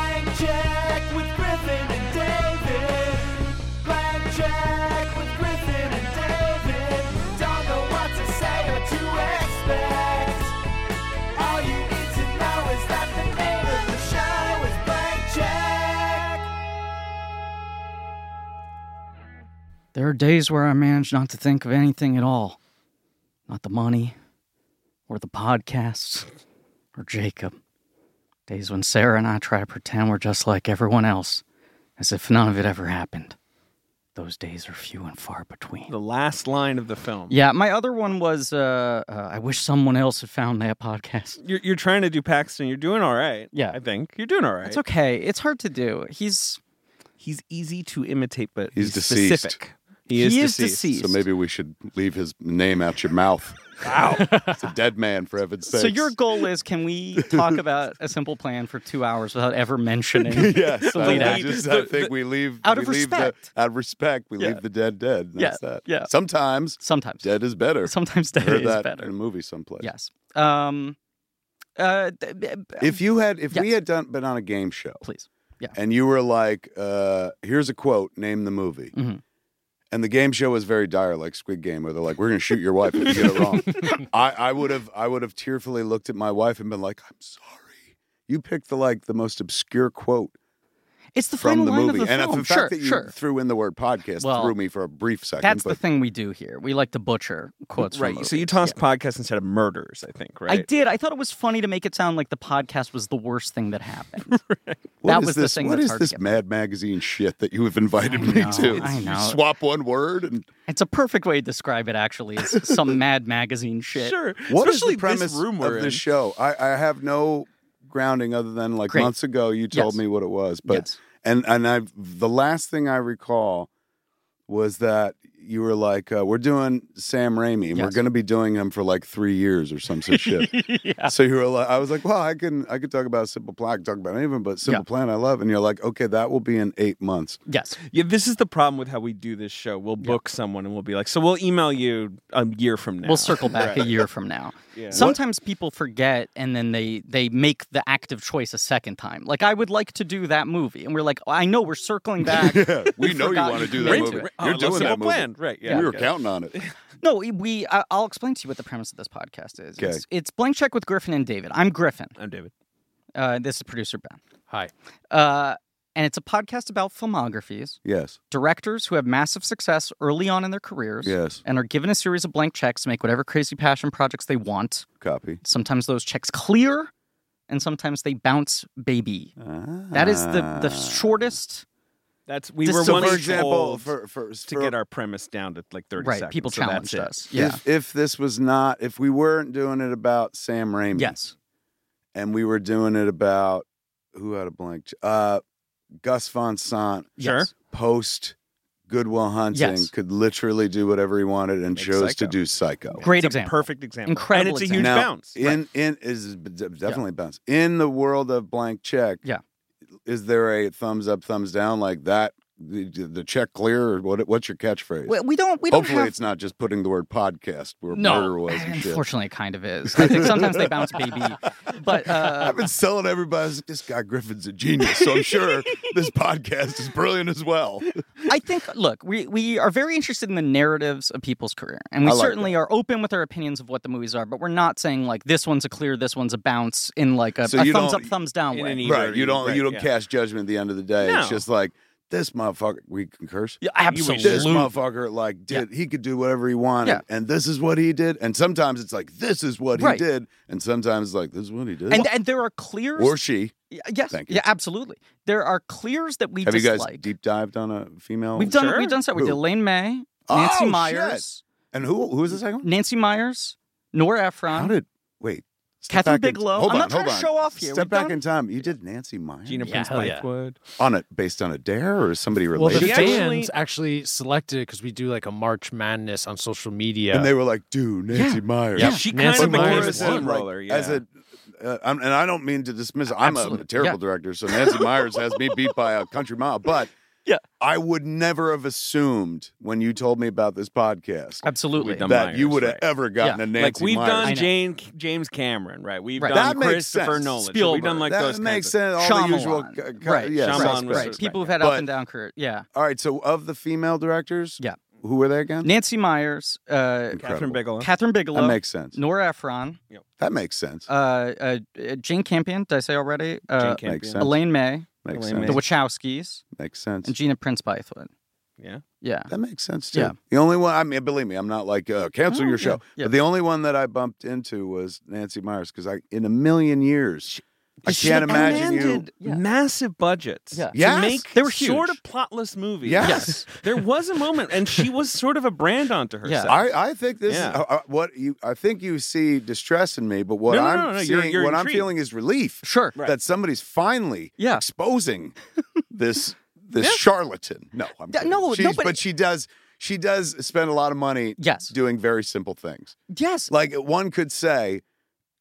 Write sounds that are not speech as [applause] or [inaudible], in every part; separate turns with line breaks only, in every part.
Check with Griffin and David. Blank check with Griffin and David. Don't know what to say or to expect. All you need to know is that the name of the show is Blank Check.
There are days where I manage not to think of anything at all. Not the money, or the podcasts, or Jacob. Days when Sarah and I try to pretend we're just like everyone else, as if none of it ever happened. Those days are few and far between.
The last line of the film.
Yeah, my other one was uh, uh, I wish someone else had found that podcast.
You're, you're trying to do Paxton. You're doing all right.
Yeah.
I think you're doing all right.
It's okay. It's hard to do. He's
He's easy to imitate, but
He's deceased.
specific. He is, deceased.
So maybe we should leave his name out your mouth. Wow. [laughs] it's a dead man, for heaven's sake.
So
[laughs]
your goal is can we talk about a simple plan for two hours without ever
[laughs]
mentioning
Yes,
the
I,
lead
I
actor?
just I think we leave
out of
we leave
respect.
The, out of respect, we
Yeah.
leave the dead dead. That's
Yeah,
that.
yeah.
Sometimes
Sometimes.
dead is better.
Sometimes dead
Heard
is
that
better.
in a movie someplace.
Yes. Um. Uh. th- b- b-
If you had, if we
Yes.
had done been on a game show,
please.
and you were like, uh, "Here's a quote, name the movie,"
Mhm.
and the game show was very dire, like Squid Game, where they're like, "We're gonna shoot your wife if you get it
[laughs]
wrong," I, I would have, I would have tearfully looked at my wife and been like, "I'm sorry, you picked the like the most obscure quote
It's the
from
final
the
line
movie,"
of the
and
film.
the fact
sure.
that you
sure.
threw in the word podcast
Well,
threw me for a brief second.
That's the
but
thing we do here. We like to butcher quotes. From
Right. So you
movies.
tossed podcasts instead of murders, I think,
Yeah. I
right?
did. I thought it was funny to make it sound like the podcast was the worst thing that happened.
what
that
is
was the
this,
thing
What
that's
is
hard to
this
get.
Mad Magazine shit that you have invited me
know,
to?
I
You
know.
swap one word and
It's a perfect way to describe it. Actually, it's some Mad Magazine shit.
Sure.
What is
Especially
the premise
this room
of
we're in.
this show? I, I have no grounding other than like
Great.
months ago you told
Yes.
me what it was, but
Yes.
and and I the last thing I recall was that you were like uh, we're doing Sam Raimi and we're
Yes.
going to be doing him for like three years or some sort of shit. So you were like, I was like, well, I can I could talk about Simple Plan, I could talk about anything, but Simple
Yeah.
Plan I love, and you're like, okay, that will be in eight [laughs] months.
Yes.
Yeah, this is the problem with how we do this show. We'll book someone and we'll be like, so we'll email you a year from now.
We'll circle back a year from now. Sometimes people forget and then they they make the active choice a second time. Like I would like to do that movie, and we're like, "Oh, I know we're circling back.
we know you
forgot
want to
you
do
can
that
write
Right?
movie.
it.
Right.
You're
Oh,
doing
simple
that movie.
plan. Right. Yeah.
we were
okay.
counting on it.
No, we- we. I- I'll explain to you what the premise of this podcast is.
Okay.
It's, it's blank check with Griffin and David. I'm Griffin.
I'm David.
Uh, this is producer Ben,
Hi.
uh, and it's a podcast about filmographies,
Yes,
directors who have massive success early on in their careers,
yes,
and are given a series of blank checks to make whatever crazy passion projects they want.
copy.
Sometimes those checks clear, and sometimes they bounce baby. That is the the
Ah.
shortest.
That's we
Just
were
so
So,
once
for example,
told
for, for,
to
for-
get our premise down to like 30
Right,
seconds.
people
so that's
challenged
it.
us. Yeah.
if, if this was not, if we weren't doing it about Sam Raimi,
yes.
and we were doing it about who had a blank, ch- uh, Gus Von Sant
Sure.
Yes.
post Goodwill Hunting
Yes.
could literally do whatever he wanted and
Make
chose to
Psycho.
do Psycho.
Great
It's a
example.
perfect example.
Incredible
And it's a
example.
huge
Now,
bounce.
In in is d- definitely bounce in the world of blank check.
Yeah.
is there a thumbs up, thumbs down like that? The, the check clear or what? What's your catchphrase?
We, we don't. We
Hopefully,
don't have.
it's not just putting the word podcast where murder
no,
was and shit.
unfortunately, it kind of is. I think sometimes they bounce baby, but
[laughs]
uh,
I've been selling everybody like, this guy Griffin's a genius, so I'm sure
[laughs]
this podcast is brilliant
[laughs]
as well.
I think look, we we are very interested in the narratives of people's career, and we
I like
certainly are open with our opinions of what the movies are. But we're not saying like this one's a clear, this one's a bounce in like a,
So
a
you
thumbs
don't-
up, thumbs down
in
way.
an e-
Right. You don't you
Right,
don't
yeah.
cast judgment at the end of the day. It's
No.
just like this motherfucker we can curse.
Yeah,
This
absolutely.
motherfucker like did he could do whatever he wanted
Yeah.
and this is what he did. And sometimes it's like this is what
Right.
he did. And sometimes it's like this is what he did.
And and there are clears.
or she.
Y- yes.
Thank you.
yeah. Absolutely. There are clears that we
Have you guys
dislike.
deep dived on a female?
we've done
Sure.
we've done so. We
Who?
did Elaine May, Nancy
Oh,
Myers,
and who who is the second one?
Nancy Myers, Nora Ephron.
How did wait? step
Catherine
back in-
Bigelow.
hold
I'm
on,
not trying
hold
to
on.
show off here.
Step
We've
back
done-
in time. You did Nancy Myers.
Gina
Yeah,
Prince
hell yeah.
Bythewood.
on it based on a dare or is somebody
Well,
related?
the
She
fans
actually-
actually, selected because we do like a March Madness on social media.
And they were like, dude, Nancy Myers.
Yeah.
She
Nancy
kind of became
Myers
a
is
Morrison,
steamroller. roller.
like,
yeah.
As a, uh, I'm, and I don't mean to dismiss. I'm a
Absolutely.
terrible
Yeah.
director, so Nancy Myers has me beat by a country mile. But
[laughs] Yeah.
I would never have assumed when you told me about this podcast
Absolutely.
We've done-
that you
Myers,
would have
right.
ever gotten
Yeah.
like
a Nancy
we've
Myers.
I
done
know.
Jane, James Cameron, right? We've
Right.
done
That makes
Christopher
sense.
Nolan. So We've
Spielberg.
done like
that
those
makes
kinds of-
sense. All
Shyamalan.
the usual, ca- ca-
right.
yeah,
Shyamalan
right. right.
was suspect,
People who've
yeah.
had
But-
up and down career. Yeah.
All right, so of the female directors,
Yeah.
who were they again?
Nancy Myers, uh,
Catherine
Incredible.
Bigelow.
Catherine Bigelow,
That makes sense.
Nora Ephron,
That makes sense.
uh, uh, Jane Campion, did I say already? Uh,
Jane
makes
Campion.
sense.
Elaine May,
makes
Elaine
sense.
the Wachowskis,
makes sense.
and Gina Prince Bythewood.
Yeah.
Yeah.
That makes sense too.
Yeah.
The only one I mean, believe me, I'm not like uh, cancel
Oh,
your
yeah,
show.
yeah.
But the only one that I bumped into was Nancy Myers because I, in a million years, I
She
can't imagine you.
commanded
Yeah.
Massive budgets.
Yeah.
To
Yes.
make
They were
sort
huge.
of plotless movies.
Yes.
Yes.
there was a moment, and she was sort of a brand
[laughs]
onto herself.
I, I think this
Yeah.
is uh, what you. I think you see distress in me, but what
No, no,
I'm
no, no,
seeing,
you're- you're
what I'm
intrigued.
feeling is relief
Sure.
Right.
that somebody's finally
Yeah. [laughs]
exposing this this
Yeah.
charlatan. No, I'm
Yeah,
kidding.
no,
She's-
no, but-
but, she does. She does spend a lot of money
Yes.
doing very simple things.
Yes.
Like one could say,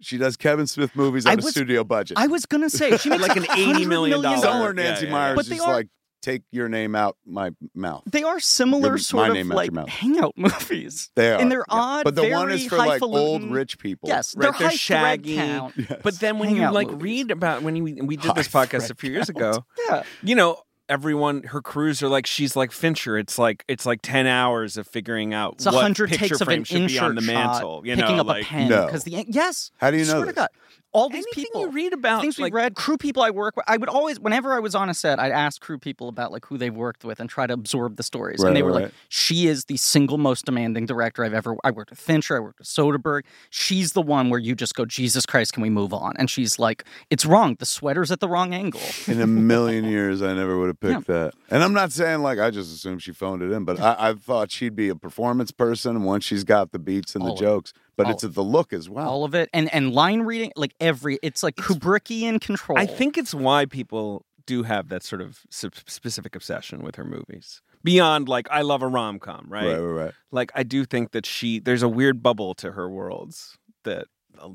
she does Kevin Smith movies
I
on
was-
a studio budget.
I was gonna say she makes
Like an eighty
$100
million dollar.
Somewhere Nancy Myers
But
is
they are-
like, take your name out my mouth.
They are similar,
Your- my
sort of
name out your
like
mouth.
hangout [laughs] movies.
They are.
And they're
yeah.
odd,
But the one is
very
for like old
highfalutin-
rich people.
Yes,
Right,
they're,
they're
high thread
shaggy.
count.
[laughs] Yes.
But then when you
Hangout
like
movies.
read about when we we
Oh,
did this
High
podcast a few years ago,
Yeah,
you know, everyone her crews are like she's like Fincher. It's like it's like ten hours of figuring out
it's a
what
hundred
picture
takes of
frame
an
should be
insert
on the mantle.
shot,
you
picking
know,
up
like
a pen
No.
because the yes.
How do you
swear
know
to
this?
God, all these
anything
people.
you read about,
Things we
like
read, crew people I work with. I would always, whenever I was on a set, I'd ask crew people about like who they've worked with and try to absorb the stories.
Right,
and they were
right,
like,
right.
"She is the single most demanding director I've ever. I worked with Fincher, I worked with Soderbergh. She's the one where you just go, Jesus Christ, can we move on?" And she's like, "It's wrong. The sweater's at the wrong angle."
In a million years, I never would have picked that. And I'm not saying like I just assumed she phoned it in, but I, I thought she'd be a performance person once she's got the beats and
All of
the
it.
jokes. But
All
it's at the look as well.
all of it and and line reading like every it's like kubrickian control
I think it's why people do have that sort of sp- specific obsession with her movies. Beyond like I love a rom com, right?
right, right, right.
Like I do think that she there's a weird bubble to her worlds that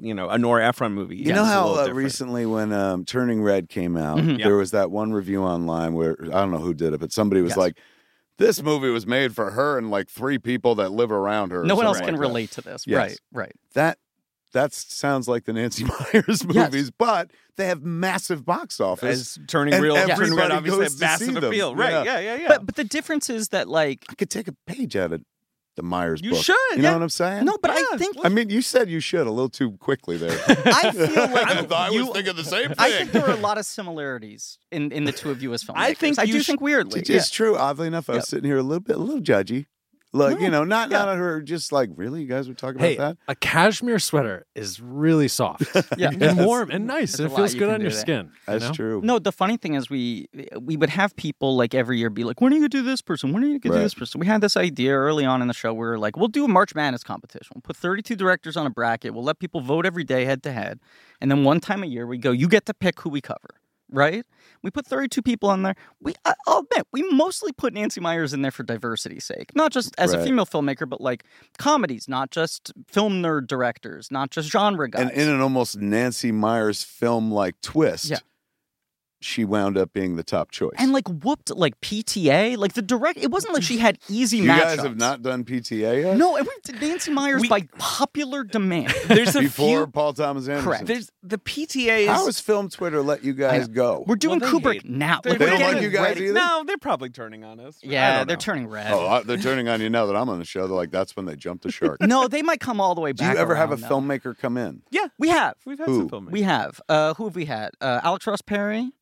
you know a Nora Ephron movie.
You know
is a
how
little
uh,
different.
recently when um, Turning Red came out,
Mhm.
Yeah.
there was that one review online where I don't know who did it, but somebody was
Yes.
like, "This movie was made for her and like three people that live around her." or
no one else
something
can
like that.
relate to this
Yes.
right right
That that sounds like the Nancy [laughs] Myers movies, but they have massive box office.
as turning
And
real turning red
everybody
obviously
goes
a
to see
massive
them.
appeal. Right, yeah, yeah, yeah.
but but the difference is that like
I could take a page out of the Myers
you
book.
should.
You know
yeah.
what I'm saying?
no but i think
[laughs]
I mean, you said you should a little too
[laughs]
quickly there. [laughs]
i feel like you,
thinking the same thing.
I think there are a lot of similarities in, in the two of you as filmmakers.
I think
I
[laughs] you
do
sh-
think weirdly.
It's true. Oddly enough, I was
Yep.
sitting here a little bit, a little judgy. Like, you know, not
Yeah.
not at her, just like, really, you guys were talking
Hey,
about
a cashmere sweater is really soft
[laughs]
[laughs]
Yeah.
and warm and nice.
There's
and
a
it
lot
feels
you
good
can
on
do
your
there.
skin.
that? That's
you know?
true.
No, the funny thing is we we would have people like every year be like, when are you gonna do this person? When are you gonna do
Right.
this person? We had this idea early on in the show. We were like, we'll do a March Madness competition. We'll put 32 directors on a bracket. We'll let people vote every day head to head, and then one time a year we go, you get to pick who we cover. Right? We put 32 people on there. We I- I'll admit we mostly put Nancy Myers in there for diversity's sake, not just as a
Right.
female filmmaker, but like comedies, not just film nerd directors, not just genre guys.
And in an almost Nancy Myers film like twist,
Yeah.
she wound up being the top choice.
and like whooped like PTA. Like the direct, it wasn't like she had easy
you
matchups.
guys have not done PTA yet?
No, and we did Nancy Myers
We-
by popular
[laughs]
demand.
[laughs] There's a
Before
few.
Paul Thomas Anderson.
Correct.
There's the PTA is
How
[laughs]
has film Twitter let you guys go?
We're doing
Well, they
Kubrick
hate-
now.
They're-
Like,
They
we're
don't like
getting
you guys
ready.
either?
No, they're probably turning on us. I
Yeah,
don't
they're
know.
turning red. [laughs]
Oh, I- they're turning on you now that I'm on the show. They're like, that's when they jumped the shark.
no, they might come all the way
Do
back.
you ever have a
around, though.
filmmaker come in?
Yeah,
We have.
we've had some
Who?
filmmakers.
We have. Uh, who have we had? Uh, Alex Ross Perry,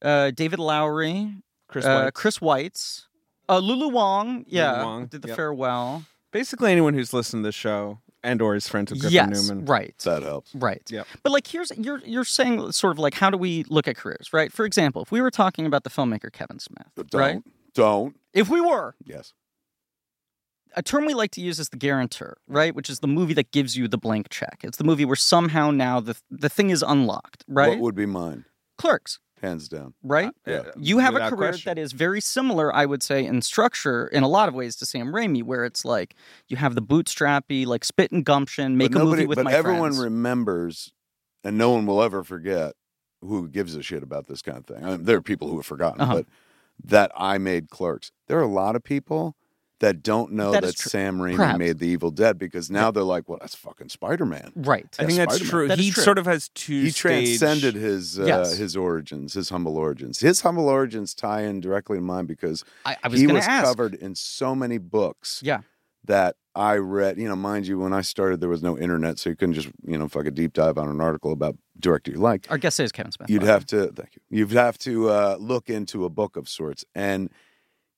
uh, David Lowry,
Chris
uh,
White.
Chris Whites, uh, Lulu Wong. Yeah,
Wong,
did the
yep.
farewell.
Basically, anyone who's listened to the show and or is friends with Griffin
yes,
Newman.
right.
That helps.
Right.
Yep.
But like here's you're you're saying sort of like how do we look at careers, right? For example, if we were talking about the filmmaker Kevin Smith,
Don't.
right?
Don't.
If we were,
Yes.
a term we like to use is the guarantor, right? Which is the movie that gives you the blank check. It's the movie where somehow now the the thing is unlocked, right?
What would be mine?
Clerks,
Hands down.
right?
Yeah.
you have a
Without
career
question.
that is very similar, I would say, in structure in a lot of ways to Sam Raimi, where it's like you have the bootstrappy, like spit and gumption, make
but
a
nobody,
movie with
but
my
everyone
friends.
remembers, and no one will ever forget who gives a shit about this kind of thing. I mean, there are people who have forgotten,
Uh-huh.
but that I made Clerks. There are a lot of people that don't know
That
that,
is true.
Sam Raimi
Perhaps.
made The Evil Dead because now they're like, well, that's fucking Spider Man.
Right.
I think that's
Spider-Man.
true.
That is
he
true.
sort of has two.
He
stage-
transcended his uh,
Yes.
his origins, his humble origins. His humble origins tie in directly to mine because
I, I was
he
going to
was
ask.
covered in so many books.
Yeah.
That I read, you know, mind you, when I started, there was no internet, so you couldn't just, you know, fuck a deep dive on an article about director you like.
Our guest is Kevin Smith.
You'd
by the way.
have to, thank you. You'd have to uh, look into a book of sorts, and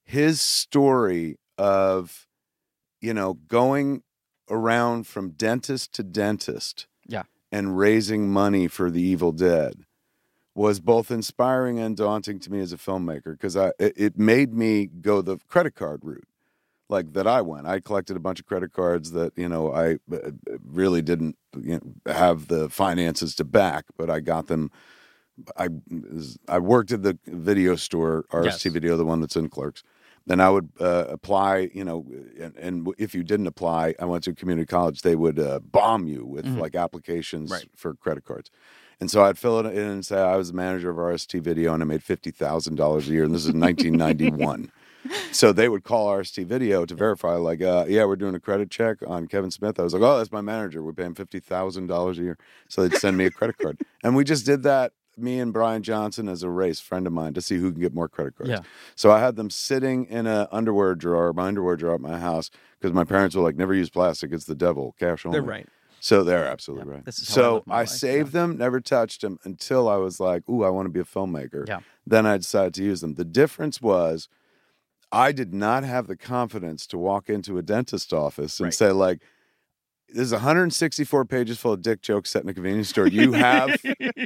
his story of, you know, going around from dentist to dentist,
Yeah.
and raising money for the Evil Dead was both inspiring and daunting to me as a filmmaker because I it, it made me go the credit card route like that I went. I collected a bunch of credit cards that you know I uh, really didn't you know, have the finances to back, but I got them. I I worked at the video store, RST
Yes.
Video, the one that's in Clerks. Then I would uh, apply, you know, and, and if you didn't apply, I went to community college. They would uh, bomb you with
Mhm.
like applications
Right.
for credit cards. And so I'd fill it in and say I was the manager of RST Video and I made fifty thousand dollars a year, and this is nineteen ninety one. So they would call RST Video to verify, like, uh, yeah, we're doing a credit check on Kevin Smith. I was like, oh, that's my manager. We pay him fifty thousand dollars a year. So they'd send me a credit card, and we just did that. Me and Brian Johnson as a race friend of mine to see who can get more credit cards.
Yeah.
So I had them sitting in a underwear drawer, my underwear drawer at my house, because my parents were like, "Never use plastic; it's the devil. Cash only."
They're right.
So they're absolutely
Yeah,
right.
this is how I
so
live my
I,
life,
saved them, never touched them until I was like, ooh, I want to be a filmmaker.
Yeah.
Then I decided to use them. The difference was I did not have the confidence to walk into a dentist office and
Right.
say, like, there's 164 pages full of dick jokes set in a convenience store. You have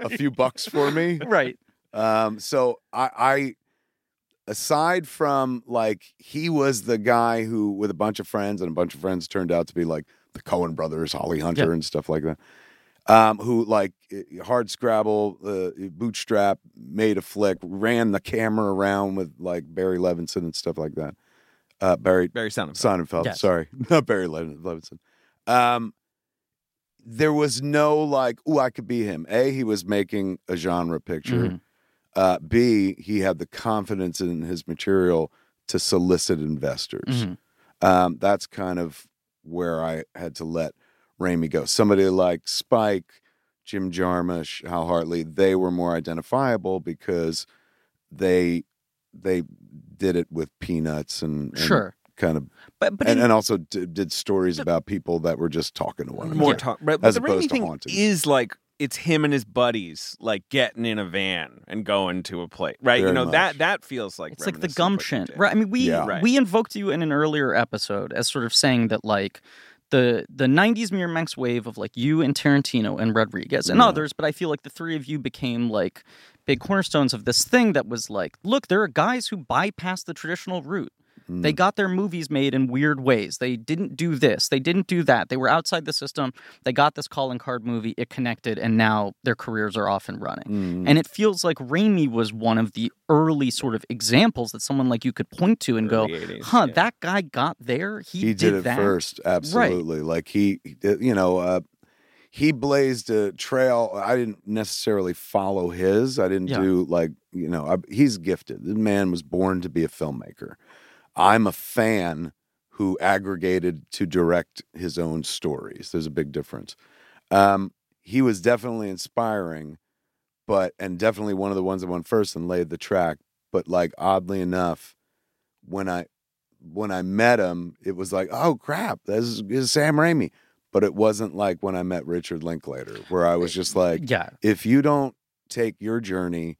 a few bucks for me. [laughs]
Right.
Um, so I, I, aside from like he was the guy who, with a bunch of friends and a bunch of friends, turned out to be like the Cohen brothers, Holly Hunter,
Yeah.
and stuff like that. Um, who like eh, hard scrabble, uh, bootstrap, made a flick, ran the camera around with like Barry Levinson and stuff like that. Uh, Barry
Barry Sonnenfeld.
Sonnenfeld,
Yes.
sorry, [laughs] not Barry Levin- Levinson. Um, there was no like, oh, I could be him. A, he was making a genre picture.
Mhm.
Uh, B, he had the confidence in his material to solicit investors.
Mhm.
Um, that's kind of where I had to let Raimi go. Somebody like Spike, Jim Jarmusch, Hal Hartley, they were more identifiable because they they did it with peanuts and, and
Sure.
kind of
But but
and,
in-
and also d- did stories about people that were just talking to one another.
more
Yeah.
talk. But,
As
but the
opposed
Raimi
to
thing
haunting.
is like it's him and his buddies like getting in a van and going to a place, right?
Very
you know
much.
that that feels like
It's like the
reminiscent of what you
gumption.
did.
Right. I mean, we
Yeah.
Right.
we invoked you in an earlier episode as sort of saying that like the the 90s Miramax wave of like you and Tarantino and Rodriguez and
Mm.
Yeah.
others, but I feel like the three of you became like big cornerstones of this thing that was like, look, there are guys who bypass the traditional route.
Mm.
Mm.
They got their movies made in weird ways. They didn't do this. They didn't do that. They were outside the system. They got this calling card movie. It connected, and now their careers are off and running.
Mm.
And it feels like Raimi was one of the early sort of examples that someone like you could point to and go,
Early 80s,
huh,
yeah.
that guy got there. He,
he did, it
that.
first absolutely like he he did- you know uh he blazed a trail i didn't necessarily follow his i didn't
Yeah.
do like you know I, he's gifted the man was born to be a filmmaker i'm a fan who aggregated to direct his own stories there's a big difference um he was definitely inspiring but and definitely one of the ones that went first and laid the track but like oddly enough when i when I met him, it was like, oh crap, this is, this is Sam Raimi. But it wasn't like when I met Richard Linklater, where I was just like,
Yeah.
if you don't take your journey,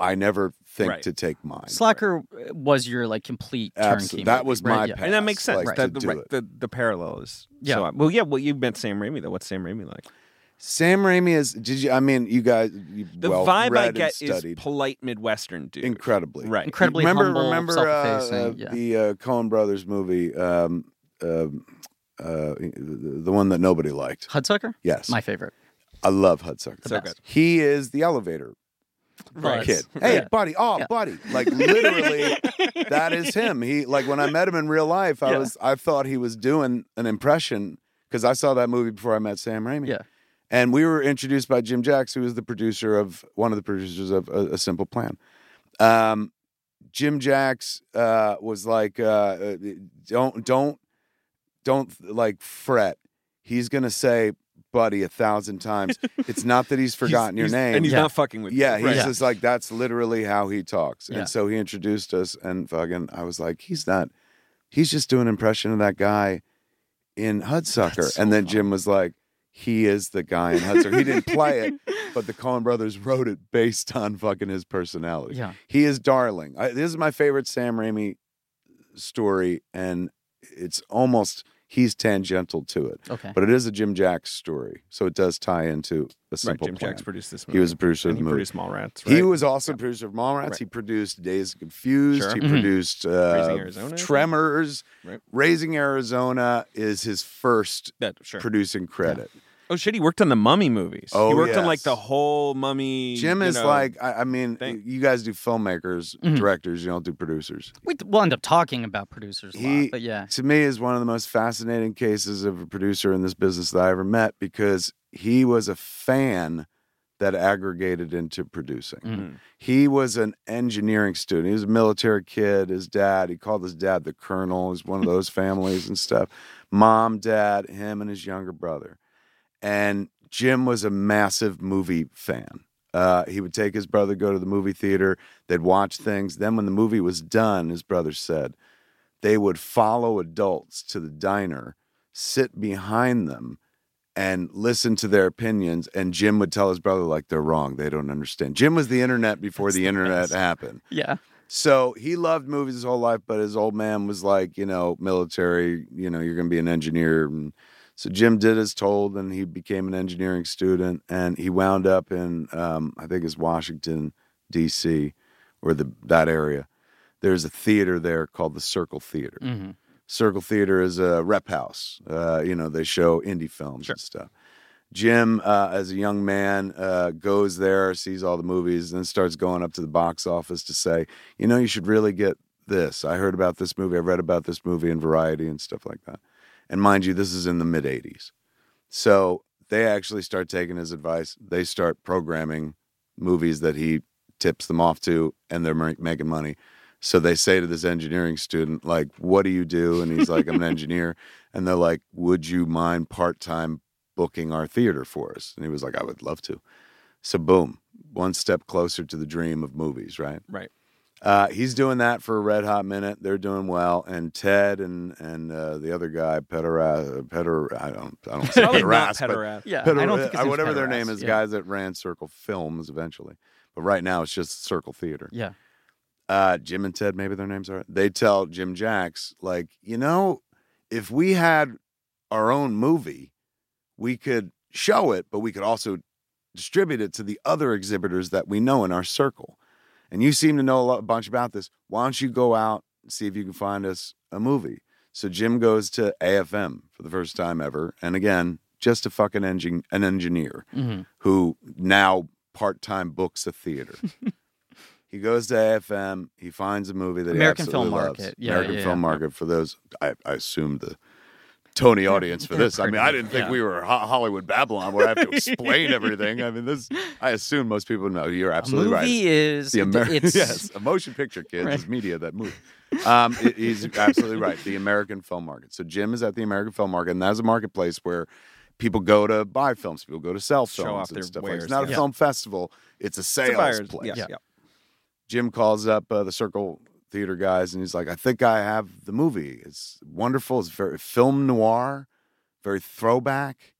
I never think
Right.
to take mine.
Slacker uh, was your like complete turnkey.
Absolutely. That
movie,
was
right?
my
yeah.
path.
And that makes sense.
like,
that,
to
the,
do
right,
it.
the the parallel is
Yeah.
So, well, yeah. Well, you met Sam Raimi though. What's Sam Raimi like?
Sam Raimi is. Did you? I mean, you guys. You
The
well,
vibe I
read
get
and
is
studied
polite Midwestern dude.
incredibly.
Right.
Incredibly
remember,
humble,
remember
self-effacing.
uh, uh,
yeah.
the uh, Coen Brothers movie, um, um, uh, the the one that nobody liked.
Hudsucker?
Yes,
My favorite.
I love Hudsucker.
The
So
best.
He is the elevator
Right.
kid.
Right.
[laughs] Hey,
Yeah.
buddy. Oh,
Yeah.
buddy. Like literally, that is him. He like when I met him in real life, I
Yeah.
was I thought he was doing an impression because I saw that movie before I met Sam Raimi.
Yeah.
And we were introduced by Jim Jacks, who is the producer of one of the producers of A, a Simple Plan. Um, Jim Jacks uh, was like, uh, uh, "Don't, don't, don't like fret. He's gonna say, buddy, a thousand times. it's not that he's forgotten your
He's-
name,
and he's
Yeah.
not fucking with
yeah,
you.
he's
Right.
just like that's literally how he talks.
Yeah.
And so he introduced us, and fucking, I was like, he's not. He's just doing an impression of that guy in Hudsucker.
That's so
and then
fun.
Jim was like, he is the guy in Hudsucker. he didn't play
[laughs]
[laughs]
it, but the Coen Brothers wrote it based on fucking his personality.
Yeah.
He is darling. I, this is my favorite Sam Raimi story, and it's almost he's tangential to it,
Okay.
but it is a Jim Jacks story, so it does tie into a
Right,
simple
Jim
plan.
Jacks produced this movie.
He was a producer
and
of
he
the movie.
produced Mallrats. Right?
He was also producer of Mallrats.
Right.
He produced Days Confused.
Sure. Mm-hmm.
He
Mhm.
produced uh,
Raising Arizona, I think.
Tremors.
Right.
Raising Arizona is his first
that, sure.
producing credit.
oh shit, he worked on the Mummy movies.
Oh,
he worked on like
yes.
the whole Mummy.
Jim
you
is
know- Mm-hmm.
like, I, I mean,
thing.
you guys do filmmakers,
Mhm.
directors. You don't do producers.
We, we'll end up talking about producers a
He-
lot, but yeah.
To me, is one of the most fascinating cases of a producer in this business that I ever met because he was a fan that aggregated into producing.
Mhm.
He was an engineering student. He was a military kid. His dad, he called his dad the colonel. He's one of those families and stuff. Mom, dad, him, and his younger brother. And Jim was a massive movie fan. Uh, he would take his brother go to the movie theater. They'd watch things. Then when the movie was done, his brother said they would follow adults to the diner, sit behind them, and listen to their opinions. And Jim would tell his brother, like, they're wrong. They don't understand. Jim was the internet before the internet happened. [laughs]
Yeah.
So he loved movies his whole life, but his old man was like, you know, military, you know, you're going to be an engineer. And so Jim did as told, and he became an engineering student. And he wound up in, um, I think it's Washington, D.C., or the, that area. There's a theater there called the Circle Theater.
hmm
Circle Theater is a rep house. Uh, you know, they show indie films and stuff. Jim, uh, as a young man, uh, goes there, sees all the movies, and then starts going up to the box office to say, you know, you should really get this. I heard about this movie. I read about this movie in Variety and stuff like that. And mind you, this is in the mid 80s. So they actually start taking his advice. They start programming movies that he tips them off to, and they're ma- making money. So they say to this engineering student, like, what do you do? And he's like,
[laughs]
I'm an engineer. And they're like, would you mind part time booking our theater for us? And he was like, I would love to. So, boom, one step closer to the dream of movies, right?
Right.
Uh, he's doing that for a red hot minute. They're doing well, and Ted and and uh, the other guy, Pederas, Peder, I don't,
[laughs]
I don't
[laughs]
say
Probably not
Pederas, but
Pederast.
Yeah.
Peder-
I don't think it's
uh, whatever their name is,
Yeah.
guys that ran Circle Films eventually. But right now, it's just Circle Theater
Yeah.
uh, Jim and Ted, maybe their names are. They tell Jim Jacks, like, you know, if we had our own movie, we could show it, but we could also distribute it to the other exhibitors that we know in our circle. And you seem to know a, lot, a bunch about this. Why don't you go out and see if you can find us a movie? So Jim goes to AFM for the first time ever, and again, just a fucking engin- an engineer
hmm
who now part time books
[laughs]
a theater. he goes to AFM. He finds a movie that
American
he absolutely
Film
loves.
Market. Yeah,
American
yeah,
Film
yeah.
Market. For those, I, I assume the Tony audience for
they're
this. I mean,
pretty-
I didn't think
yeah.
we were Ho- Hollywood Babylon where I
[laughs]
have to explain everything. I mean, this. I assume most people know. You're
A
absolutely
movie
right.
is
The American,
[laughs] it's
yes, a motion picture kids
Right.
is media that moves. Um, it- he's absolutely right. The American film market. So Jim is at the American film market, and that's a marketplace where people go to buy films, people go to sell
Show
films
off
and
their
stuff. like
wares,
it's not a
yeah.
film festival; it's a
It's
sales
a buyer's-
place.
Yeah, yeah.
Jim calls up uh, the Circle Theater guys, and he's like, "I think I have the movie. It's wonderful. It's very film noir, very throwback."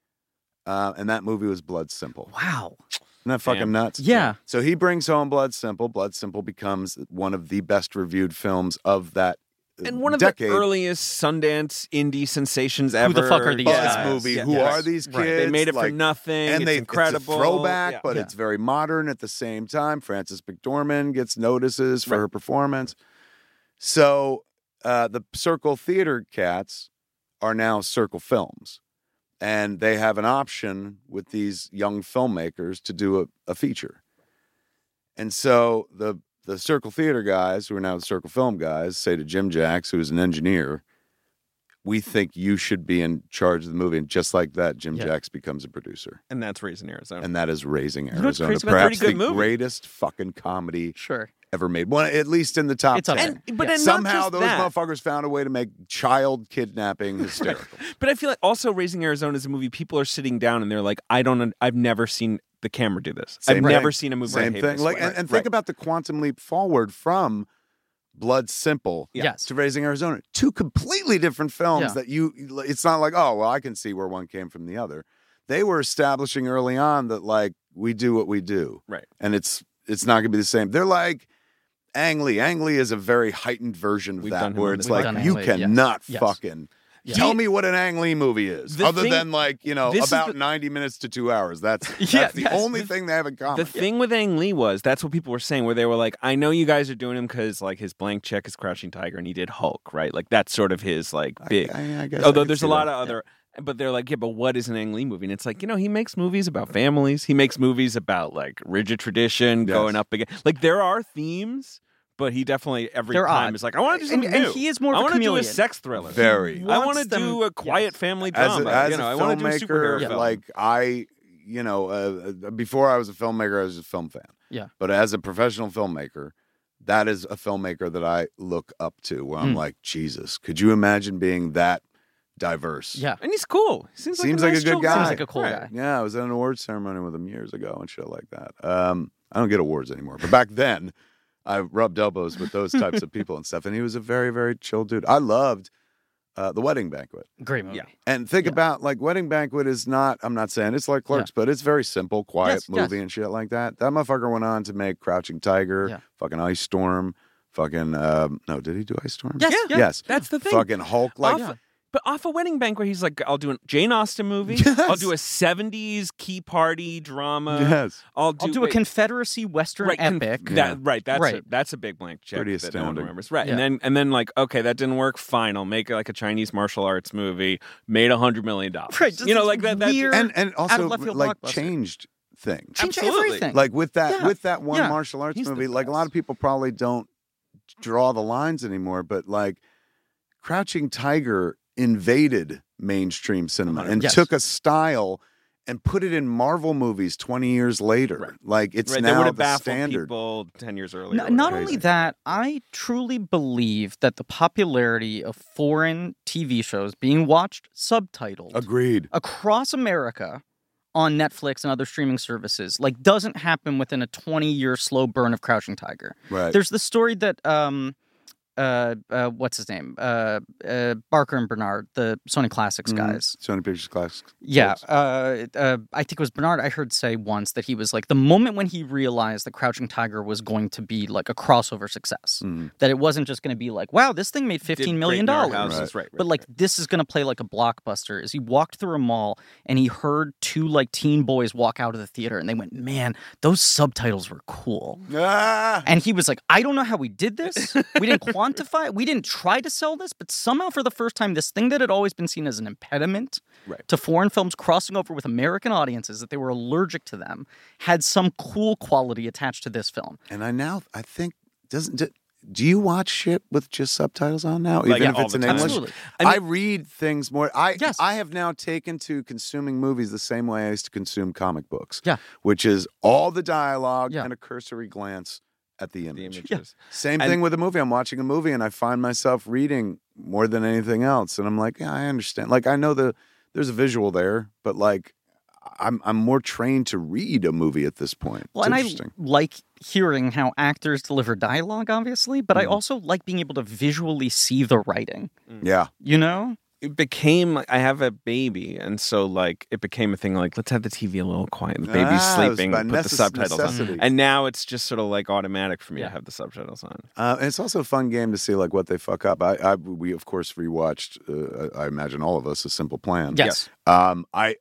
Uh, and that movie was Blood Simple.
wow.
Isn't that fucking
Damn.
nuts?
Yeah.
So he brings home Blood Simple. Blood Simple becomes one of the best reviewed films of that uh,
And one of
decade.
the earliest Sundance indee sensations ever. Oh,
Who the fuck are these
of
Yeah.
this
guys?
movie.
Yeah.
Who
Yes.
are these kids?
Right.
They made it for
Like,
nothing.
and
it's
they
incredible.
It's a throwback,
Yeah.
but
Yeah.
it's very modern at the same time. Frances McDormand gets notices for
Right.
her performance. So uh, the Circle Theater cats are now Circle Films, and they have an option with these young filmmakers to do a, a feature. And so the the Circle Theater guys, who are now the Circle Film guys, say to Jim Jacks, who is an engineer, "We think you should be in charge of the movie." And just like that, Jim
Yeah.
Jacks becomes a producer
and that's raising Arizona.
and that is Raising
know what's
Arizona,
crazy about that?
perhaps
Pretty good
the
movie.
greatest fucking comedy
Sure.
ever made. One, at least in the top
It's up
ten.
there.
And- but and not
Somehow
just
those
that.
motherfuckers found a way to make
[laughs]
child kidnapping hysterical.
But I feel like also Raising Arizona is a movie people are sitting down and they're like, I don't, I've never seen the camera do this. I've
Same
never
thing.
seen a movie. where I
Same
hate
thing.
this
Like,
way."
and, and
Right.
think about the quantum leap forward from Blood Simple
Yeah.
Yes.
to Raising Arizona. Two completely different films
Yeah.
that you. It's not like oh well, I can see where one came from the other. They were establishing early on that like we do what we do,
Right.
And it's it's not gonna be the same. They're like. Ang Lee. Ang Lee is a very heightened version of
We've done
that,
him
where
on
it's
this
like
podcast. We've
you
done Ang Lee, yes.
cannot
Yes.
fucking
Yeah.
tell me what an Ang Lee movie is,
The
other
thing-
than like you know
this is
about
the-
ninety minutes to two hours. That's,
[laughs]
that's
Yeah,
the
yes.
only
The-
thing they have in common.
The thing with Ang Lee was that's what people were saying, where they were like, I know you guys are doing him because like his blank check is Crouching Tiger, and he did Hulk, right? Like that's sort of his like big.
I, I guess
Although there's a lot of other, but they're like, yeah, but what is an Ang Lee movie? And it's like, you know, he makes movies about families. He makes movies about like rigid tradition
Yes.
going up again. Like there are themes, but he definitely every
They're
time
odd.
is like, I want to do
And,
something
and
new.
he is more
I
of a
want to do a
chameleon.
sex thriller.
very
I want to
wants them-
do a quiet family
as a,
drama.
as
you know,
a
I want to do a
filmmaker.
superhero film.
Like I, you know, uh, uh, before I was a filmmaker, I was a film fan.
Yeah.
but as a professional filmmaker. That is a filmmaker that I look up to, where
Hmm.
I'm
Mm.
like, Jesus, could you imagine being that diverse?
Yeah.
and he's cool. Seems,
Seems
like a,
like a
nice
good
chill
guy.
Seems like a cool
Right.
guy.
Yeah, I was at an awards ceremony with him years ago and shit like that. Um, I don't get awards anymore, but back then, I rubbed elbows with those types of people and stuff. And he was a very, very chill dude. I loved uh, the wedding banquet.
Great movie.
Yeah.
And think
Yeah.
about like wedding banquet is not. I'm not saying it's like Clerks, but it's very simple, quiet
Yes, yes.
movie and shit like that. That motherfucker went on to make Crouching Tiger,
Yeah.
fucking Ice Storm, fucking um, no, did he do Ice Storm?
Yes,
Yeah.
yes.
yes,
That's the thing.
fucking Hulk. Like
off, But off a wedding banquet, he's like, I'll do a Jane Austen movie. I'll
[laughs] Yes.
do a 70s key party
uh,
drama.
yes,
I'll do,
I'll do a
wait,
Confederacy Western
right, con-
epic.
That,
Yeah.
Right, that's A,
Right.
that's a big blank check.
Pretty
that no one
astounding.
remembers. Right, and
Yeah.
then and then like, okay, that didn't work. Fine, I'll make like a Chinese martial arts movie. Made a hundred million dollars.
Right, just
you know,
this
like that. that
weird-
and and also
left field
like
blockbuster.
changed things.
Change
Absolutely.
everything.
like with that
Yeah.
with that one
Yeah.
martial arts
He's the
movie like a lot
best.
of people probably don't draw the lines anymore but like crouching tiger invaded mainstream cinema and
Yes.
took a style and put it in marvel movies 20 years later
Right.
like it's
right, that would
now
have
the
baffled
standard
people ten years earlier.
N-
or
not
whatever.
only
Crazy.
that, I truly believe that the popularity of foreign TV shows being watched subtitled
agreed
across America on Netflix and other streaming services like doesn't happen within a 20 year slow burn of Crouching Tiger.
right
There's the story that um uh, uh what's his name? Uh, uh Barker and Bernard, the Sony Classics
Mhm.
guys.
sony pictures classics
Yeah,
Yes.
uh, uh, I think it was Bernard. I heard say once that he was like the moment when he realized that Crouching Tiger was going to be like a crossover success,
Mhm.
that it wasn't just going to be like, wow, this thing made
Mm. Did
fifteen
Great
million
Narrow
dollars,
Houses,
Right.
right, right,
but like
right.
this is going to play like a blockbuster. Is he walked through a mall and he heard two like teen boys walk out of the theater, and they went, man, those subtitles were cool.
ah!
And he was like, I don't know how we did this. We didn't quantify it. We didn't try to sell this, but somehow for the first time, this thing that had always been seen as an impediment
Right.
to foreign films crossing over with American audiences, that they were allergic to them, had some cool quality attached to this film.
and i now i think doesn't do, do you watch shit with just subtitles on now
Like,
even
yeah,
if
all
it's
the
in
time.
english
Absolutely.
I,
I mean-
read things more. I
Yes.
I have now taken to consuming movies the same way I used to consume comic books.
Yeah.
which is all the dialogue
Yeah.
and a cursory glance at the
the
image.
images.
Same
And-
thing with a movie. I'm watching a movie and I find myself reading more than anything else, and I'm like, yeah, I understand. Like I know the there's a visual there, but like I'm I'm more trained to read a movie at this point.
Well,
It's
and I
interesting.
like hearing how actors deliver dialogue, obviously, but I
Mhm.
also like being able to visually see the writing,
yeah,
you know?
it became like, I have a baby, and so like it became a thing. Like let's have the TV a little quiet. The baby's
Ah, it was
sleeping.
by
Put the
necess-
subtitles
necessity.
on. And now it's just sort of like automatic for me
Yeah.
to have the subtitles on.
Uh, and it's also a fun game to see like what they fuck up. I, I we of course rewatched. Uh, I I imagine all of us a Simple Plan.
Yes.
Um, I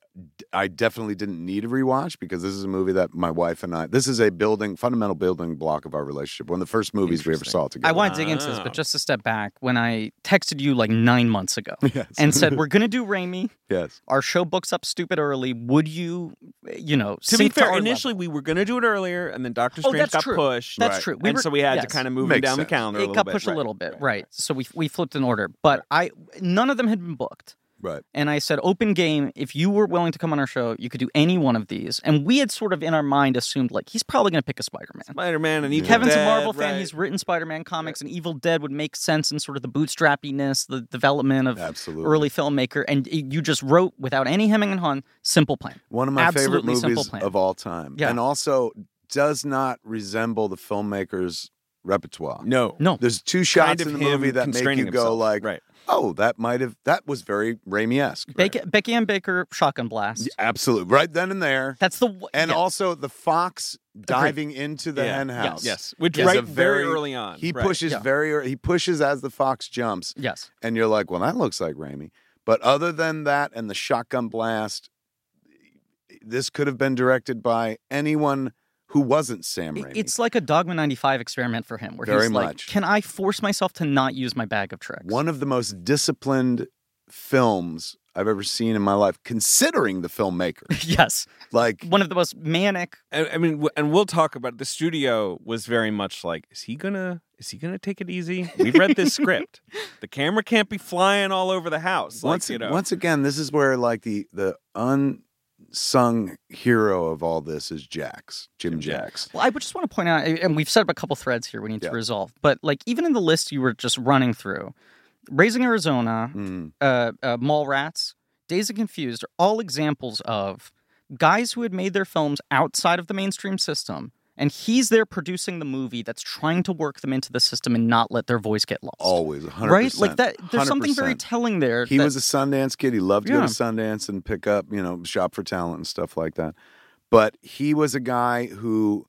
I definitely didn't need a rewatch because this is a movie that my wife and I. This is a building, fundamental building block of our relationship. One of the first movies we ever
Interesting.
saw together.
I want to dig into this,
Wow.
but just to step back, when I texted you like nine months ago
[laughs] yes.
and
[laughs]
said, we're going to do Raimi.
yes.
our show books up stupid early. Would you, you know,
To be
sync
fair,
our
initially
level?
we were going to do it earlier, and then Doctor
Oh,
Strange
that's
got
true.
pushed.
that's
Right.
true. We
and
were-
so we had to
yes.
kind of move him
Makes
down the
sense.
calendar. a
it
little
got
bit.
pushed
Right,
a little bit, right? So we we flipped an order, but I none of them had been booked.
Right.
and I said, open game, if you were willing to come on our show, you could do any one of these. And we had sort of in our mind assumed, like, he's probably going to pick a Spider Man.
Spider Man and Evil
Kevin's
Dead,
a Marvel fan.
right.
He's written Spider Man comics, and Evil Dead would make sense in sort of the bootstrappiness, the development of
Absolutely.
early filmmaker. And y- you just wrote, without any hemming and hawing, Simple Plan.
One of my favorite
Absolutely Simple
movies
Plan.
of all time.
Yeah.
And also does not resemble the filmmaker's repertoire.
no,
No.
There's two
Kind
shots
of
in the
him
movie that make you
constraining
go
himself.
like,
right.
"Oh, that might have that was very Raimi-esque."
Becky, Becky Ann Baker, Shotgun Blast.
Yeah, Absolutely. Right then and there.
That's the. w-
And
yeah.
also the fox diving into the
Yeah.
hen house.
Yes, which
is
right
a
very, early on.
He
right.
pushes
Yeah.
very early, he pushes as the fox jumps
Yes.
and you're like, "Well, that looks like Raimi." But other than that and the shotgun blast, this could have been directed by anyone who wasn't Sam
It-
Raimi.
It's like a Dogma 95 experiment for him, where
Very
he's like,
much.
can I force myself to not use my bag of tricks?
one of the most disciplined films I've ever seen in my life, considering
[laughs]
the filmmaker.
[laughs] yes.
Like,
One of the most manic.
I, I mean, w- and we'll talk about it. the studio was very much like, is he gonna, is he gonna take it easy? We read this script. The camera can't be flying all over the house.
once,
like, you know,
once again, this is where like the the unsung hero of all this is Jax, Jim,
Jim
Jax.
Well, I would just want to point out, and we've set up a couple threads here we need
Yeah.
to resolve, but like even in the list you were just running through, Raising Arizona,
Mm,
uh, uh, Mall Rats, Days and Confused are all examples of guys who had made their films outside of the mainstream system. And he's there producing the movie that's trying to work them into the system and not let their voice get lost.
always, 100%,
right? Like that. There's something
100%.
very telling there.
He
that-
was a Sundance kid. He loved to go
Yeah.
to Sundance and pick up, you know, shop for talent and stuff like that. But he was a guy who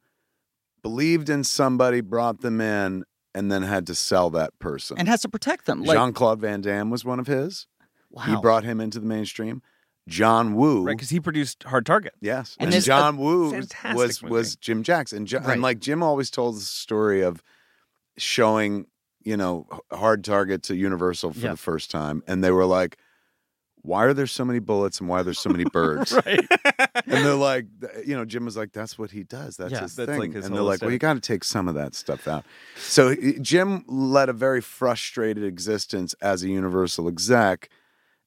believed in somebody, brought them in, and then had to sell that person.
and has to protect them. Like
Jean Claude Van Damme was one of his.
wow,
He brought him into the mainstream. John Woo.
right? Because he produced Hard Target.
Yes,
And
and,
there's a
John Woo
uh, fantastic
was
movie.
was Jim Jackson. And, Jo- and
Right.
like Jim always told the story of showing, you know, H- Hard Target to Universal for
Yeah.
the first time, and they were like, "Why are there so many bullets and why are there
[laughs]
so many birds?"
Right.
And they're like, th- you know, Jim was like, "That's what he does. That's
Yeah,
his
that's
thing."
like his
and they're
whole
like, "Well, you
aesthetic.
got to take some of that stuff out." So he- Jim led a very frustrated existence as a Universal exec,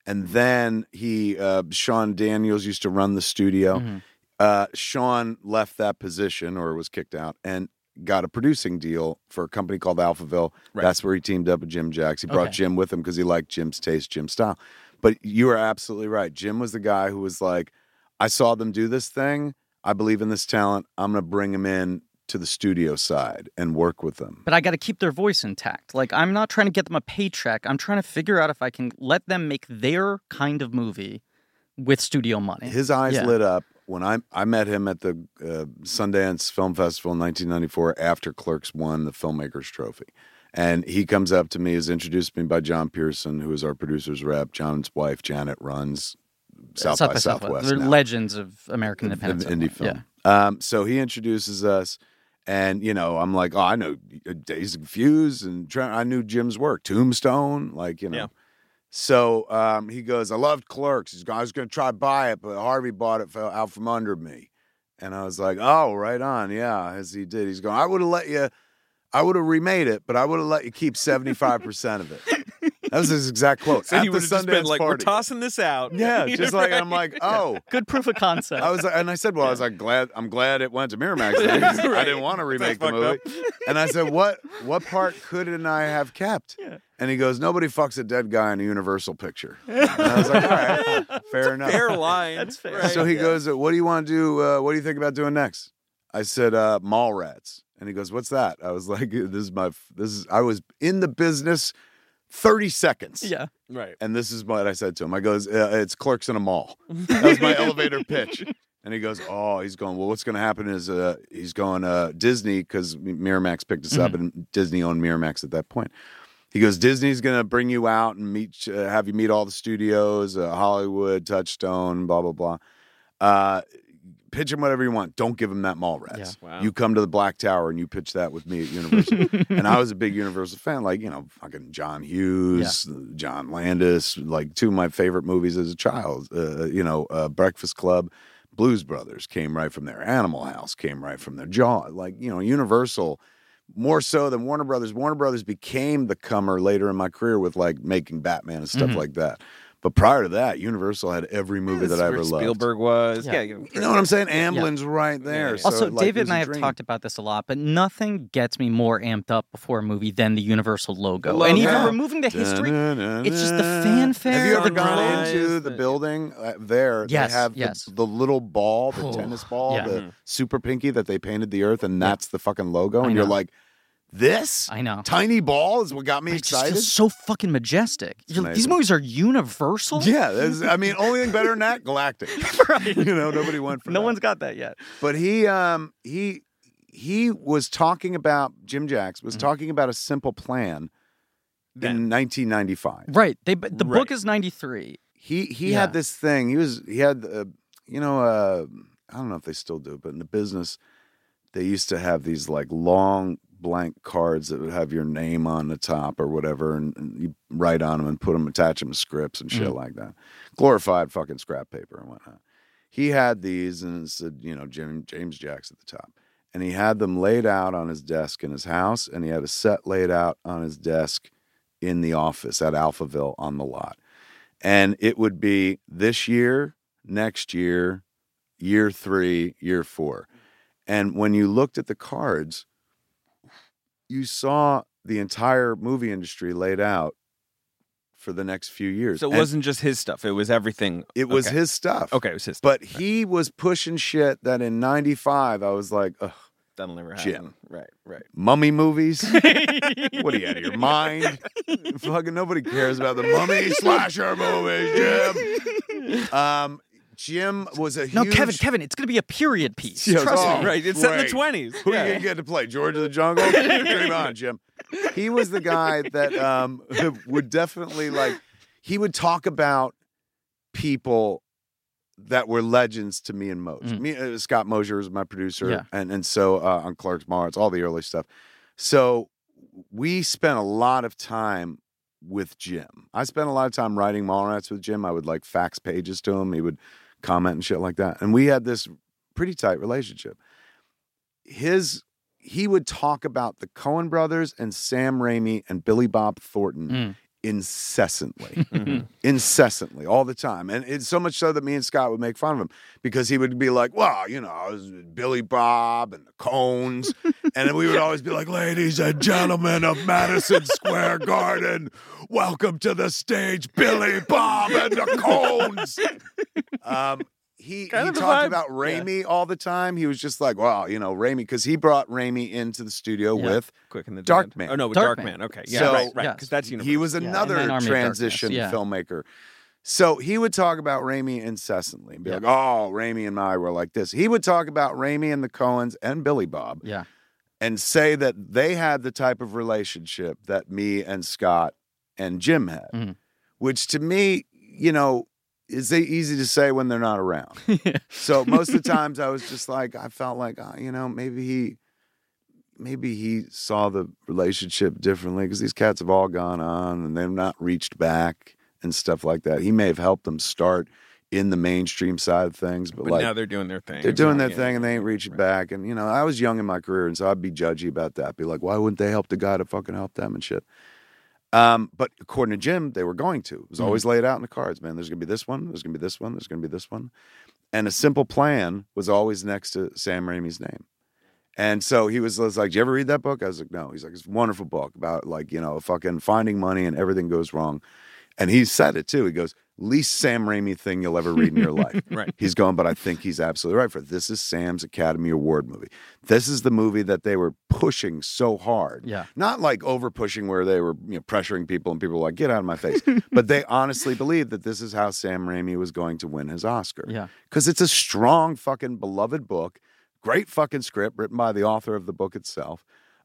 and then he uh, Sean Daniels used to run the studio.
Mhm.
Uh, Sean left that position or was kicked out and got a producing deal for a company called Alphaville.
Right.
That's where he teamed up with Jim Jacks. He brought
Okay.
Jim with him because he liked Jim's taste, Jim's style. But you are absolutely right. Jim was the guy who was like, I saw them do this thing. I believe in this talent. I'm going to bring them in to the studio side and work with them.
but I got to keep their voice intact. Like I'm not trying to get them a paycheck. I'm trying to figure out if I can let them make their kind of movie with studio money.
His eyes
Yeah.
lit up when I I met him at the uh, Sundance Film Festival in 1994 after Clerks won the Filmmakers Trophy. And he comes up to me, is introduced to me by John Pearson, who is our producer's rep. John's wife, Janet, runs South, by Southwest.
They're
now
legends of American
of- of
independence
indie
cinema.
film. Um, so he introduces us, and you know, I'm like, oh, I know Days and Confused, and Tra- I knew Jim's work, Tombstone, like you know.
Yeah.
So um, he goes, I loved Clerks. He's going, I was going to try to buy it, but Harvey bought it fell out from under me, and I was like, oh, right on, yeah, as he did. He's going, I would have let you. I would have remade it, but I would have let you keep seventy five percent of it. That was his exact
[laughs]
quote.
So
at
he
the
would have just been
Sundance
like,
party.
we're tossing this out. [laughs]
yeah, just like and I'm like, oh,
Yeah. Good proof of concept.
[laughs] I was, and I said, "Well, I was like, glad I'm glad it went to Miramax. then, 'cause I didn't want to remake the
That's
movie." And I said, "What what part could and I have kept?"
Yeah.
And he goes, "Nobody fucks a dead guy in a Universal picture." And I was like, "All
[laughs]
right, fair
[laughs]
enough."
Fair line.
That's fair.
Right.
So he goes, "What do you want to do? Uh, what do you think about doing next?" I said, uh, "Mall rats." And he goes, "What's that?" I was like, [laughs] "This is my this is I was in the business, thirty seconds."
[laughs] yeah.
Right.
And this is what I said to him. I goes, uh, "It's clerks in a mall." That was my elevator pitch. And he goes, "Oh, he's going. Well, what's going to happen is uh, he's going uh, Disney because Miramax picked us up, and Disney owned Miramax at that point." He goes, "Disney's going to bring you out and meet, uh, have you meet all the studios, uh, Hollywood, Touchstone, blah blah blah. Uh, pitch him whatever you want. Don't give him that mall rats.
Yeah. Wow.
You come to the Black Tower and you pitch that with me at Universal."
[laughs]
and I was a big Universal fan, like you know, fucking John Hughes, John Landis, like two of my favorite movies as a child. Uh, you know, uh, Breakfast Club, Blues Brothers came right from there. Animal House came right from there. Jaw, like you know, Universal more so than Warner
Mm-hmm.
Brothers. Warner Brothers became the comer later in my career with like making Batman and stuff
Mhm.
like that. But prior to that, Universal had every movie that I ever loved.
Spielberg was.
Yeah.
Yeah.
You know what I'm saying? Amblin's right there.
Yeah.
so,
Also,
like, it
David
was
and I
a
have
dream.
talked about this a lot, but nothing gets me more amped up before a movie than the Universal logo.
The
And
logo.
even
Yeah.
removing the history,
Dun-dun-dun-dun.
it's just the fanfare.
Have you ever gone
Sunrise,
into the
the-
building uh, there?
Yes,
they have the-
yes.
the, little ball, the
Oh,
tennis ball,
yeah.
the super pinky that they painted the earth, and that's the fucking logo.
I
And you're
know.
like, this
I know.
tiny ball is what got me
It just
excited.
feels so fucking majestic. You're like, These
amazing.
movies are universal. [laughs]
yeah, [laughs] there's- I mean, only thing better than that, Galactic.
Right.
You know, nobody went for
No
that.
one's got that yet.
But he um he he was talking about Jim Jacks was
Mm-hmm.
talking about a simple plan in 1995.
Right. They but the book
Right.
is 93.
He he
Yeah.
had this thing. He was he had uh, you know uh I don't know if they still do, but in the business they used to have these like long blank cards that would have your name on the top or whatever and, and you write on them and put them attach them to scripts and shit like that glorified fucking scrap paper and whatnot he had these and it said, you know, Jim, James Jacks at the top. And he had them laid out on his desk in his house, and he had a set laid out on his desk in the office at Alphaville on the lot. And it would be this year, next year, year three, year four. And when you looked at the cards, you saw the entire movie industry laid out for the next few years.
So it
And
wasn't just his stuff. It was everything.
it was
okay.
his stuff.
Okay, it was his. stuff.
But he was pushing shit that in '95 I was like, Ugh,
That'll never happen.
Jim.
Right, right.
mummy movies. what are you out of
[laughs]
your mind? Fucking nobody cares about the mummy slasher movies, Jim. Um, Jim was a
No,
huge.
Kevin, Kevin, it's going to be a period piece.
Yes,
Trust
oh,
me.
right. It's set in the
great.
twenties.
Who [laughs] you gonna get to play George of the
[laughs]
Jungle? Dream on, Jim. He was the guy that um, [laughs] would definitely like. He would talk about people that were legends to me and Moj.
Mm.
Me, uh, Scott Mosier was my producer,
Yeah.
and and so uh, on Clark's Mars, all the early stuff. So we spent a lot of time with Jim. I spent a lot of time writing Mallrats with Jim. I would like fax pages to him. He would comment and shit like that. And we had this pretty tight relationship. His he would talk about the Cohen brothers and Sam Raimi and Billy Bob Thornton
Mm.
incessantly,
Mm-hmm.
Mm-hmm.
incessantly, all the time. And it's so much so that me and Scott would make fun of him because he would be like, well, you know, I was with Billy Bob and the Cones. and then we would always be like, ladies and gentlemen of Madison Square Garden, welcome to the stage, Billy Bob and the Cones. Um, he, he
Kind of
talked
the vibe.
about Raimi all the time. He was just like, wow, you know, Raimi, because he brought Raimi into the studio
Yeah.
with
Quick in the
Dark
Dead.
Man.
Oh no,
Dark
Dark, Man. Okay, yeah,
So-
right, right.
Yes.
Because that's universal.
he was
and
another
then Army of Darkness,
transition
yeah.
filmmaker. So he would talk about Raimi incessantly and be like, oh, Raimi and I were like this. He would talk about Raimi and the Coens and Billy Bob
Yeah.
and say that they had the type of relationship that me and Scott and Jim had,
Mhm.
which to me, you know, is e- easy to say when they're not around. So most of the times I was just like, I felt like, uh, you know, maybe he, maybe he saw the relationship differently because these cats have all gone on and they've not reached back and stuff like that. He may have helped them start in the mainstream side of things, but,
But
like
now they're doing their thing.
they're doing their
Yeah.
thing and they ain't reaching back. And you know, I was young in my career, and so I'd be judgy about that. Be like, why wouldn't they help the guy to fucking help them and shit? Um, but according to Jim, they were going to. It was always laid out in the cards, man. There's gonna be this one. There's gonna be this one. There's gonna be this one. And a simple plan was always next to Sam Raimi's name. And so he was, was like, "Did you ever read that book?" I was like, "No." He's like, "It's a wonderful book about like you know fucking finding money and everything goes wrong." And he said it too. He goes, "Least Sam Raimi thing you'll ever read in your life."
Right.
He's going, but I think he's absolutely right for it. This is Sam's Academy Award movie. This is the movie that they were pushing so
[laughs]
hard.
Yeah.
Not like over pushing where they were you know, pressuring people and people were like, get out of my face. but they honestly believed that this is how Sam Raimi was going to win his Oscar.
Yeah.
Because it's a strong fucking beloved book, great fucking script written by the author of the book itself.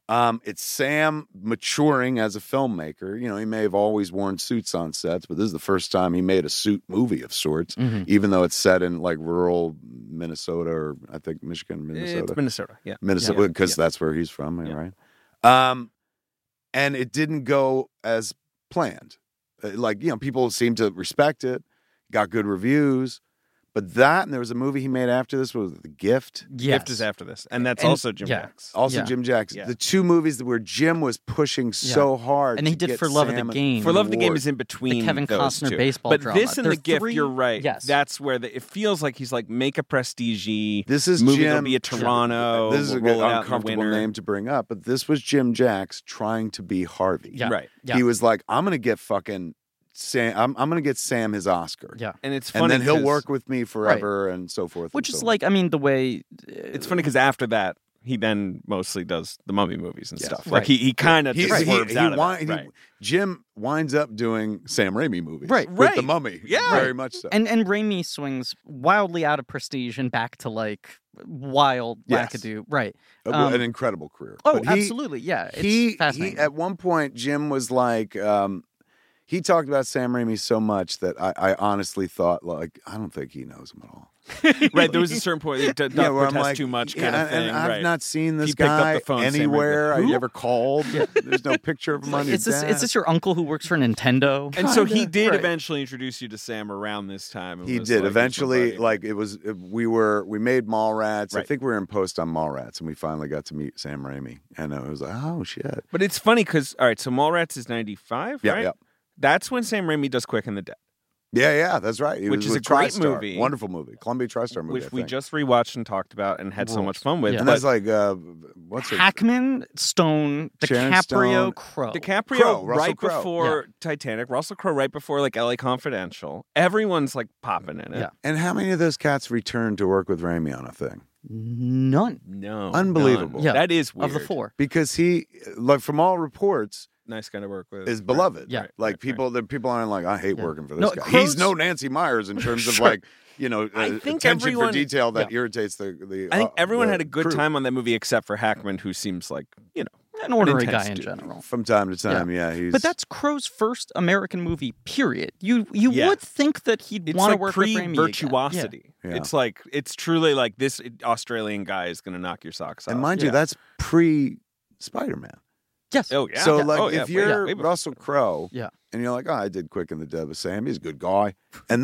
Um, it's Sam maturing as a filmmaker. You know, he may have always worn suits on sets, but this is the first time he made a suit movie of sorts,
Mhm.
even though it's set in like rural Minnesota or I think Michigan,
It's
Minnesota.
Minnesota. Yeah.
Minnesota,
Yeah.
because
Yeah.
that's where he's from,
Yeah.
right? Um, and it didn't go as planned. Uh, Like you know, people seemed to respect it, got good reviews, But that and there was a movie he made after this what was it, The Gift.
Yes.
Gift is after this, and that's
And-
also Jim
yeah.
Jacks.
Also
Yeah.
Jim Jackson.
Yeah.
The two movies that where Jim was pushing so hard.
And he
to
did
get
For Love of the
Sam a-
Game.
For Love of the Game
award.
is in between
Kevin
those
Costner
two.
baseball
but
drama.
this and
There's
the gift,
three-
you're right.
yes.
That's where the, it feels like he's like make a prestige.
This is
movie. It'll
Jim-
be a Toronto.
This is a
we'll
good,
roll it out in the
uncomfortable
winter.
name to bring up, but this was Jim Jacks trying to be Harvey.
Yeah.
Right,
Yeah.
He was like, I'm gonna get fucking Sam. I'm, I'm gonna get Sam his Oscar.
yeah.
and it's funny.
And then he'll
'cause-
work with me forever and so forth.
Which
and
is
so on.
like, I mean, the way uh,
It's funny because after that, he then mostly does the Mummy movies and
Yes.
stuff.
Right.
Like he he kind of
He-
swerves
he-
out
he
of it.
wind- he-
Right.
Jim winds up doing Sam Raimi movies.
Right.
With the
Right.
mummy.
Yeah.
Very much so.
and and Raimi swings wildly out of prestige and back to like wild
Yes.
wackadoo. Right.
A-
um,
An incredible career.
Oh,
But he-
absolutely. Yeah. It's
he,
fascinating.
he at one point Jim was like um, he talked about Sam Raimi so much that I, I honestly thought like I don't think he knows him at all.
right. There was a certain point.
[laughs]
He d- does
where I'm
protest
like,
too much
yeah,
kind of
and
thing.
I've
right.
not seen this
He picked up
guy
the phone, Sam Raimi.
anywhere. I
Who?
never called. [laughs] There's no picture of him on
is
his
this is
desk.
this your uncle who works for Nintendo?
and so he
Kinda,
did
right.
eventually introduce you to Sam around this time. and
He
was
did
like, "Here's my
eventually.
buddy."
Like it was, we were we made Mallrats. I
Right.
think we were in post on Mallrats, and we finally got to meet Sam Raimi. And it was like, oh shit,
But it's funny because all right, so Mallrats is ninety five,
yeah,
right?
yeah,
That's when Sam Raimi does Quick and the Dead,
yeah, yeah. That's right. It
Which
was
is
with
a great
TriStar.
movie.
wonderful movie, Columbia TriStar movie, I
which we
think.
just rewatched and talked about and had so
Rules.
much fun with.
Yeah.
and
But
that's like uh, what's her
Hackman, Stone,
Sharon
DiCaprio,
Stone,
Crow.
DiCaprio
Crow, Russell
right
Crowe.
before Titanic, Russell Crowe right before like L.A. Confidential. Everyone's like popping in it.
Yeah.
And how many of those cats returned to work with Raimi on a thing?
None
No,
Unbelievable.
none.
Yeah.
that is weird.
of the four.
Because he, like from all reports,
nice guy to work with
is
Right.
beloved.
Yeah.
Right,
Like
right,
people, the people aren't like, I hate
Yeah.
working for this
No,
guy.
Crow's-
He's no Nancy
[laughs]
Myers in terms of
Sure.
like, you know,
I
uh,
think
attention for
everyone-
detail that irritates the the.
right. I think
uh,
everyone
the
had a good
crew.
time on that movie except for Hackman, who seems like you know
An ordinary
intense
guy in
dude.
general.
from time to time. Yeah, he's.
But that's Crow's first American movie. Period. You you
Yeah.
would think that he'd
it's
want to
like
work with
pre
Raimi again. Yeah.
virtuosity.
Yeah.
It's like it's truly like this Australian guy is going to knock your socks off.
and uh, mind you,
yeah.
that's pre Spider Man.
Yes. [laughs]
oh yeah.
So
Yeah.
like,
Oh, yeah.
if
Way-
you're
way before.
Russell Crowe,
Yeah.
and you're like, oh, I did Quick in the Dead with Sam. He's a good guy, and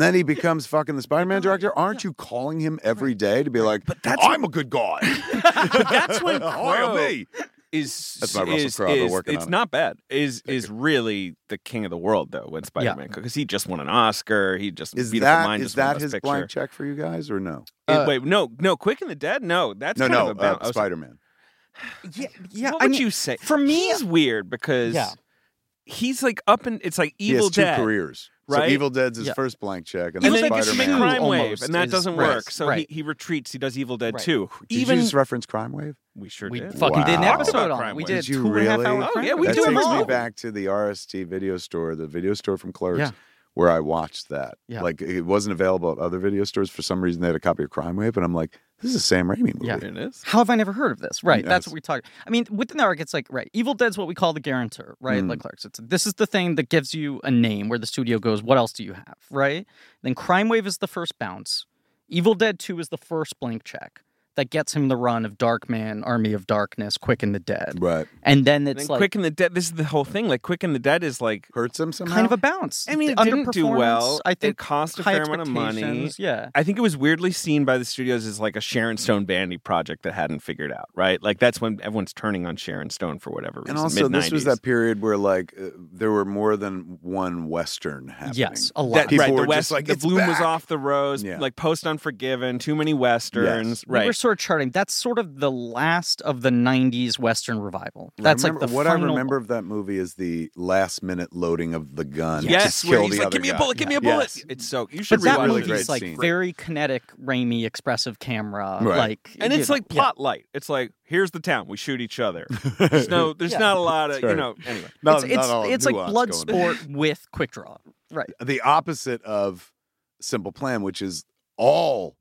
[laughs]
then he becomes fucking the Spider Man director. Aren't you calling him every day to be like, but
that's-
I'm a good guy.
But [laughs] that's
[laughs]
when
Oil
Crow
me.
is
That's my Russell
is-
Crowe. I've been
is-
working
It's
on it.
not bad. Is is really the king of the world though when Spider Man because he just won an Oscar. He just
Is
Beautiful
that
Mind
is
just won
that
Best
his
Picture.
blank check for you guys or no?
It-
Uh,
wait, no, no, Quick and the Dead. No, that's
no,
kind
no,
of about
uh, Spider Man.
Yeah. Yeah.
What
I
would
mean,
you say?
for me-
he's weird because
Yeah.
he's like up and it's like
He
Evil
has two
Dead.
careers.
right?
So Evil Dead's his
Yeah.
first blank check, and
And
then
Evil
then
Dead
he gets
Spider
Spider-Man.
to make Crime
Two
Wave,
almost
and that
is-
doesn't
right,
work. So
right.
he, he retreats. He does Evil Dead
Right.
too.
Did
Even
you just reference Crime Wave?
we sure
We
did.
fucking did an
Wow.
episode
Talked
on
about
it. We
Crime
did
Did you
two and a half
really?
hour
Oh,
crime
yeah, we
episode.
that
do it
takes
all.
me back to the RST video store, the video store from Clerks,
Yeah.
where I watched that.
Yeah.
Like it wasn't available at other video stores for some reason. They had a copy of Crime Wave, and I'm like, this is a Sam Raimi movie.
Yeah.
It
[laughs]
is.
How have I never heard of this? Right. That's
Yes.
what we talk. I mean, within the arc, it's like right. Evil Dead's what we call the guarantor, right?
Mm.
Like Clark's. It's this is the thing that gives you a name where the studio goes. What else do you have, right? Then Crime Wave is the first bounce. Evil Dead Two is the first blank check that gets him the run of Dark Man, Army of Darkness, Quick and the Dead,
Right.
and then
And
it's
then
like
Quick and the Dead. This is the whole thing. Like Quick and the Dead is like
Hurts him somehow.
kind of a bounce.
I mean, it
The
didn't do well.
underperformance, I think
it cost a
high
fair amount of money.
expectations, Yeah.
I think it was weirdly seen by the studios as like a Sharon Stone Bandy project that hadn't figured out, right? Like that's when everyone's turning on Sharon Stone for whatever reason.
and also, this was
mid-nineties.
that period where like uh, there were more than one Western happening.
Yes, a lot.
That,
People
right,
were
the
just
West,
like,
the
"It's
bloom was
back."
off the rose.
Yeah.
Like post Unforgiven, too many westerns.
Yes.
We were
Right,
sort of charting. That's sort of the last of the '90s Western revival. That's
remember,
like the
what
final
I remember of that movie is the last minute loading of the gun.
yes,
to
where
kill
he's
the
like,
other
"Give me a
guy."
bullet, give me a
Yeah.
bullet."
Yes.
It's so you should
But that
rewatch
really
it.
great
movie's like
scene.
very kinetic, Raimi, expressive camera,
Right.
like,
and
you
it's
know,
like
yeah.
plot light. It's like here's the town, we shoot each other.
[laughs]
There's no, there's
Yeah.
not a lot of
Sure.
you know. Anyway,
it's
Not- not
it's,
all
it's like
nuance
blood
going on.
sport with quick draw, right?
the opposite of Simple Plan, which is all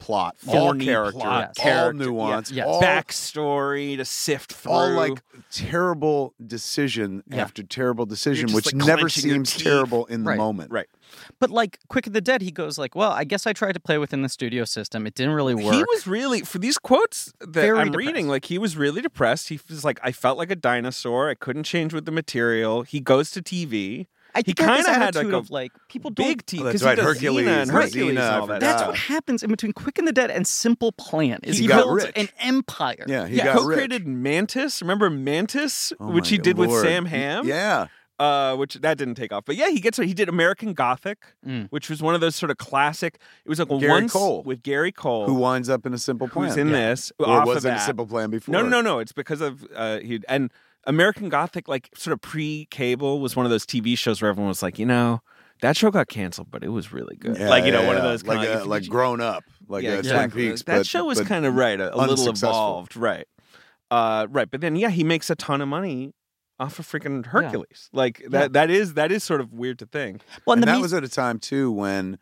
plot, all
Thorny
character,
plot,
all
character,
nuance,
yeah, yeah.
all
backstory to sift through.
all like terrible decision
Yeah.
after terrible decision,
just,
which
like,
never
clenching your
seems
teeth.
terrible in the
Right.
moment.
Right.
But like Quick and the Dead, he goes like, "Well, I guess I tried to play within the studio system. It didn't really work."
He was really for these quotes that
Very
I'm
depressed.
reading. Like he was really depressed. He was like, I felt like a dinosaur. I couldn't change with the material. He goes to TV.
I
He
think I have this
kinda had,
attitude
like, a
of like people don't
Big teeth.
Oh, that's
'cause he
right,
does
Hercules,
Xena and
right,
Hercules and
Xena, I
all that.
That's
Ah.
what happens in between Quick and the Dead and Simple Plan. Is
He
he,
got
builds
rich.
an empire.
Yeah, he
He
got rich.
co-created Mantis. Remember Mantis,
Oh
which
my
he did with
lord.
Sam Ham.
Yeah,
uh, which that didn't take off. But yeah, he gets he did American Gothic,
Mm.
which was one of those sort of classic. It was like a
Gary
once
Cole.
with Gary Cole,
who winds up in a simple plan?
who's in this.
Or
off of
was in a
that.
simple plan before?
No, no, no, no. It's because of uh, he and American Gothic, like sort of pre-cable, was one of those TV shows where everyone was like, you know, that show got canceled, but it was really good.
Yeah,
like you know,
yeah,
one of
yeah.
those kinda
like
like,
a, like grown up, like
yeah,
a Twin
exactly.
Peaks.
That
but-
show was
but-
kind of right, a, a little
unsuccessful.
evolved, right? Uh, right, but then yeah, he makes a ton of money off of freaking Hercules. Like that,
Yeah.
that is that is sort of weird to think.
Well,
and
the
that
me-
was at a time too when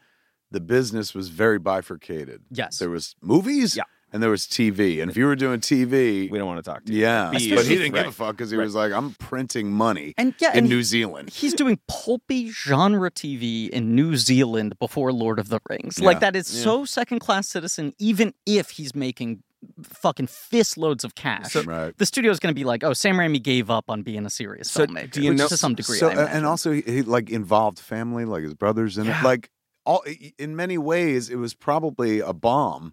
the business was very bifurcated.
Yes.
there was movies,
Yeah.
and there was TV. And if you were doing TV,
We don't want to talk to you.
yeah, but
Be
he
you.
didn't give a
Right.
fuck because he
Right.
was like, "I'm printing money
and yeah,
in
and
New Zealand."
he's doing pulpy genre TV in New Zealand before Lord of the Rings.
Yeah.
Like that is so second class citizen, even if he's making fucking fist loads of cash.
right.
the studio's going to be like, oh, Sam Raimi gave up on being a serious
So,
filmmaker,
do you
which
know- uh,
to some degree.
So
I
a-
imagine.
and also he, he like involved family, like his brothers in
Yeah.
it. Like all in many ways, it was probably a bomb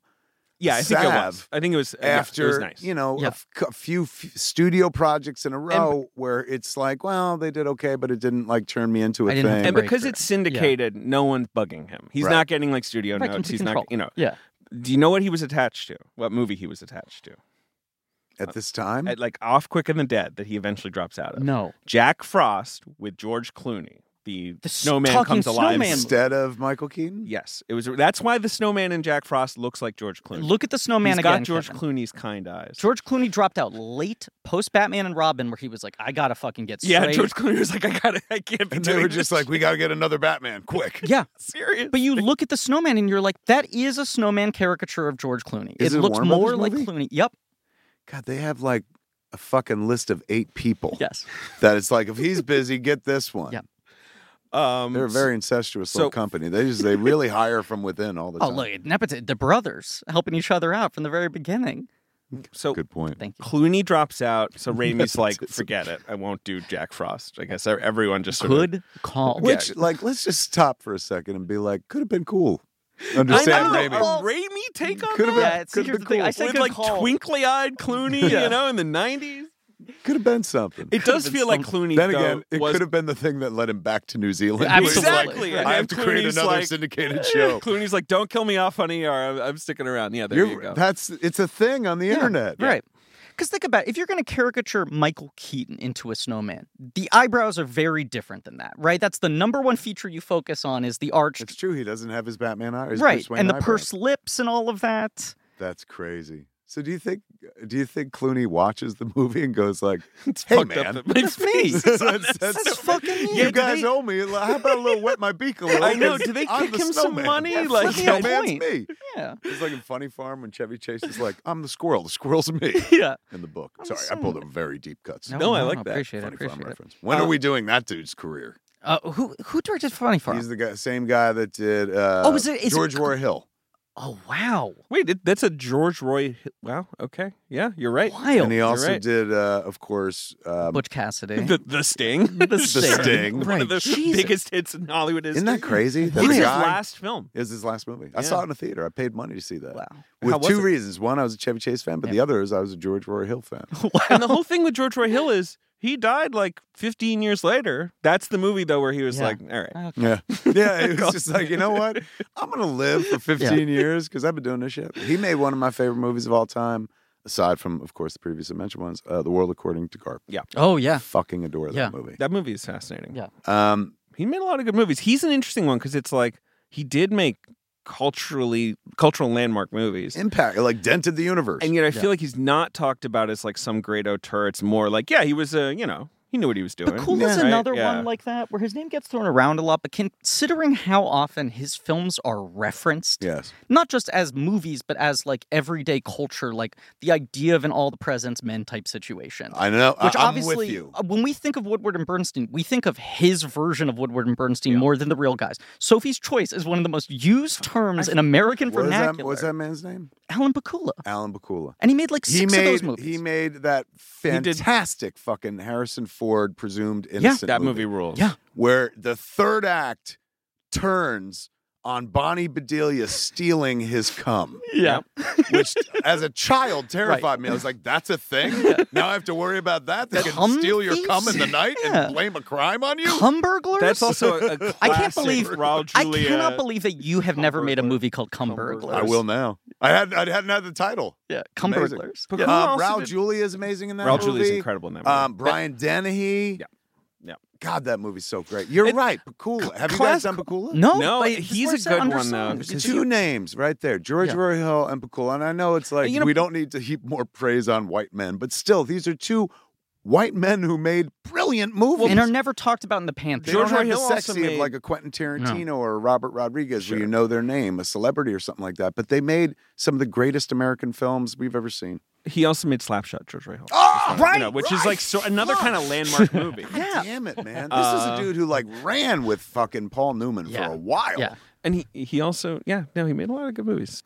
Yeah, I think it was.
Salve
I think it was uh, yeah,
after
it was nice.
you know
Yeah.
a f- c- a few f- studio projects in a row where it's like, well, they did okay, but it didn't like turn me into a
I didn't have
thing.
and
break
because
through.
it's syndicated, no one's bugging him. He's
Right.
not getting like studio
Right,
notes.
complete
He's
control.
not, you know.
yeah.
Do you know what he was attached to? What movie he was attached to?
at this time,
At, like off Quick and the Dead that he eventually drops out of.
No.
Jack Frost with George Clooney. The,
The s-
snowman
talking
comes alive.
snowman.
instead of Michael Keaton.
Yes, it was. That's why the snowman in Jack Frost looks like George Clooney.
Look at the snowman
He's got
again.
George
Kevin.
Clooney's kind eyes.
George Clooney dropped out late post Batman and Robin, where he was like, I gotta fucking get straight.
yeah, George Clooney was like, I gotta, I can't be
[laughs] And they
doing
were just
this
like, we got to get another Batman quick.
Yeah.
[laughs] serious.
But you look at the snowman and you're like, that is a snowman caricature of George Clooney.
Is it a
looks
Warner
more
Brothers
like
movie?
Clooney. Yep.
God, they have like a fucking list of eight people
Yes.
that it's like, if he's busy, get this one.
Yeah.
um,
They're a very incestuous
So-
little company. They
[laughs]
just they really hire from within all the
Oh,
time.
look, nepotism. The brothers helping each other out from the very beginning.
so
Good point.
Thank you.
Clooney drops out, so Raimi's like,
Nepotism.
forget it. I won't do Jack Frost. I guess e-, everyone just sort of-
Good call.
Which, like, let's just stop for a second and be like, could have been cool.
I
Understand,
know,
Raimi.
a Raimi take on
Could've
that?
yeah, it's,
could've
here's
been
the thing. I
cool.
said
With
good
like
call.
twinkly-eyed Clooney, you know, in the '90s.
Could have been something.
It does
been
feel like Clooney.
then
though,
again, it
was
could have been the thing that led him back to New Zealand.
Yeah,
He was like,
Exactly.
Right.
I have to
And
create
Clooney's
another
like- [laughs]
syndicated show.
Clooney's like, "Don't kill me off, honey, or I'm, I'm sticking around." Yeah, there you
You're- [laughs]
go.
That's it's a thing on the internet.
Right. Because think about it, if you're going to caricature Michael Keaton into a snowman, the eyebrows are very different than that, right? That's the number one feature you focus on is the
It's
arched,
true. He doesn't have his Batman eye. His
right,
Bruce Wayne
and the
eyebrows.
pursed lips and all of that.
That's crazy. So do you think do you think Clooney watches the movie and
[laughs]
goes like,
it's
"Hey
fucked
man,
up that my [laughs]
That's
face
me.
is
[laughs] that's,
on
that's-
this.
That's fucking me.
[laughs] you
Yeah,
guys
they-
owe me. Like, How about a little wet my beak a little?"
I know.
'Cause
Do they
I'm
kick
the
him some
snowman.
money?
Yeah,
like,
fucking hell.
Snowman's
point.
me.
Yeah.
It's like in Funny Farm when Chevy Chase is like, "I'm the squirrel. The squirrel's me."
Yeah.
In the book.
I'm
Sorry,
the
I pulled a very deep cuts.
No, I like that.
Appreciate it.
Funny
Appreciate
Farm
it.
reference. When
Uh,
are we doing that dude's career?
Uh, who who directed Funny Farm?
He's the guy, same guy that did uh,
Oh, is it- is it-
George War Hill.
oh wow,
Wait, it, that's a George Roy. Wow. Okay. Yeah, you're right.
and he
wild!
also
right.
did, uh, of course, um,
Butch Cassidy.
[laughs] The the Sting.
[laughs]
The
Sting.
One of
Right,
the
Jesus.
biggest hits in Hollywood history.
isn't that crazy? That
It was
the
his
guy-
last film.
It was his last movie.
Yeah.
I saw it in a theater. I paid money to see that.
wow.
With
How was
two
it?
reasons. One, I was a Chevy Chase fan, but the other is I was a George Roy Hill fan.
And
[laughs]
the whole thing with George Roy Hill is he died like 15 years later. That's the movie though where he was
Yeah.
like, all right.
Okay.
Yeah. [laughs] Yeah. It was just like, you know what? I'm going to live for 15 years because I've been doing this shit. He made one of my favorite movies of all time, aside from, of course, the previously mentioned ones, uh, The World According to Garp.
Oh yeah.
Fucking adore that
Yeah.
movie.
That movie is fascinating.
Yeah.
Um,
He made a lot of good movies. He's an interesting one because it's like he did make culturally cultural landmark movies.
impact, like dented the universe.
And yet I feel like he's not talked about as like some great auteur. It's more like, yeah, he was a, you know, he knew what he was doing.
The Cool is
Right?
another
Yeah.
one like that where his name gets thrown around a lot, but considering how often his films are referenced,
yes.
not just as movies, but as like everyday culture, like the idea of an all the presence men type situation.
I know.
which
I, am
obviously,
with you.
uh, when we think of Woodward and Bernstein, we think of his version of Woodward and Bernstein more than the real guys. Sophie's Choice is one of the most used terms in American
What is that,
vernacular.
what's that man's name?
Alan Pakula,
Alan Pakula.
and he made like
He
six
made
of those movies.
he made that
did-
fantastic fucking Harrison Ford presumed innocent.
that movie rules.
Yeah.
where the third act turns on Bonnie Bedelia stealing
[laughs]
his cum,
Yeah.
which as a child terrified me. I was like, "That's
[laughs]
a thing? Now I have to worry about that? They
The
can
cum
steal your
thieves?
cum in the night
Yeah.
and blame a crime on you?"
Cum burglars?
[laughs] That's also a, a classic
[laughs] I can't believe-
Raul
I
Julia.
cannot believe that you have never made a
Cumberburglar.
movie called Cum
Cumberburglar.
Burglars.
I will now. I had I hadn't had the title.
Yeah, Cum
Amazing.
Burglars.
But
Yeah.
who else
Um, Raul
did-
Julia is amazing in that
Raul
movie.
Julia's incredible in that movie.
Um, Brian Dennehy.
Yeah. Yeah.
God, that movie's so great. You're
It-
right. Pakula. Have you
class-
guys done Pakula?
No,
No,
but it just
he's a
works out
good
under
one, though,
song.
because
It's
Two names right there, George
Yeah.
Roy Hill and Pakula. And I know it's like
You know-
we don't need to heap more praise on white men, but still, these are two white men who made brilliant movies.
and are never talked about in the
they
Pantheon.
George
don't have
Roy Hill
the
also
sexy
made-
of like a Quentin Tarantino or a Robert Rodriguez,
Sure.
where you know their name, a celebrity or something like that. But they made some of the greatest American films we've ever seen.
He also made Slapshot, George Ray Hall.
Oh,
Ah! You know, which is like so, another kind of landmark movie.
Yeah. mm.
Damn it, man! This
Uh,
is a dude who like ran with fucking Paul Newman
Yeah.
for a while.
Yeah.
[laughs] And he he also yeah no he made a lot of good movies.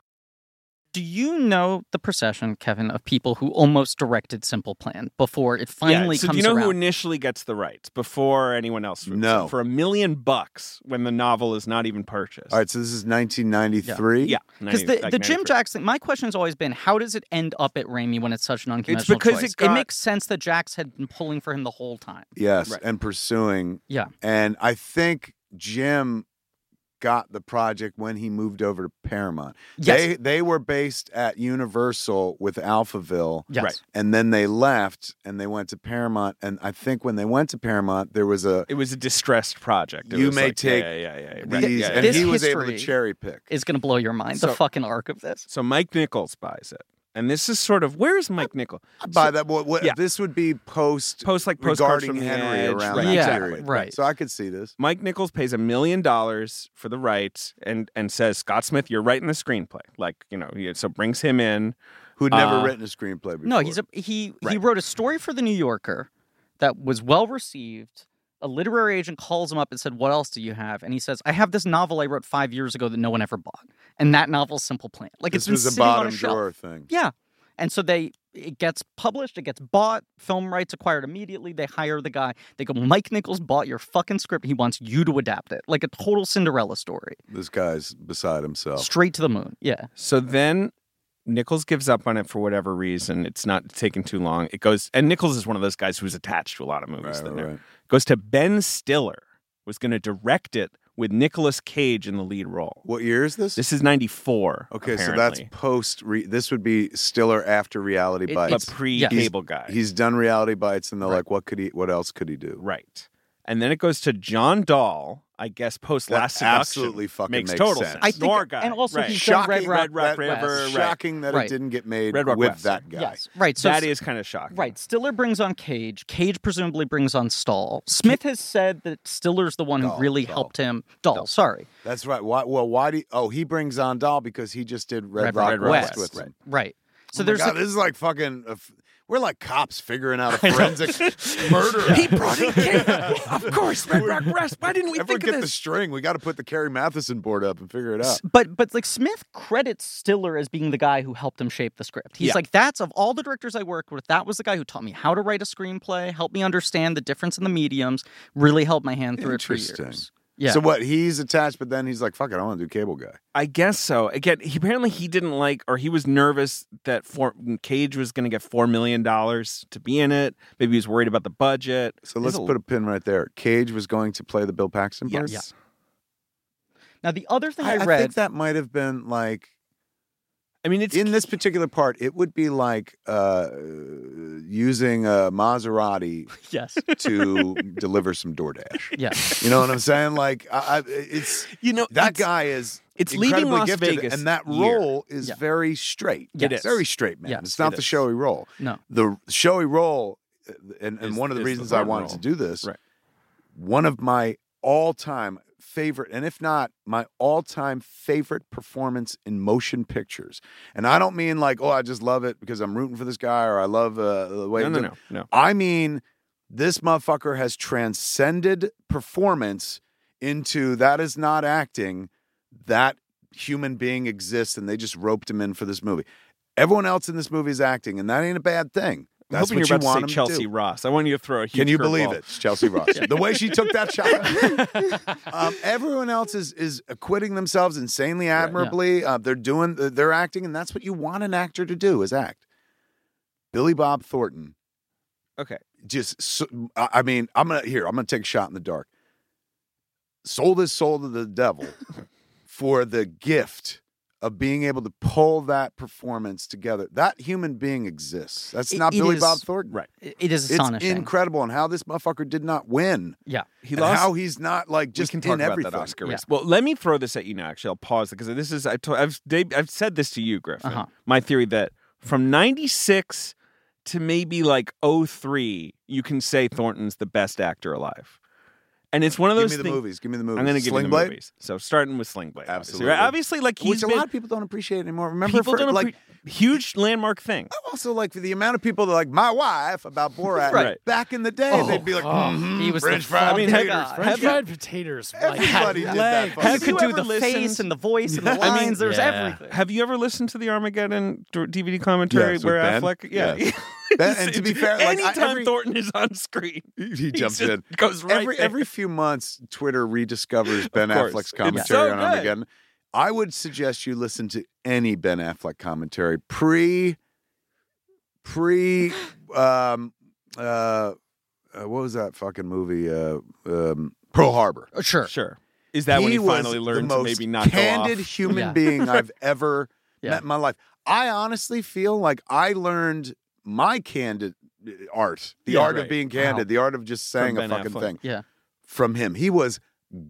Do you know the procession, Kevin, of people who almost directed Simple Plan before it finally
yeah. So
comes
do you know who
around?
initially gets the rights before anyone else? moves
No.
in? For a million bucks when the novel is not even purchased.
All right, so this is 1993.
Yeah.
Because
90
the,
like
the Jim
93.
Jacks thing, my question's always been, how does it end up at Raimi when it's such an unconventional
because it
choice?
got-
makes sense that Jacks had been pulling for him the whole time.
Yes,
Right.
and pursuing.
Yeah.
And I think Jim got the project when he moved over to Paramount.
Yes.
They they were based at Universal with Alphaville.
yes.
Right.
And then they left and they went to Paramount. And I think when they went to Paramount, there was a
It was a distressed project. It
You
was
may
like,
take
yeah, yeah, yeah, yeah, right,
these,
yeah,
and
yeah,
This
he
yeah.
was able to
history-
cherry pick.
Is going to blow your mind,
So-
the fucking arc of this.
So Mike Nichols buys it, and this is sort of where is Mike Nichols?
By that, what, what,
yeah.
this would be post,
Post like postcards
regarding
from the
Henry
Edge,
around
right,
that
Yeah.
exactly.
period.
right.
So I could see this.
Mike Nichols pays a million dollars for the rights and and says Scott Smith, you're writing the screenplay. Like you know, he- so brings him in.
Who'd never
Uh,
written a screenplay before.
No, he's a he he
Right.
wrote a story for the New Yorker that was well received. A literary agent calls him up and said, "What else do you have?" And he says, "I have this novel I wrote 5 years ago that no one ever bought." And that novel's Simple Plan. Like it's
this
been
was a
sitting on
bottom
a shelf.
drawer thing.
Yeah. And so they it gets published, it gets bought, film rights acquired immediately. They hire the guy. They go, "Mike Nichols bought your fucking script. He wants you to adapt it." Like a total Cinderella story.
This guy's beside himself.
Straight to the moon. Yeah.
So then Nichols gives up on it for whatever reason. It's not taking too long. It goes, and Nichols is one of those guys who's attached to a lot of movies.
Right,
that
right,
know-
right.
Goes to Ben Stiller, was going to direct it with Nicolas Cage in the lead role.
What year is this?
This is '94.
okay, so that's post. Re- this would be Stiller after Reality
It-
Bites.
a pre-cable guy.
He's done Reality Bites, and they're
Right.
like, "What could he? What else could he do?"
Right. And then it goes to John Dahl, I guess post
That
last seduction.
absolutely fucking
makes,
makes
total
sense.
sense.
I think-
Nor guy.
and also
right.
he's done
Shocking,
Red
that-
Rock
that-
River,
shocking that
Right.
it didn't get made
Red Rock
with
West.
that guy.
Yes. Right. So
that is kind of shocking.
Right. Stiller brings on Cage. Cage presumably brings on Stahl. Smith has said that Stiller's the one who
Dahl,
really
Dahl.
helped him. Dahl, sorry.
That's right. Why, well, why do? You, oh, he brings on Dahl because he just did Red, Rock, West, with him.
Right. So
Oh my
there's
God,
a-
this is like fucking. a f- we're like cops figuring out a
[laughs]
forensic murder. He brought in
of
[laughs]
course, Red Rock West. Why didn't we
Everyone
think
get
of
the
this?
string. We got to put the Carrie Matheson board up and figure it out.
but but like Smith credits Stiller as being the guy who helped him shape the script. He's
Yeah.
like, that's of all the directors I worked with, that was the guy who taught me how to write a screenplay, helped me understand the difference in the mediums, really held my hand through it for
Interesting.
years. Yeah.
So what? He's attached, but then he's like, "Fuck it, I want to do Cable Guy."
I guess so. Again, he, apparently he didn't like, or he was nervous that four, mm, Cage was going to get four million dollars to be in it. Maybe he was worried about the budget.
So let's put a pin right there. Cage was going to play the Bill Paxton part.
yes.
now the other thing I,
I, I
read
think that might have been like
I mean, it's
in this particular part. It would be like uh, using a Maserati
[laughs] Yes.
[laughs]
to deliver some DoorDash.
Yeah.
You know what I'm saying? Like I, I, it's
you know
that
it's-
guy is
It's leaving
incredibly
Las
gifted,
Vegas,
and that
year.
role is
Yeah.
very straight.
It
It's
is.
very straight, man.
Yes,
it's not
it
the
is.
showy role.
No.
the showy role uh, and, and
Is-
one of the
is the
reasons i
hard
wanted
role.
to do this
Right.
one of my all-time favorite and if not my all-time favorite performance in motion pictures and i don't mean like oh i just love it because i'm rooting for this guy or i love uh, the way
No,
it
no,
did-
no, no.
i mean this motherfucker has transcended performance into that is not acting that human being exists and they just roped him in for this movie everyone else in this movie is acting and that ain't a bad thing
I'm
That's
hoping
what
you're
you
about
want
to
him
say
to
Chelsea
do.
Ross. I want you to throw a huge
Can you believe
curveball.
it? It's
[laughs]
Chelsea Ross. the way she took that shot. um, everyone else is is acquitting themselves insanely admirably. Uh, they're doing they're acting, and that's what you want an actor to do is act. Billy Bob Thornton.
Okay.
Just so, I I mean, I'm gonna here. I'm gonna take a shot in the dark. Sold his soul to
[laughs]
the devil for the gift of being able to pull that performance together. That human being exists. That's
It-
not
it
Billy
is-
Bob Thornton.
Right.
It- it is
It's
astonishing.
incredible and how this motherfucker did not win.
Yeah.
He
and
lost.
how he's not like
we
just
can talk
in
about
everything.
that Oscar
Yeah.
race. Well, let me throw this at you now. Actually, I'll pause because this is I to, I've de- I've said this to you, Griffin.
Uh-huh.
My theory that from '96 to maybe like 03, you can say Thornton's the best actor alive, and it's one of
Give
those
me the
things.
movies. Give me the movies.
I'm going to give
Sling
you the
Blade,
movies. So starting with Sling Blade, obviously, right?
Absolutely.
Obviously, like
which
he's
a
been
lot of people don't appreciate anymore. Remember,
people
for,
don't
like
appre- huge landmark thing.
also like for the amount of people that are like my wife about Borat
Right.
back in the day,
Oh,
they'd be like,
oh,
"Mhm,
he was the
French fries,
I mean,
taters,
Oh God.
French
French
fries."
fried potatoes. Like,
Everybody
had
did that
legs.
fucking
You
Have
could
you
do
ever
the face
listened-
and the voice [laughs] and the
I mean,
lines. There's
yeah.
everything.
Have you ever listened to the Armageddon d- DVD commentary
Yes, with
where
Ben?
Affleck? Yeah. [laughs]
Yes. That- and to be fair, like, I-
anytime
every-
Thornton is on screen,
He jumps
just
in.
goes right
every
there.
every few months, Twitter
[laughs]
rediscovers Ben
course.
Affleck's
It's
commentary
so
on
good.
Armageddon. I would suggest you listen to any Ben Affleck commentary pre
[laughs]
pre um uh, uh what was that fucking movie uh um Pearl Harbor.
Sure.
Sure. Is that when he
was
finally
the
learned to
most
maybe not
candid
go off?
human
Yeah. [laughs]
being I've ever
Yeah.
met in my life. I honestly feel like I learned my candid uh, art, the
Yeah,
art of
right.
being candid, the art of just saying a
Ben
fucking
Affleck.
thing
Yeah.
from him. He was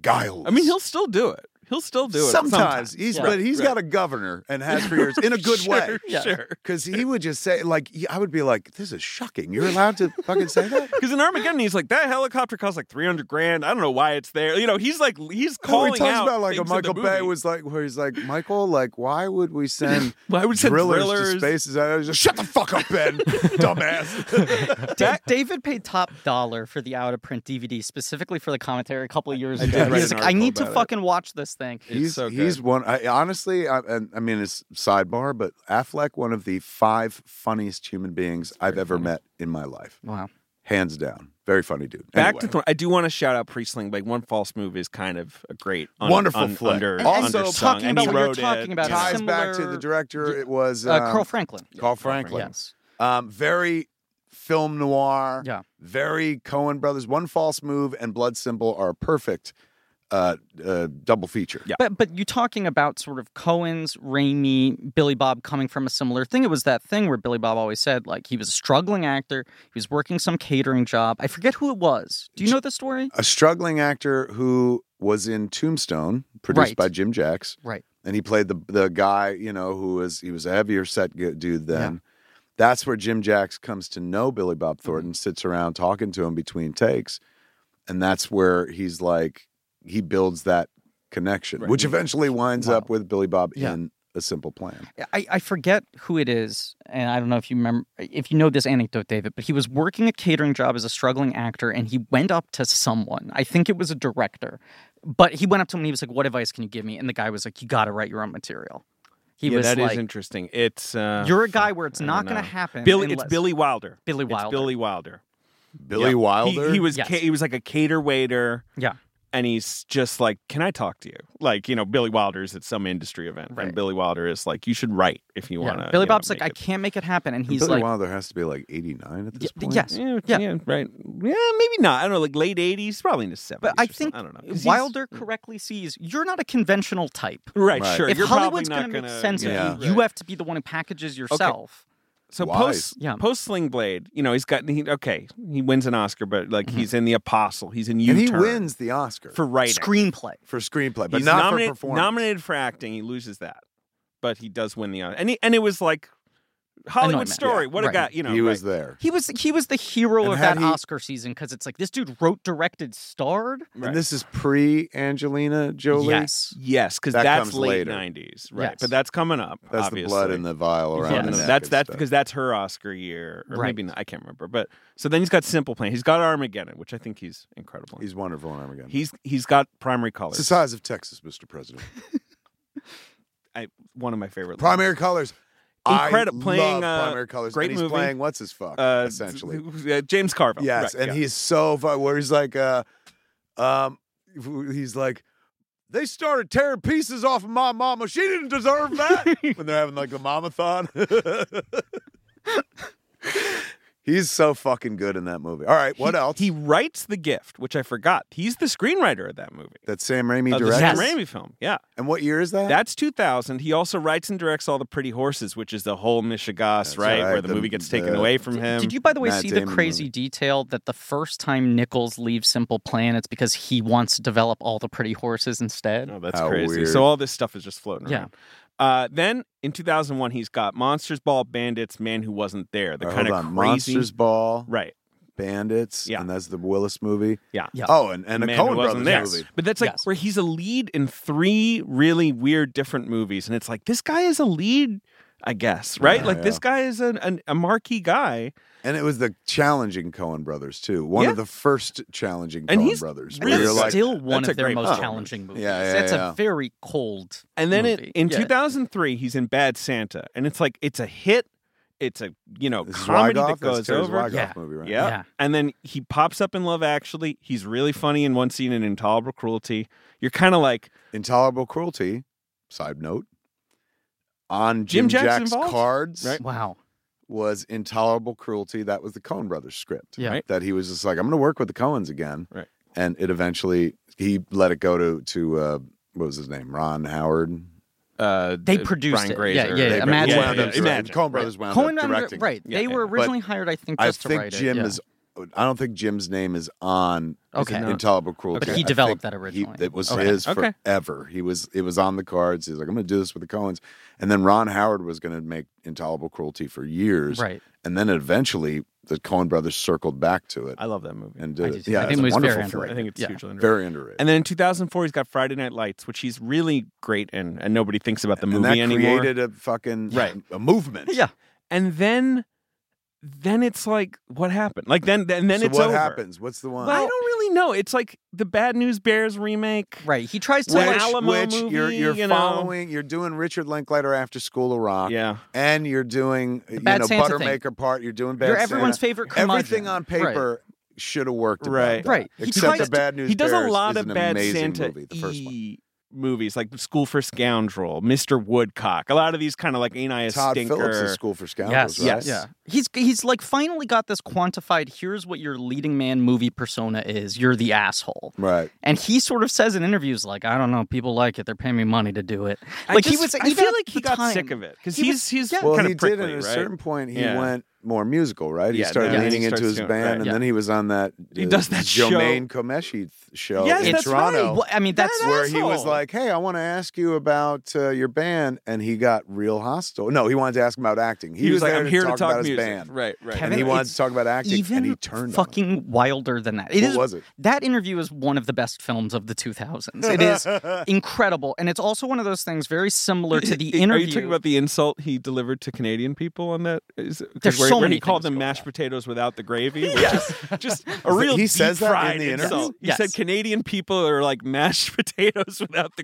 guileless.
I mean, he'll still do it. He'll still do it.
sometimes,
Sometimes.
he's
Yeah.
but he's
Right.
got a governor and has for years in a
[laughs]
good
sure,
way.
Yeah.
Sure.
Because he would just say like he- I would be like, "This is shocking. You're allowed to fucking
[laughs]
say that."
Because in Armageddon, he's like that helicopter costs like three hundred grand. I don't know why it's there. You know, he's like he's
Well,
calling
he talks
out
about like
things
a
in the
Michael Bay
movie.
was like where he's like Michael like why
[laughs]
would we send
Why would we send
drillers, to
drillers?
spaces? I was just shut the fuck up,
[laughs]
Ben, dumbass.
Da- [laughs] David paid top dollar for the out of print DVD specifically for the commentary a couple of years
I did
ago.
read
He's
an
like, I need to
article about
fucking watch this thing.
he's
so good.
he's one. I, honestly, I, and I mean, it's sidebar, but Affleck, one of the five funniest human beings I've ever met in my life,
Wow.
hands down. Very funny dude.
Back
Anyway.
to Thornton. I do want to shout out Priestling. Like one false move is kind of a great, un-
Wonderful
un-
flick.
under-
And- and
undersung,
talking
and
about
he
what you're
wrote
talking
it.
about,
Yeah.
ties back to
similar-
the director. It was
Uh, Carl
um,
Franklin.
Carl Franklin.
Yes.
Um, very film noir.
Yeah.
Very Cohen brothers. One false move and Blood Symbol are a perfect uh, uh, double feature.
Yeah.
But but you talking about sort of Cohen's, Raimi, Billy Bob coming from a similar thing. It was that thing where Billy Bob always said like he was a struggling actor. He was working some catering job. I forget who it was. Do you know the story?
A struggling actor who was in Tombstone, produced
Right.
by Jim Jacks,
Right.
and he played the the guy you know who was he was a heavier set g- dude then. That's where Jim Jacks comes to know Billy Bob
Mm-hmm.
Thornton, sits around talking to him between takes, and that's where he's like he builds that connection,
Right.
which eventually winds
Wow.
up with Billy Bob
Yeah.
in A Simple Plan.
I, I forget who it is, and I don't know if you remember if you know this anecdote, David, but he was working a catering job as a struggling actor and he went up to someone. I think it was a director. But he went up to him and he was like, What advice can you give me? And the guy was like, You gotta write your own material. He
yeah,
was
that is
like
interesting. It's uh,
You're a guy where it's
I don't
not gonna
know.
happen.
Billy. It's
unless-
Billy Wilder.
Billy Wilder.
It's Billy Wilder.
Billy
Yeah.
Wilder.
He, he was
Yes.
ca- he was like a cater waiter.
Yeah.
And he's just like, "Can I talk to you?" Like, you know, Billy Wilder's at some industry event,
Right.
and Billy Wilder is like, "You should write if you want
yeah.
to."
Billy Bob's like, I can't make it happen, and he's
Billy
like,
Wilder has to be like eighty nine at this
"Y-
point.
yes,
Yeah,
Yeah.
yeah, right. Yeah, maybe not. I don't know, like late '80s, probably in the '70s.
but I
or something.
think
I don't know. 'Cause he's-
Wilder correctly sees you're not a conventional type.
Right,
Right.
sure.
if
You're probably
Hollywood's
not
gonna make
gonna-
sense
Yeah.
of you, you have to be the one who packages yourself.
So
Wise.
post
Yeah.
post Sling Blade, you know, he's got he, okay, he wins an Oscar, but like he's in The Apostle, he's in U
Mm-hmm. and he wins the Oscar
for writing,
Screenplay.
for screenplay, but
he's
not
nominated,
for performance.
nominated for acting, he loses that, but he does win the Oscar, and he, and it was like Hollywood
Anointment.
story.
Yeah.
What
Right.
a guy, you know.
he was
right.
there.
He was he was the hero
And
of
had
that
he-
Oscar season because it's like this dude wrote, directed, starred.
Right.
And this is pre Angelina Jolie.
Yes,
Yes, because
That
that's
comes
late
later.
'90s, right?
Yes.
But that's coming up.
That's
obviously.
the blood in the vial around.
Yeah.
the
Blood in the-
neck
that's
and
that's
stuff.
because that's her Oscar year, or
Right.
maybe not, I can't remember. But so then he's got Simple Plan. He's got Armageddon, which I think he's incredible. in.
he's wonderful in Armageddon.
he's he's got Primary Colors.
it's the
[laughs]
size of Texas, Mr. President.
I, one of my favorite. lines.
Primary colors,
Incredible.
I
Playing,
love
uh,
primary colors.
great
and he's
movie.
playing what's his fuck
uh, [laughs]
essentially.
uh, James Carville.
Yes,
right,
and
yeah.
he's so fun. Where he's like, uh, um, he's like, they started tearing pieces off of my mama. She didn't deserve that.
[laughs]
when they're having like the mamathon. [laughs] he's so fucking good in that movie. All right, what
He-
else?
He writes The Gift, which I forgot. He's the screenwriter of that movie.
that Sam Raimi
Of the
directed.
Sam
Yes.
Raimi film. Yeah.
And what year is that?
That's 2000. He also writes and directs All the Pretty Horses, which is the whole Michigas, right,
right,
Where the,
the-
movie gets taken
the-
away from him.
Did you, by the way,
Matt
see the
Damon
crazy
movie.
detail that the first time Nichols leaves Simple Plan, it's because he wants to develop all the pretty horses instead?
Oh, that's
How
crazy.
weird.
So all this stuff is just floating
Yeah.
around. Uh, then in 2001, he's got Monsters Ball, Bandits, Man Who Wasn't There. The
All right,
kind
Uh, hold
of
on.
crazy.
Monsters Ball,
Right.
Bandits,
Yeah.
and that's the Willis movie.
Yeah.
Yeah.
Oh, and, and a
Man Who
Coen Brothers
Wasn't There.
movie.
But that's like
Yes.
where he's a lead in three really weird different movies. And it's like, this guy is a lead, I guess, right?
Yeah,
like
yeah.
this guy is an, an, a marquee guy.
And it was the challenging Cohen brothers too. One
Yeah.
of the first challenging
And
Cohen
he's
brothers.
And
really
where
that's
you're like,
still one
that's a
of their
great
most
performance.
challenging movies.
Yeah, yeah,
that's
yeah.
a very cold.
And then it,
movie.
in
Yeah.
2003, he's in Bad Santa. And it's like, it's a hit. It's a, you know,
this is
comedy
Wygoff?
that goes
that's Terry
over.
Wygoff
Yeah.
movie, right?
Yeah.
Yeah.
And then he pops up in Love Actually. He's really funny in one scene in Intolerable Cruelty. You're kind of like,
Intolerable Cruelty. Side note. On
Jim
Jim,
Jackson
Jack's
involved?
cards
Right.
Wow.
was Intolerable Cruelty. That was the Cohen brothers script.
Yeah.
Right.
That he was just like, I'm going to work with the Cohens again.
Right.
And it eventually he let it go to to uh, what was his name? Ron Howard.
uh,
They
uh,
produced
Brian
it.
Grazer.
Yeah,
They
imagine.
wound
Yeah,
up-
yeah,
imagine.
Coen brothers wound
Cohen,
up Uh, directing.
right.
Yeah,
they
yeah.
were
But
originally hired, I think,
I
just to
think
write
Jim
it. yeah.
is. I don't think Jim's name is on
Okay.
not?
Intolerable Cruelty.
But he
I
developed
think
that originally.
He, it was
Okay.
his
Okay.
forever. He was. It was on the cards. He's like, I'm going to do this with the Coens, and then Ron Howard was going to make Intolerable Cruelty for years,
Right.
And then eventually the Coen brothers circled back to it
I love that movie.
and
I
did
do
it.
too.
Yeah,
I
it's
think it
a
was very
wonderful
underrated.
I
film.
think it's
Yeah.
hugely underrated.
Very underrated.
And then in 2004, he's got Friday Night Lights, which he's really great in, and nobody thinks about the
And
movie
that
anymore.
created a fucking
Right.
a movement.
Yeah.
and then, then it's like, what happened? Like then, then, then
so
it's
what
over.
happens? What's the one?
I don't really know. It's like the Bad News Bears remake.
Right. He tries to.
Well,
which,
Alamo
which you're
movie,
you're
you know.
following, you're doing Richard Linklater after School of Rock,
Yeah,
and you're doing you
Bad
know
Santa thing.
Buttermaker part. You're doing Bad
you're
Santa.
everyone's favorite curmudgeon.
Everything on
Right.
paper should have worked, about
Right.
that,
Right. He
Except
tries
the
to-
Bad News.
he does
Bears
a lot
is
of
an
Bad
amazing
Santa
movie, the first one.
E movies like School for Scoundrel, Mr. Woodcock. A lot of these kind of like ain't I a
Todd
stinker?
Phillips is School for
Yes,
Scoundrels. right?
yes.
Yeah. He's he's like finally got this quantified. Here's what your leading man movie persona is. You're the asshole.
Right.
And he sort of says in interviews like, I don't know, people like it. They're paying me money to do it.
I
Like he
just-
was.
I
even
feel
at
like he
the
got
time-
sick of it because
He
he's
was-
he's
yeah.
Well,
kind
he
of prickly,
did at a
right?
certain point. He
Yeah.
went more musical, right?
Yeah,
he started
yeah, he
leaning into
starts
his
doing-
band,
right.
and
Yeah.
then he was on that.
He does that show.
Jomaine Komeshi th- show
Yes,
in
that's
Toronto.
right.
Well, I mean, that's
That
where he was
asshole.
like, "Hey, I want to ask you about uh, your band," and he got real hostile. No, he wanted to ask him about acting. He,
He was like,
there
I'm here to talk
about
music.
his band,
Right, right.
and
Kevin,
he
Right.
wanted to talk about acting,
even
and he turned on him.
fucking wilder than that. It is
What
[laughs]
was it?
that interview is one of the best films of the 2000s. It [laughs] is incredible, and it's also one of those things very similar [laughs] to the
[laughs] Are
interview.
you talking about the insult he delivered to Canadian people on that? Is, 'cause
There's
where,
so
where
many
he called
things
them
going
mashed
on.
potatoes without
[laughs]
the gravy. yes, just a
Is it-
real
he says that in
deep-fried
the interview?
insult. He
Yes.
said Canadian people are like mashed [laughs] potatoes without the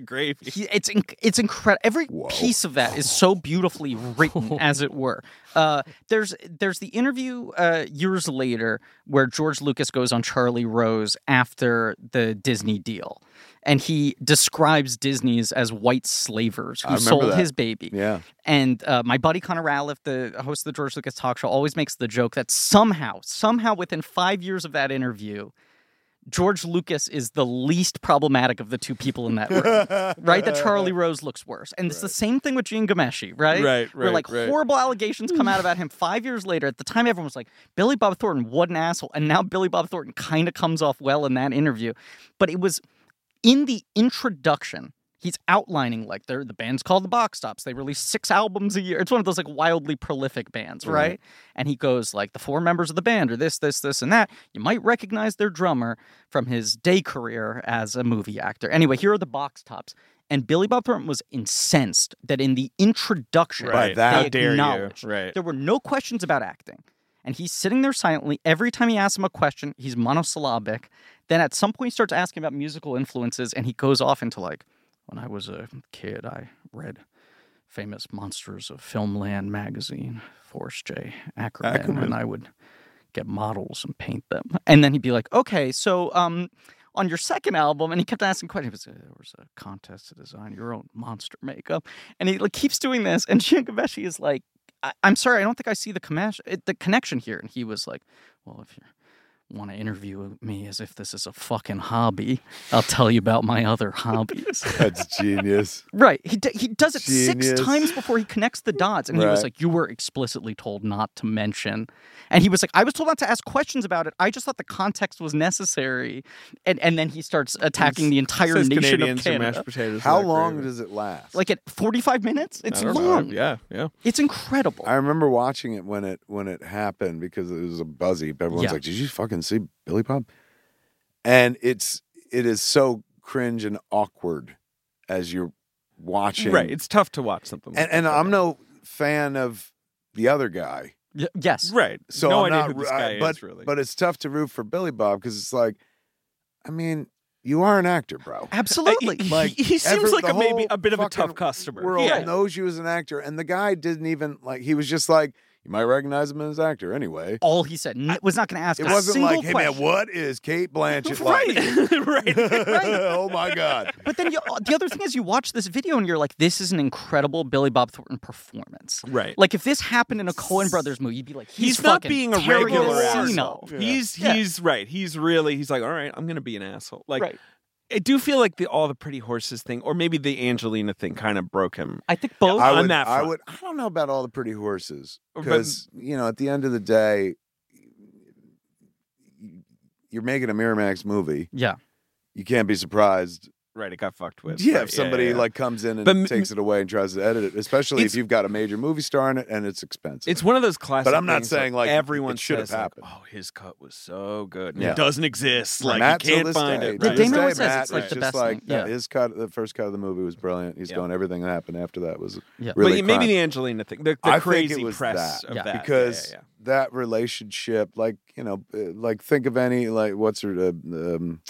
[laughs]
gravy.
He- it's inc- it's incredible. Every
Whoa.
piece of that is so beautifully
[laughs]
written, as it were. Uh, there's there's the interview uh, years later where George Lucas goes on Charlie Rose after the Disney deal, and he describes Disney's as white slavers
I
who
remember
sold
that.
his baby.
Yeah,
And uh, my buddy Connor Raliff, the host of the George Lucas talk show, always makes the joke that somehow, somehow within five years of that interview, George Lucas is the least problematic of the two people in that
[laughs]
room, right? That
[laughs]
Charlie Rose looks worse. And it's the same thing with Gene Gameshi, right?
Right,
Where
right,
like
right.
horrible allegations come out about
[laughs]
him five years later. At the time, everyone was like, Billy Bob Thornton, what an asshole. And now Billy Bob Thornton kind of comes off well in that interview. But it was in the introduction, he's outlining like they're, the band's called the Box Tops. They release six albums a year. It's one of those like wildly prolific bands, right? And he goes like the four members of the band are this, this, this, and that. You might recognize their drummer from his day career as a movie actor. Anyway, here are the Box Tops. And Billy Bob Thornton was incensed that in the introduction,
By
Right.
that-
they
How dare
acknowledged
you? Right.
there were no questions about acting. And he's sitting there silently. Every time he asks him a question, he's monosyllabic. Then at some point, he starts asking about musical influences and he goes off into like, when I was a kid, I read famous monsters of Filmland magazine, Forrest J. Ackerman,
Ackerman.
and I would get models and paint them. And then he'd be like, "Okay, so um, on your second album," and he kept asking questions. He was, uh, there was a contest to design your own monster makeup, and he like, keeps doing this. And [laughs] Gian Gabeshi is like, I- "I'm sorry, I don't think I see the commas- it- the connection here." And he was like, "Well, if you want to interview me as if this is a fucking hobby, I'll tell you about my [laughs] other hobbies."
That's genius.
Right. He, d- he does it
Genius.
six times before he connects the dots. And he was
Right.
like, You were explicitly told not to mention. And he was like, I was told not to ask questions about it. I just thought the context was necessary. And and then he starts attacking the entire
Says
nation
Canadians
of
who mash
Canada.
potatoes.
How
in their
long
gravy.
does it last?
Like at 45 minutes? It's
I don't know.
long.
Yeah, yeah.
It's incredible.
I remember watching it when it when it happened because it was a buzzy. but Everyone's
Yeah.
like, "Did you fucking see Billy Bob?" And it's it is so cringe and awkward as you're watching.
Right. It's tough to watch something. like
and and
that.
I'm no fan of the other guy,
Y- yes.
right.
so
no
I'm
idea
not.
who this
I-
guy
but
is really.
but it's tough to root for Billy Bob because it's like, I mean, you are an
[laughs]
actor, bro.
Uh,
Absolutely.
he,
Like,
he- he seems
every-
like
the
a maybe
whole
a bit of a tough
fucking
customer.
world
yeah.
knows you as an actor, and the guy didn't even like. He was just like, you might recognize him as an actor anyway.
All he said N- was not going to ask
It
a
wasn't
single
like, hey
question.
man, what is
[laughs]
Kate Blanchett
Right.
like? [laughs]
right.
oh my god!
But then you, uh, the other thing is, you watch this video and you're like, this is an incredible Billy Bob Thornton performance.
Right.
Like if this happened in a Cohen Brothers movie, you'd be like, he's,
He's, not
fucking
being a
terrible
regular
Casino.
asshole. He's
Yeah.
he's right. He's really he's like, all right, I'm gonna be an asshole. Like
Right.
I do feel like the all the pretty horses thing, or maybe the Angelina thing, kind of broke him.
I think both.
I
I
on
would,
that
I
front.
would. I don't know about all the pretty horses
But-
because you know, at the end of the day, you're making a Miramax movie.
yeah.
You can't be surprised.
Right, it got fucked with.
yeah,
Right,
if somebody
yeah.
like comes in and
But m-
takes it away and tries to edit it, especially
It's-
if you've got a major movie star in it and it's expensive.
It's one of those classic.
But I'm not
things where
saying, like, it
everyone
should have
says, like,
happened.
oh, his cut was so good. and
Yeah.
It doesn't exist. Like
Matt
you
till
can't
this
find it.
day, to
Yeah,
Right.
this
Damon
day,
always says
Matt,
it's, like, the
just
best
like
thing.
that-
Yeah.
his cut, the first cut of the movie was brilliant. He's
Yeah.
going everything that happened after that was
Yeah.
But
really
yeah,
crime.
maybe the Angelina thing, the, the
I think it
crazy
was
press
that.
of
Yeah.
that. Yeah,
because
yeah, yeah.
that relationship, like you know, uh, like think of any like what's her uh, um,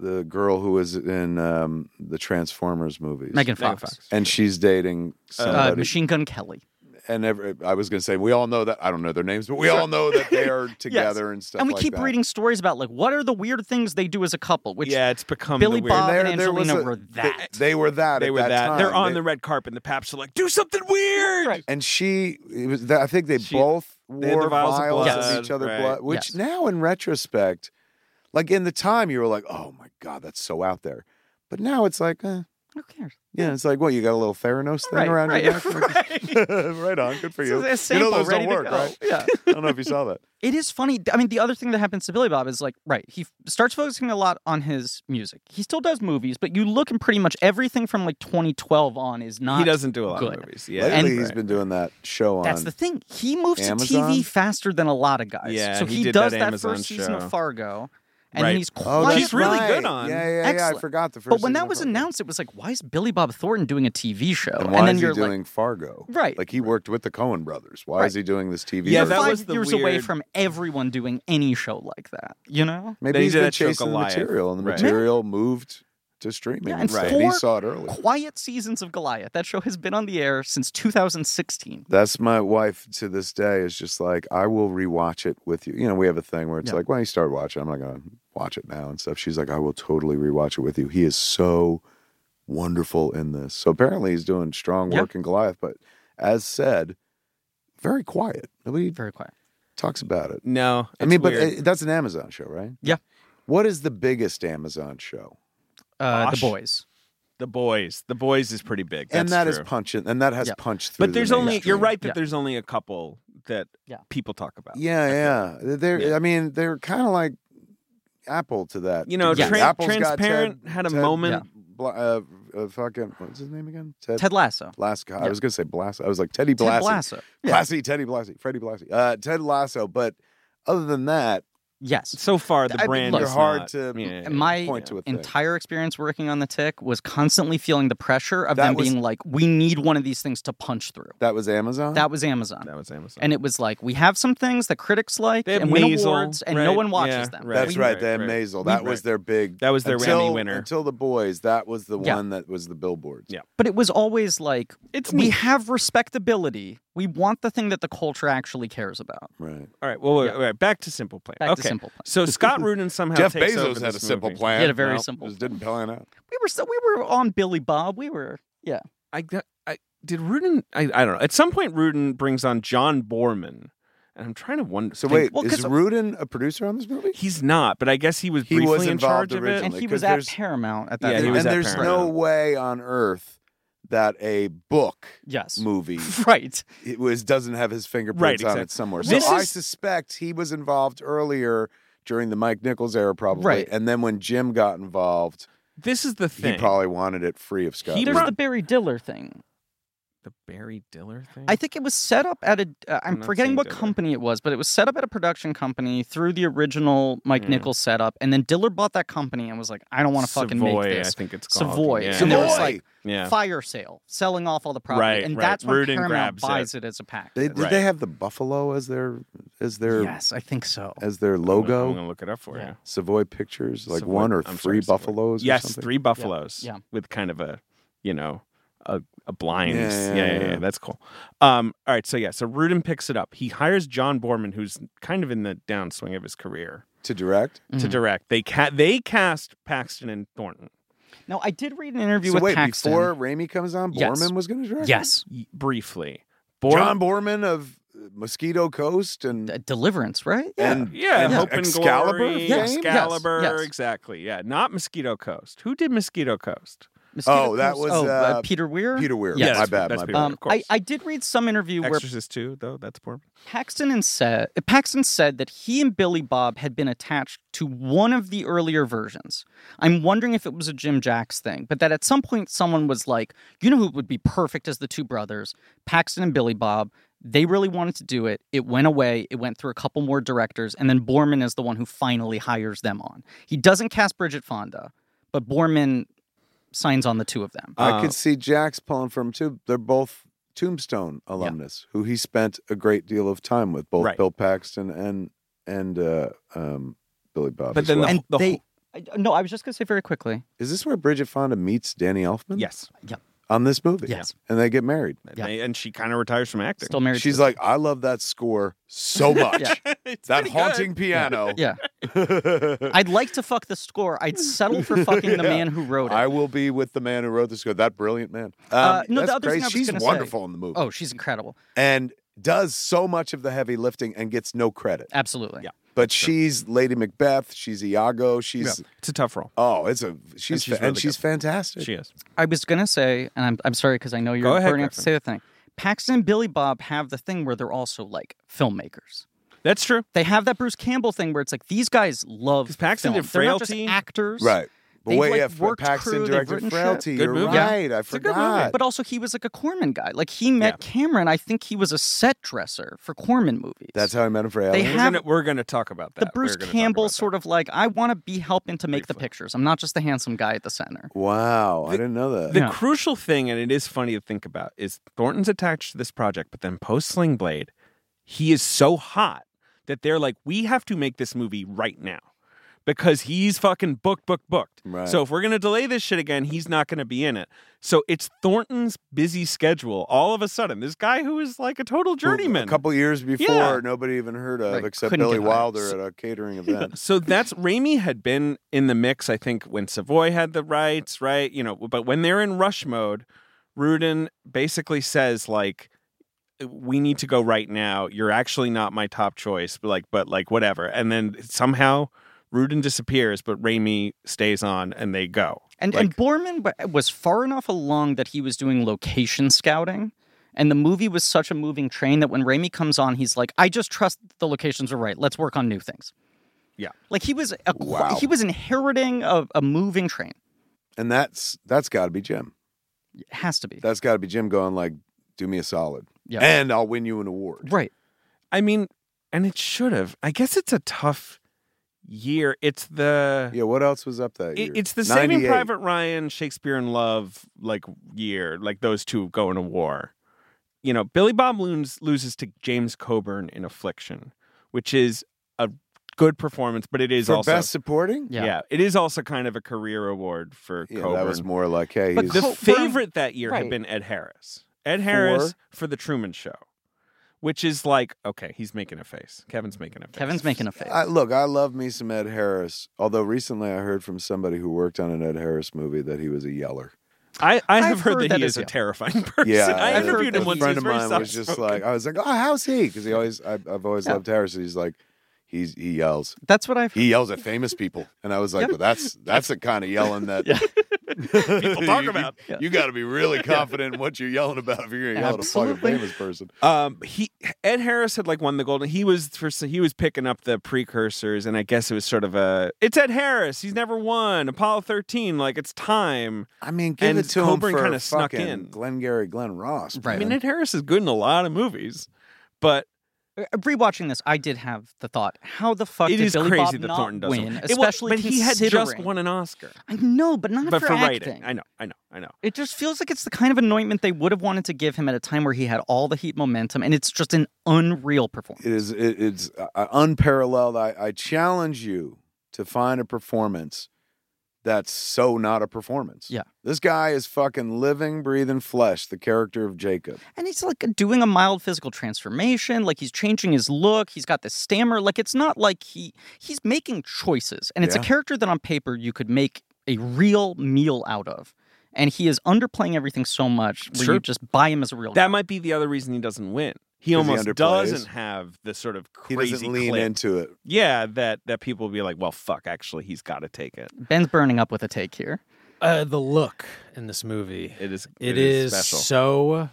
the girl who was in um, the Transformers movies,
Megan
Megan
Fox.
Fox.
and she's dating
Uh,
somebody.
Machine Gun Kelly.
and every, I was gonna say we all know that I don't know their names, but we all know that
[laughs]
they are together and stuff.
and we
like
keep
that.
reading stories about like what are the weird things they do as a couple, which
yeah, it's become
Billy
the weird-
Bob
There-
and
there was
Angelina
a-
were
they-
that.
They, were that.
They
at
were that. They're
time.
on
They-
the red carpet, and the Paps are like, "Do something weird."
Right.
and she it was that, I think they
She-
both
they had the
wore
vials
vials,
of
of
blood,
each other
right.
blood, which
Yes.
now in retrospect, like in the time you were like, oh my god, that's so out there, but now it's like, eh,
Who cares?
yeah, it's like, well, you got a little Theranos thing
Right,
around your
right,
neck,
[laughs]
[laughs]
right.
right on, good [laughs] for
It's
you.
a
you know
sample
those
ready to
don't work,
go.
right?
Yeah.
I don't know if you saw that.
it is funny. I mean, the other thing that happens to Billy Bob is like, right, he f- starts focusing a lot on his music. He still does movies, but you look and pretty much everything from like 2012 on is not.
He doesn't do a lot
good.
of movies. [laughs] Yeah,
Lately,
And-
he's been doing that show on.
That's the thing. He moves to
Amazon?
TV faster than a lot of guys.
Yeah,
so
he
he,
did
does
that
that,
Amazon
first season
show.
of Fargo, and
Right.
then he's
Oh,
quiet.
that's
He's really
right.
good on.
Yeah, yeah, yeah. I
Excellent.
forgot the first.
But when
season
that
of
was
Fargo.
announced, it was like, why is Billy Bob Thornton doing a TV show?
and why
then
is
you're
he doing Fargo?
Right.
like he worked with the Cohen brothers. Why is
Right.
he doing this TV?
Yeah,
like, you're
show?
that
five
was the
years away
weird-
from everyone doing any show like that. You know?
Maybe
Then he
he's
did
been
that show
chasing the
Goliath.
material, and the
Right.
material moved to streaming.
Yeah,
and
and
stuff,
Right.
and he
four-
saw it early.
Quiet seasons of Goliath. That show has been on the air since 2016.
That's my wife to this day is just like I will rewatch it with you. You know, we have a thing where it's
Yeah.
like, well, you start watching, I'm not gonna watch it now and stuff. She's like, I will totally rewatch it with you. He is so wonderful in this. So apparently, he's doing strong
Yeah.
work in Goliath, but as said, very quiet. Nobody
Very quiet.
talks about it.
no.
I mean, but uh, that's an Amazon show, right?
Yeah.
What is the biggest Amazon show?
Uh, the
Bosh.
boys.
the boys, the boys is pretty big.
and that
That's
is
true.
punching, and that has
Yeah.
punched through.
But
the
there's only you're
mainstream.
right that
Yeah.
there's only a couple that
Yeah.
people talk about.
Yeah, yeah. They're.
Yeah.
I mean, they're kind of like Apple to that.
You know,
degree.
Tran-
Apple's got
Transparent
Ted-
had a
Ted
moment.
Bla- uh, uh, fucking what's his name again? Ted.
Ted Lasso.
Lasso. I
Yeah.
was gonna say Blas. I was like Teddy
Ted
Blassie.
Lasso. Yeah.
Blassie. Teddy Blassie. Freddie Blassie. Uh, Ted Lasso. But other than that,
Yes.
So far, the
I mean,
brand
you're
is
hard
not-
to-
yeah,
My
point to a thing.
entire experience working on the tick was constantly feeling the pressure of
That
them
was-
being like, we need one of these things to punch through.
That was Amazon.
That was Amazon.
That was Amazon.
and it was like, we have some things that critics like
They have
and win
Maisel,
awards, and no
right?
one watches
Yeah,
them.
right.
That's
We-
right.
right,
They had
right.
Maisel.
We-
That was their big.
That was their
until,
Grammy winner.
Until the boys, that was the
Yeah.
one that was the billboards.
Yeah.
But it was always like,
It's
we
neat.
have respectability. We want the thing that the culture actually cares about.
Right.
All right. Well, wait,
Yeah.
wait, back to Simple Plan.
Back
okay.
to Simple Plan.
So Scott Rudin somehow
Jeff
takes over
Bezos had a
this
simple
movie.
plan.
He had a very simple
Just didn't plan out.
We were so we were on Billy Bob. We were yeah.
I, got- I did Rudin. I, I don't know. At some point, Rudin brings on John Borman, and I'm trying to wonder.
So
think-
wait,
well, 'cause-
is Rudin a producer on this movie?
he's not, but I guess he was
He was
briefly in
involved
charge
[laughs]
of
originally.
And
it.
he
'cause
was at
there's-
Paramount at that
Yeah,
time.
he
and
was at
there's
Paramount.
no way on earth that a book
yes.
[laughs]
movie
[laughs] Right.
it was doesn't have his fingerprints
Right,
on it
exactly.
somewhere.
This
so I
is-
suspect he was involved earlier during the Mike Nichols era, probably.
Right.
And then when Jim got involved,
This is the thing.
he probably wanted it free of Scott.
He
There's
Rudin.
the Barry Diller thing.
the Barry Diller thing.
I think it was set up at a. Uh,
I'm
I'm
not
forgetting
seeing
what
Diller.
company it was, but it was set up at a production company through the original Mike
Mm.
Nichols setup, and then Diller bought that company and was like, "I don't want to fucking
Savoy,
make this."
I think it's called.
Savoy,
Yeah.
and there was
Savoy!
like
yeah.
fire sale, selling off all the property,
Right,
and
right.
that's when
Rudin
Paramount
grabs
buys it. as a pack.
They, did
Right.
they have the buffalo as their as their
yes, I think so.
as their
I'm gonna-
logo?
I'm gonna look it up for
Yeah.
you.
Savoy Pictures, like
Savoy-
one or
I'm sorry,
three
Savoy.
buffaloes. or
Yes,
something?
three buffaloes.
Yeah.
With kind of a, you know, a, a blind.
Yeah,
yeah,
yeah,
yeah,
yeah.
yeah, That's cool. Um, all right. So, yeah. So Rudin picks it up. He hires John Borman, who's kind of in the downswing of his career,
uh, to direct.
to
Mhm.
direct. They, ca- they cast Paxton and Thornton
No, I did read an interview
so
with
wait,
Paxton.
before Raimi comes on,
Yes.
Borman was going to direct.
yes,
y- briefly. Bor-
John Borman of uh, Mosquito Coast and
D- Deliverance, right?
and
Uh, yeah,
Yeah.
Hope and
Excalibur
Glory,
fame?
Yes, yes,
Excalibur,
yes.
exactly. Yeah, not Mosquito Coast. Who did Mosquito Coast?
Mosquito
Oh, that
Coast- oh,
was, uh,
Peter Weir.
Peter Weir.
Yes.
my bad.
That's
my
Peter
bad.
Weir.
Um,
of course.
I, I did read some interview where
Exorcist too, though. That's poor.
Paxton and said Paxton said that he and Billy Bob had been attached to one of the earlier versions. I'm wondering if it was a Jim Jacks thing, but that at some point someone was like, you know who would be perfect as the two brothers, Paxton and Billy Bob. They really wanted to do it. It went away. It went through a couple more directors, and then Borman is the one who finally hires them on. He doesn't cast Bridget Fonda, but Borman signs on the two of them.
Uh,
I could see Jax pulling from too. They're both Tombstone alumnus who he spent a great deal of time with, both
Right.
Bill Paxton and and uh, um, Billy Bob.
But
as
then the
well.
and
wh-
they.
whole-
I, no, I was just gonna say very quickly.
is this where Bridget Fonda meets Danny Elfman?
Yes,
on this movie.
Yes.
and they get married.
Yeah.
And- and she kind of retires from acting.
Still married. to
She's
the-
like, I love that score so
[laughs]
much.
Yeah.
It's
That
pretty good.
haunting piano. [laughs]
yeah. I'd like to fuck the score. I'd settle for fucking the
[laughs] Yeah.
man who wrote it.
I will be with the man who wrote the score. That brilliant man. Um,
Uh, no, the
that's
other thing
crazy.
I was
She's
gonna say-
wonderful in the movie.
oh, she's incredible.
and does so much of the heavy lifting and gets no credit.
Absolutely.
Yeah.
But she's Lady Macbeth. She's Iago. She's
It's a tough role.
oh, it's a she's and
she's
she's,
really
and she's
good.
fantastic.
She is.
I was gonna say, and I'm I'm sorry because I know you're
Go ahead,
burning up to
Griffin.
say the thing. Paxton and Billy Bob have the thing where they're also like filmmakers.
That's true.
They have that Bruce Campbell thing where it's like these guys love
'Cause Paxton
film.
did
They're not just
Frailty.
actors,
right. But
They've,
wait,
like,
yeah, Fr-
worked
Paxton
crew, they've written
directed
shit.
Frailty.
Good
You're
movie. Yeah.
right. I
It's a good movie.
forgot.
But also, he was like a Corman guy. Like he met Cameron. I think he was a set dresser for Corman movies.
That's how I met him for
They
Alien.
We're
have-
gonna, we're gonna talk about that.
the Bruce Campbell sort of like I want to be helping to make the pictures. I'm not just the handsome guy at the center.
wow, I didn't know that.
The
Yeah.
crucial thing, and it is funny to think about, is Thornton's attached to this project, but then post Sling Blade, he is so hot that they're like, we have to make this movie right now because he's fucking booked, booked, booked.
Right.
So if we're gonna delay this shit again, he's not gonna be in it. So it's Thornton's busy schedule. All of a sudden, this guy who is like a total
Who-
journeyman.
A couple years before,
Yeah.
nobody even heard of
Right,
except
couldn't
Billy
get hired.
Wilder at a catering event.
So that's Raimi had been in the mix, I think, when Savoy had the rights, right? You know, but when they're in rush mode, Rudin basically says like, "We need to go right now. You're actually not my top choice, but like, but like, whatever." And then somehow Rudin disappears, but Raimi stays on, and they go.
And and Borman wa- was far enough along that he was doing location scouting, and the movie was such a moving train that when Raimi comes on, he's like, "I just trust the locations are right. Let's work on new things."
Yeah.
like he was a,
Wow.
he was inheriting a, a moving train.
and that's that's got to be Jim.
It has to be
That's got to be Jim going like, "Do me a solid,
Yeah.
and I'll win you an award."
right.
I mean, and it should have. I guess it's a tough. year. It's the
Yeah, what else was up that
it-
year?
it's the Saving
98.
Private Ryan, Shakespeare in Love like year, like those two go into war. You know, Billy Bob Loons loses to James Coburn in Affliction, which is a good performance, but it is
for
also
best supporting.
yeah.
Yeah.
it is also kind of a career award for
Yeah,
Coburn.
that was more like hey,
But
he's,
The
Coburn-
favorite that year had
Right.
been Ed Harris. Ed Harris for the Truman Show, which is like okay, he's making a face. Kevin's making a face.
Kevin's making a face.
I, look, I love me some Ed Harris. Although recently I heard from somebody who worked on an Ed Harris movie that he was a yeller.
I, I have
I've
heard,
heard
that
that
he
as
is a
well.
terrifying [laughs] person.
Yeah,
I
I've
interviewed
heard
him
a
once.
friend
He's
of
very
mine was just
soft-spoken.
like, I was like, oh, how's he? Because he always, I, I've always
Yeah.
loved Harris. He's like, he's he yells,
That's what I've.
he yells at famous people, and I was like,
Yeah.
well, that's that's the kind of yelling that [laughs]
Yeah.
people
talk
you,
about.
You, got to be really confident in what you're yelling about if you're gonna yell at a
Absolutely.
fucking famous person.
Um, he Ed Harris had like won the golden. He was for he was picking up the precursors, and I guess it was sort of a it's Ed Harris. He's never won Apollo thirteen. Like it's time.
I mean, give
And
it to
Coburn
him for
kinda snuck
fucking
in.
Glengarry Glenn Ross.
Right.
I mean, Ed Harris is good in a lot of movies, but
Uh, Rewatching this, I did have the thought: How the fuck
it
did
is
Billy
crazy
Bob
that
not
Thornton doesn't
win?
It was-
Especially
but he had just
considering-
won an Oscar,
I know, but not
but
for,
for
acting.
writing. I know, I know, I know.
It just feels like it's the kind of anointment they would have wanted to give him at a time where he had all the heat momentum, and it's just an unreal performance.
It is it, it's uh, unparalleled. I, I challenge you to find a performance that's so not a performance.
Yeah.
This guy is fucking living, breathing flesh, the character of Jacob.
And he's like doing a mild physical transformation, like he's changing his look, he's got this stammer, like it's not like he he's making choices. And it's
Yeah.
a character that on paper you could make a real meal out of. And he is underplaying everything so much where
Sure.
you just buy him as a real
That might be the other reason he doesn't win. He
'Cause he
almost
underplays.
doesn't have the sort of
He
crazy
doesn't lean
clip.
into it.
Yeah, that that people will be like, well, fuck. Actually, he's got to take it.
Ben's burning up with a take here.
Uh, the look in this movie.
It is.
it is,
special.
so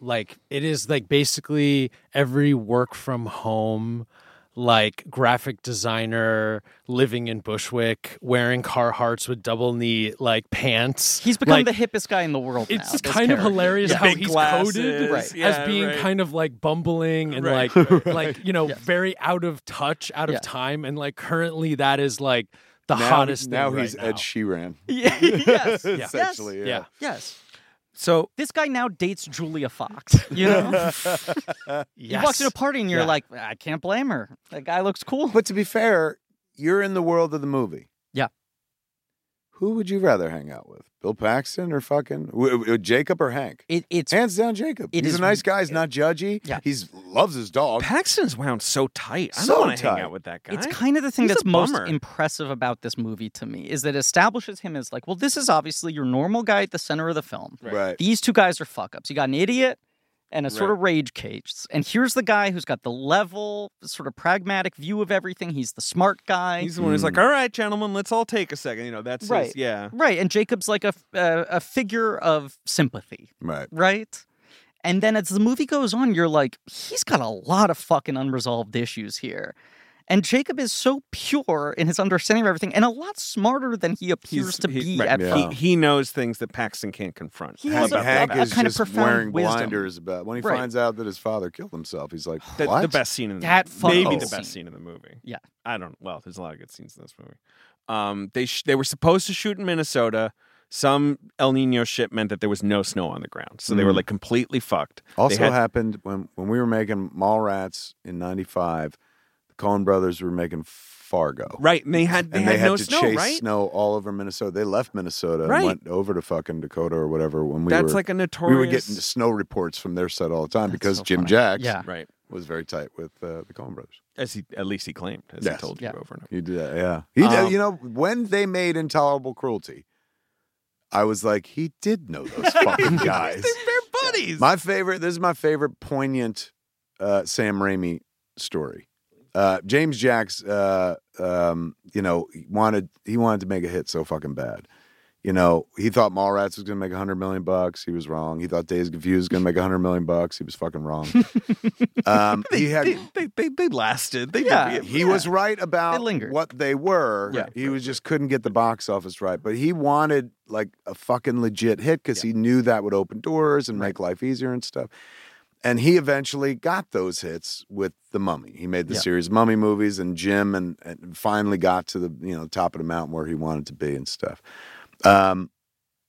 like it is like basically every work from home like graphic designer living in Bushwick wearing Carhartts with double knee like pants.
He's become
Like,
the hippest guy in the world. now,
it's
this
kind of
character.
hilarious how
Big
he's
glasses,
coded
Right.
as
yeah,
being
right.
kind of like bumbling and
Right,
like
right,
like you know very out of touch, out
Yeah.
of time, and like currently that is like the
now,
hottest.
Now
thing right
he's
now.
Ed Sheeran.
[laughs] yes. Yes.
Essentially,
Yeah.
Yes.
So
This guy now dates Julia
[laughs]
Fox. You
[laughs]
know? [laughs]
Yes.
He walks into a party and you're
Yeah.
like, I can't blame her. That guy looks cool.
[laughs] But to be fair, you're in the world of the movie.
Yeah.
Who would you rather hang out with? Bill Paxton or fucking w- w- uh, Jacob or Hank?
It, it's
Hands down, Jacob.
it
He's
is-
a nice guy. He's not judgy.
Yeah.
He's loves his dog.
Paxton's wound so tight. I
So
don't want to hang
tight.
out with that guy.
It's kind of the thing
He's a
that's most
bummer.
impressive about this movie to me is that it establishes him as like, well, this is obviously your normal guy at the center of the film.
Right.
These two guys are fuck ups. You got an idiot and a sort of rage case. And here's the guy who's got the level, sort of pragmatic view of everything. He's the smart guy.
He's the one who's like, all right, gentlemen, let's all take a second. You know, that's his-
Right.
yeah.
right. And Jacob's like a, a, a figure of sympathy,
Right.
right? And then as the movie goes on, you're like, he's got a lot of fucking unresolved issues here. And Jacob is so pure in his understanding of everything and a lot smarter than he appears
He's-
to
he-
be
right.
at
Yeah.
first.
He, he knows things that Paxton can't confront.
He
How
has
Hank,
a-
about
Hank
that?
a
is
kind of
just
profound
wearing
wisdom.
blinders about when he
Right.
finds out that his father killed himself. He's like,
The,
what?
the best scene in the
That fucking
maybe the
scene.
best scene in the movie.
Yeah.
I don't. Well, there's a lot of good scenes in this movie. Um, they sh- they were supposed to shoot in Minnesota. Some El Nino shit meant that there was no snow on the ground, so they were
Mm.
like completely fucked. They
Also
had-
happened when when we were making Mallrats in '95. The Coen Brothers were making Fargo,
right, and they had they
and
had,
they had
no
to
snow,
chase
right?
snow all over Minnesota. They left Minnesota
Right.
and went over to fucking Dakota or whatever. When we
That's
were
like a
we
notorious.
were getting snow reports from their set all the time
That's
because
so
Jim
funny.
Jacks [laughs]
Yeah.
right,
was very tight with uh, the Coen Brothers.
as he at least he claimed, as he
Yes.
told
Yeah.
you over and over.
He did, that, yeah. He did,
Um,
you know, when they made Intolerable Cruelty, I was like, he did know
[laughs]
those
[laughs]
fucking guys.
They're buddies.
My favorite, this is my favorite poignant uh, Sam Raimi story. Uh, James Jacks, uh, um, you know, he wanted he wanted to make a hit so fucking bad. You know, he thought Mallrats was going to make a hundred million bucks. He was wrong. He thought Days Confused was going to make a hundred million bucks. He was fucking
[laughs]
wrong. um, he had
they, they, they, they lasted. They
Yeah.
did.
he was right about
They lingered.
what they were.
Yeah.
he was just couldn't get the box office right, but he wanted like a fucking legit hit because he knew that would open doors and make life easier and stuff. And he eventually got those hits with the Mummy. He made the
Yeah.
series Mummy movies and Jim, and, and finally got to the you know top of the mountain where he wanted to be and stuff. Um,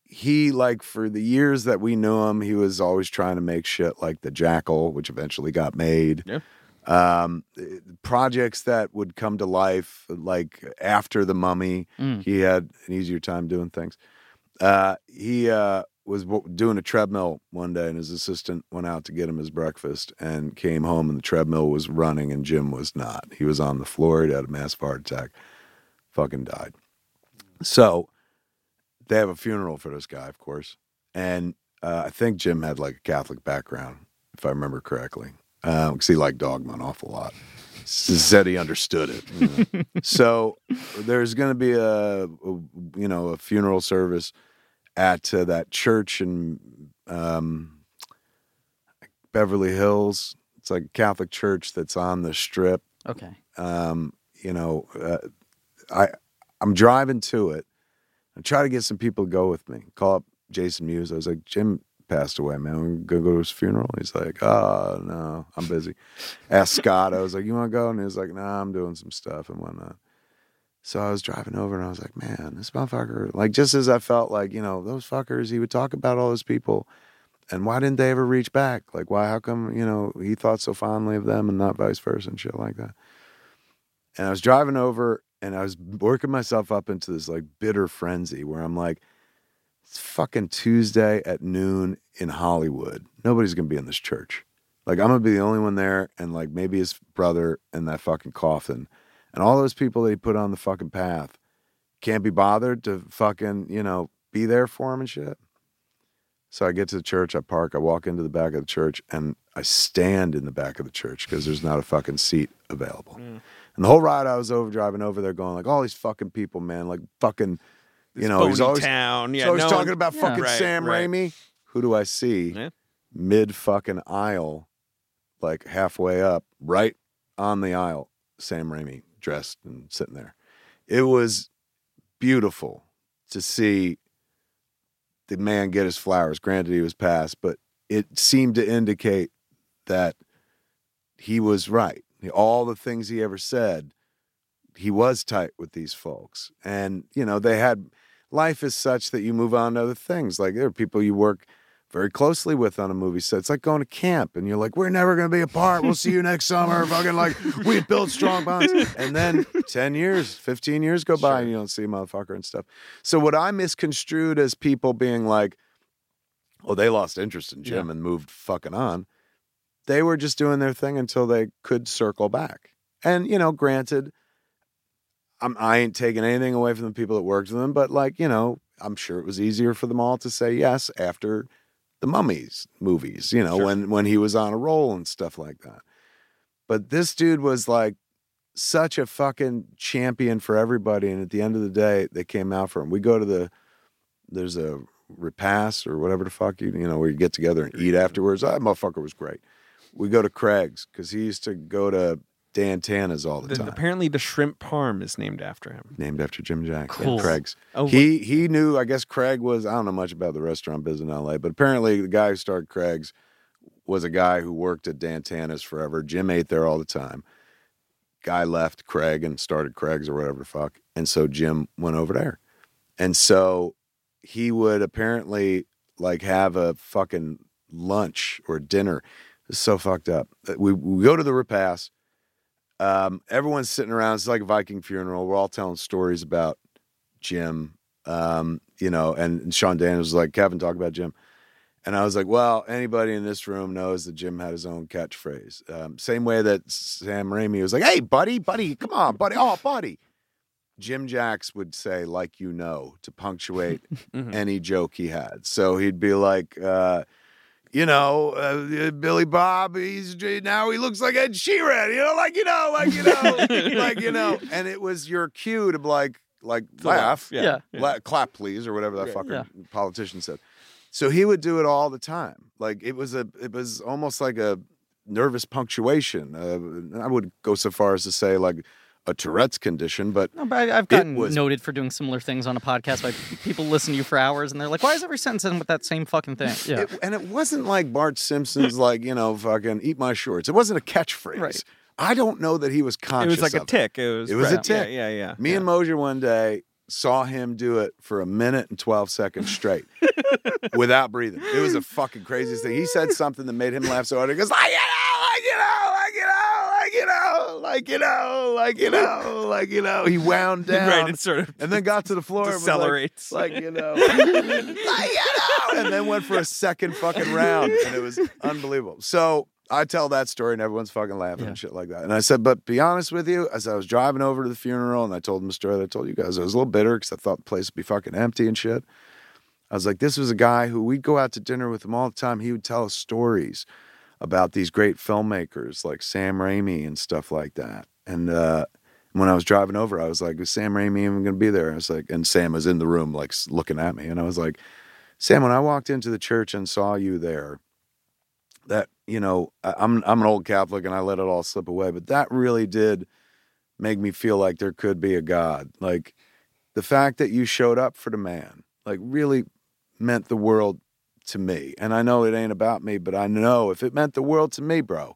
he like for the years that we knew him, he was always trying to make shit like the Jackal, which eventually got made.
Yeah.
Um, eh, projects that would come to life like after the Mummy
Mm.
he had an easier time doing things. Uh, he uh, was w- doing a treadmill one day, and his assistant went out to get him his breakfast and came home, and the treadmill was running, and Jim was not. He was on the floor. He had a massive heart attack, fucking died. So they have a funeral for this guy, of course, and uh, I think Jim had like a Catholic background, if I remember correctly, because he liked Dogma an awful lot. S- Said he understood it. you know. so there's going to be a, a- you know a funeral service at uh, that church in um, Beverly Hills. It's like a Catholic church that's on the Strip.
Okay.
Um, you know, uh, I I'm driving to it. I try to get some people to go with me. Call up Jason Mewes. I was like, Jim passed away, man. We're gonna go to his funeral. He's like, Oh no, I'm busy. Asked Scott. I was like, You want to go? And he was like, Nah, I'm doing some stuff and whatnot. So I was driving over and I was like, man, this motherfucker, like just as I felt like, you know, those fuckers, he would talk about all those people. And why didn't they ever reach back? Like, why, how come, you know, he thought so fondly of them and not vice versa and shit like that? And I was driving over and I was working myself up into this like bitter frenzy where I'm like, it's fucking Tuesday at noon in Hollywood. Nobody's going to be in this church. Like, I'm going to be the only one there and like maybe his brother and that fucking coffin and all those people that he put on the fucking path can't be bothered to fucking, you know, be there for him and shit. So I get to the church, I park, I walk into the back of the church, and I stand in the back of the church because there's not a fucking seat available. And the whole ride I was over driving over there going like all these fucking people, man, like fucking you know, he's
Boney
always
town. Yeah,
so he's
no
talking
one-
about
Yeah.
fucking
Right,
Sam
right.
Raimi. Who do I see
Yeah.
mid fucking aisle, like halfway up, right on the aisle? Sam Raimi dressed and sitting there. It was beautiful to see the man get his flowers. Granted, he was passed, but it seemed to indicate that he was right. All the things he ever said, he was tight with these folks. And, you know, they had life is such that you move on to other things. Like there are people you work very closely with on a movie set. It's like going to camp and you're like, we're never going to be apart. We'll see you next summer. Fucking like, we built strong bonds. And then 10 years, 15 years go by and you don't see a motherfucker and stuff. So what I misconstrued as people being like, oh, they lost interest in Jim and moved fucking on. They were just doing their thing until they could circle back. And, you know, granted, I'm, I ain't taking anything away from the people that worked with them, but like, you know, I'm sure it was easier for them all to say yes after the mummies movies, you know,
Sure.
when, when he was on a roll and stuff like that. But this dude was like such a fucking champion for everybody. And at the end of the day, they came out for him. We go to the, there's a repast or whatever the fuck you, you know, where you get together and eat afterwards. That motherfucker was great. We go to Craig's because he used to go to Dan Tana's all the
The-
time
apparently, the shrimp parm is named after him.
named after Jim Jackson.
Cool.
Craig's.
Oh,
he he knew. I guess Craig was. I don't know much about the restaurant business in L.A., but apparently the guy who started Craig's was a guy who worked at Dantana's forever. Jim ate there all the time. Guy left Craig and started Craig's or whatever the fuck, and so Jim went over there, and so he would apparently like have a fucking lunch or dinner. It's so fucked up. We, we go to the repast. Um, everyone's sitting around. It's like a Viking funeral. We're all telling stories about Jim, um, you know, and Sean Daniels was like, Kevin, talk about Jim. And I was like, well, anybody in this room knows that Jim had his own catchphrase. Um, same way that Sam Raimi was like, hey, buddy, buddy, come on, buddy, oh, buddy. Jim Jacks would say, like you know, to punctuate
Mhm.
any joke he had. So he'd be like, uh, you know, uh, Billy Bob, he's now he looks like Ed Sheeran, you know, like you know, like you know, like
[laughs]
you know. And it was your cue to like, like laugh,
Yeah.
La- clap please or whatever that fucking
Yeah.
politician said. So he would do it all the time. Like it was a, it was almost like a nervous punctuation. Uh, I would go so far as to say like a Tourette's condition, but
No, but I, I've gotten
was-
noted for doing similar things on a podcast. Like people listen to you for hours, and they're like, "Why is every sentence in with that same fucking
[laughs]
thing?" Yeah,
it, and it wasn't like Bart Simpson's, like you know, fucking eat my shorts. It wasn't a catchphrase.
Right.
I don't know that he was
It
conscious.
was like a
of
tick. It was.
It was a
right.
tick.
Yeah, yeah, yeah.
Me
[laughs]
and Mosier one day saw him do it for a minute and 12 seconds [laughs] straight without breathing. It was the fucking craziest thing. He said something that made him laugh so hard. He goes, like, you know, like, you know, like, you know, like, you know, like, you know, like, you know, like, you know. [laughs] He wound down.
right. It's sort of
and then got to the [laughs] floor and was like-
Decelerates.
like, you know, like, you know, and then went for a second fucking round, and it was unbelievable. So I tell that story, and everyone's fucking laughing
Yeah.
and shit like that. And I said, but be honest with you, as I was driving over to the funeral, and I told them the story that I told you guys, I was a little bitter because I thought the place would be fucking empty and shit. I was like, this was a guy who we'd go out to dinner with him all the time. He would tell us stories about these great filmmakers like Sam Raimi and stuff like that. And uh, when I was driving over, I was like, "Is Sam Raimi even going to be there?" I was like, and Sam was in the room, like s- looking at me, and I was like, "Sam, when I walked into the church and saw you there, that you know, I- I'm I'm an old Catholic and I let it all slip away, but that really did make me feel like there could be a God. Like the fact that you showed up for the man, like really meant the world to me. And I know it ain't about me, but I know if it meant the world to me, bro,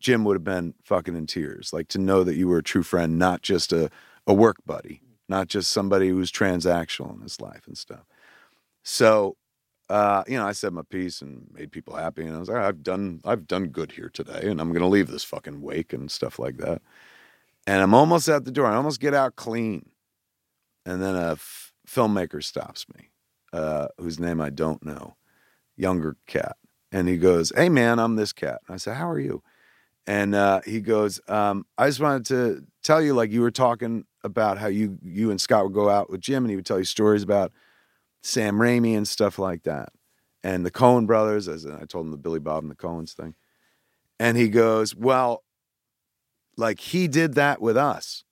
Jim would have been fucking in tears. Like to know that you were a true friend, not just a, a work buddy, not just somebody who's transactional in his life and stuff. So, uh, you know, I said my piece and made people happy, and I was like, I've done, I've done good here today, and I'm gonna leave this fucking wake and stuff like that. And I'm almost out the door. I almost get out clean, and then a f- filmmaker stops me, uh, whose name I don't know, younger cat, and he goes, "Hey man, I'm this cat." And I said, "How are you?" and uh, he goes, um, "I just wanted to tell you, like you were talking about how you you and Scott would go out with Jim, and he would tell you stories about Sam Raimi and stuff like that, and the Cohen brothers." As I told him the Billy Bob and the Cohens thing, and he goes, "Well, like he did that with us.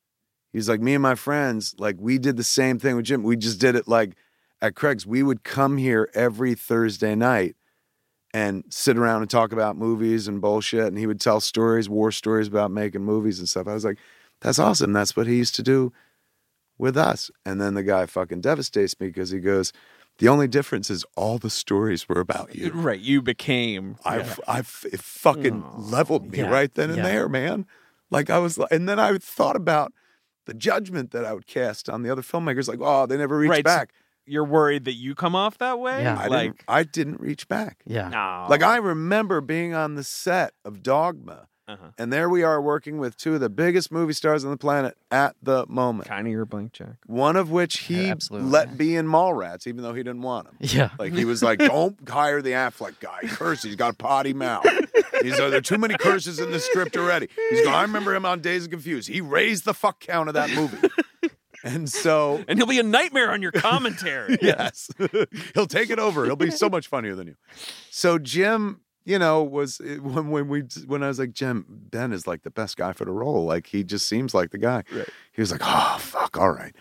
He's like me and my friends, like we did the same thing with Jim. We just did it like at Craig's. We would come here every Thursday night." and sit around and talk about movies and bullshit. And he would tell stories, war stories about making movies and stuff. I was like, that's awesome. That's what he used to do with us. And then the guy fucking devastates me because he goes, the only difference is all the stories were about you.
right. You became.
I, I, it fucking leveled me
Yeah.
right then and
Yeah.
there, man. Like I was, like- and then I thought about the judgment that I would cast on the other filmmakers. Like, oh, they never reached
Right, so
back.
You're worried that you come off that way.
Yeah.
I didn't,
Like
I didn't reach back.
yeah. [laughs]
no.
Like I remember being on the set of Dogma,
Uh-huh.
and there we are working with two of the biggest movie stars on the planet at the moment.
kind of your blank check.
One of which he
Yeah, absolutely.
let be in Mallrats, even though he didn't want him.
Yeah.
Like he was like, "Don't hire the Affleck guy. Curse, he's got a potty mouth. He's uh, there are too many curses in the script already." He's going, "I remember him on Days of Confused. He raised the fuck count of that movie." And so
And he'll be a nightmare
[laughs]
on your commentary.
yes. [laughs] He'll take it over. He'll be so much funnier than you. So Jim, you know, was eh, when when we when I was like Jim, Ben is like the best guy for the role. Like he just seems like the guy.
Right.
He was like, "Oh, fuck, all right."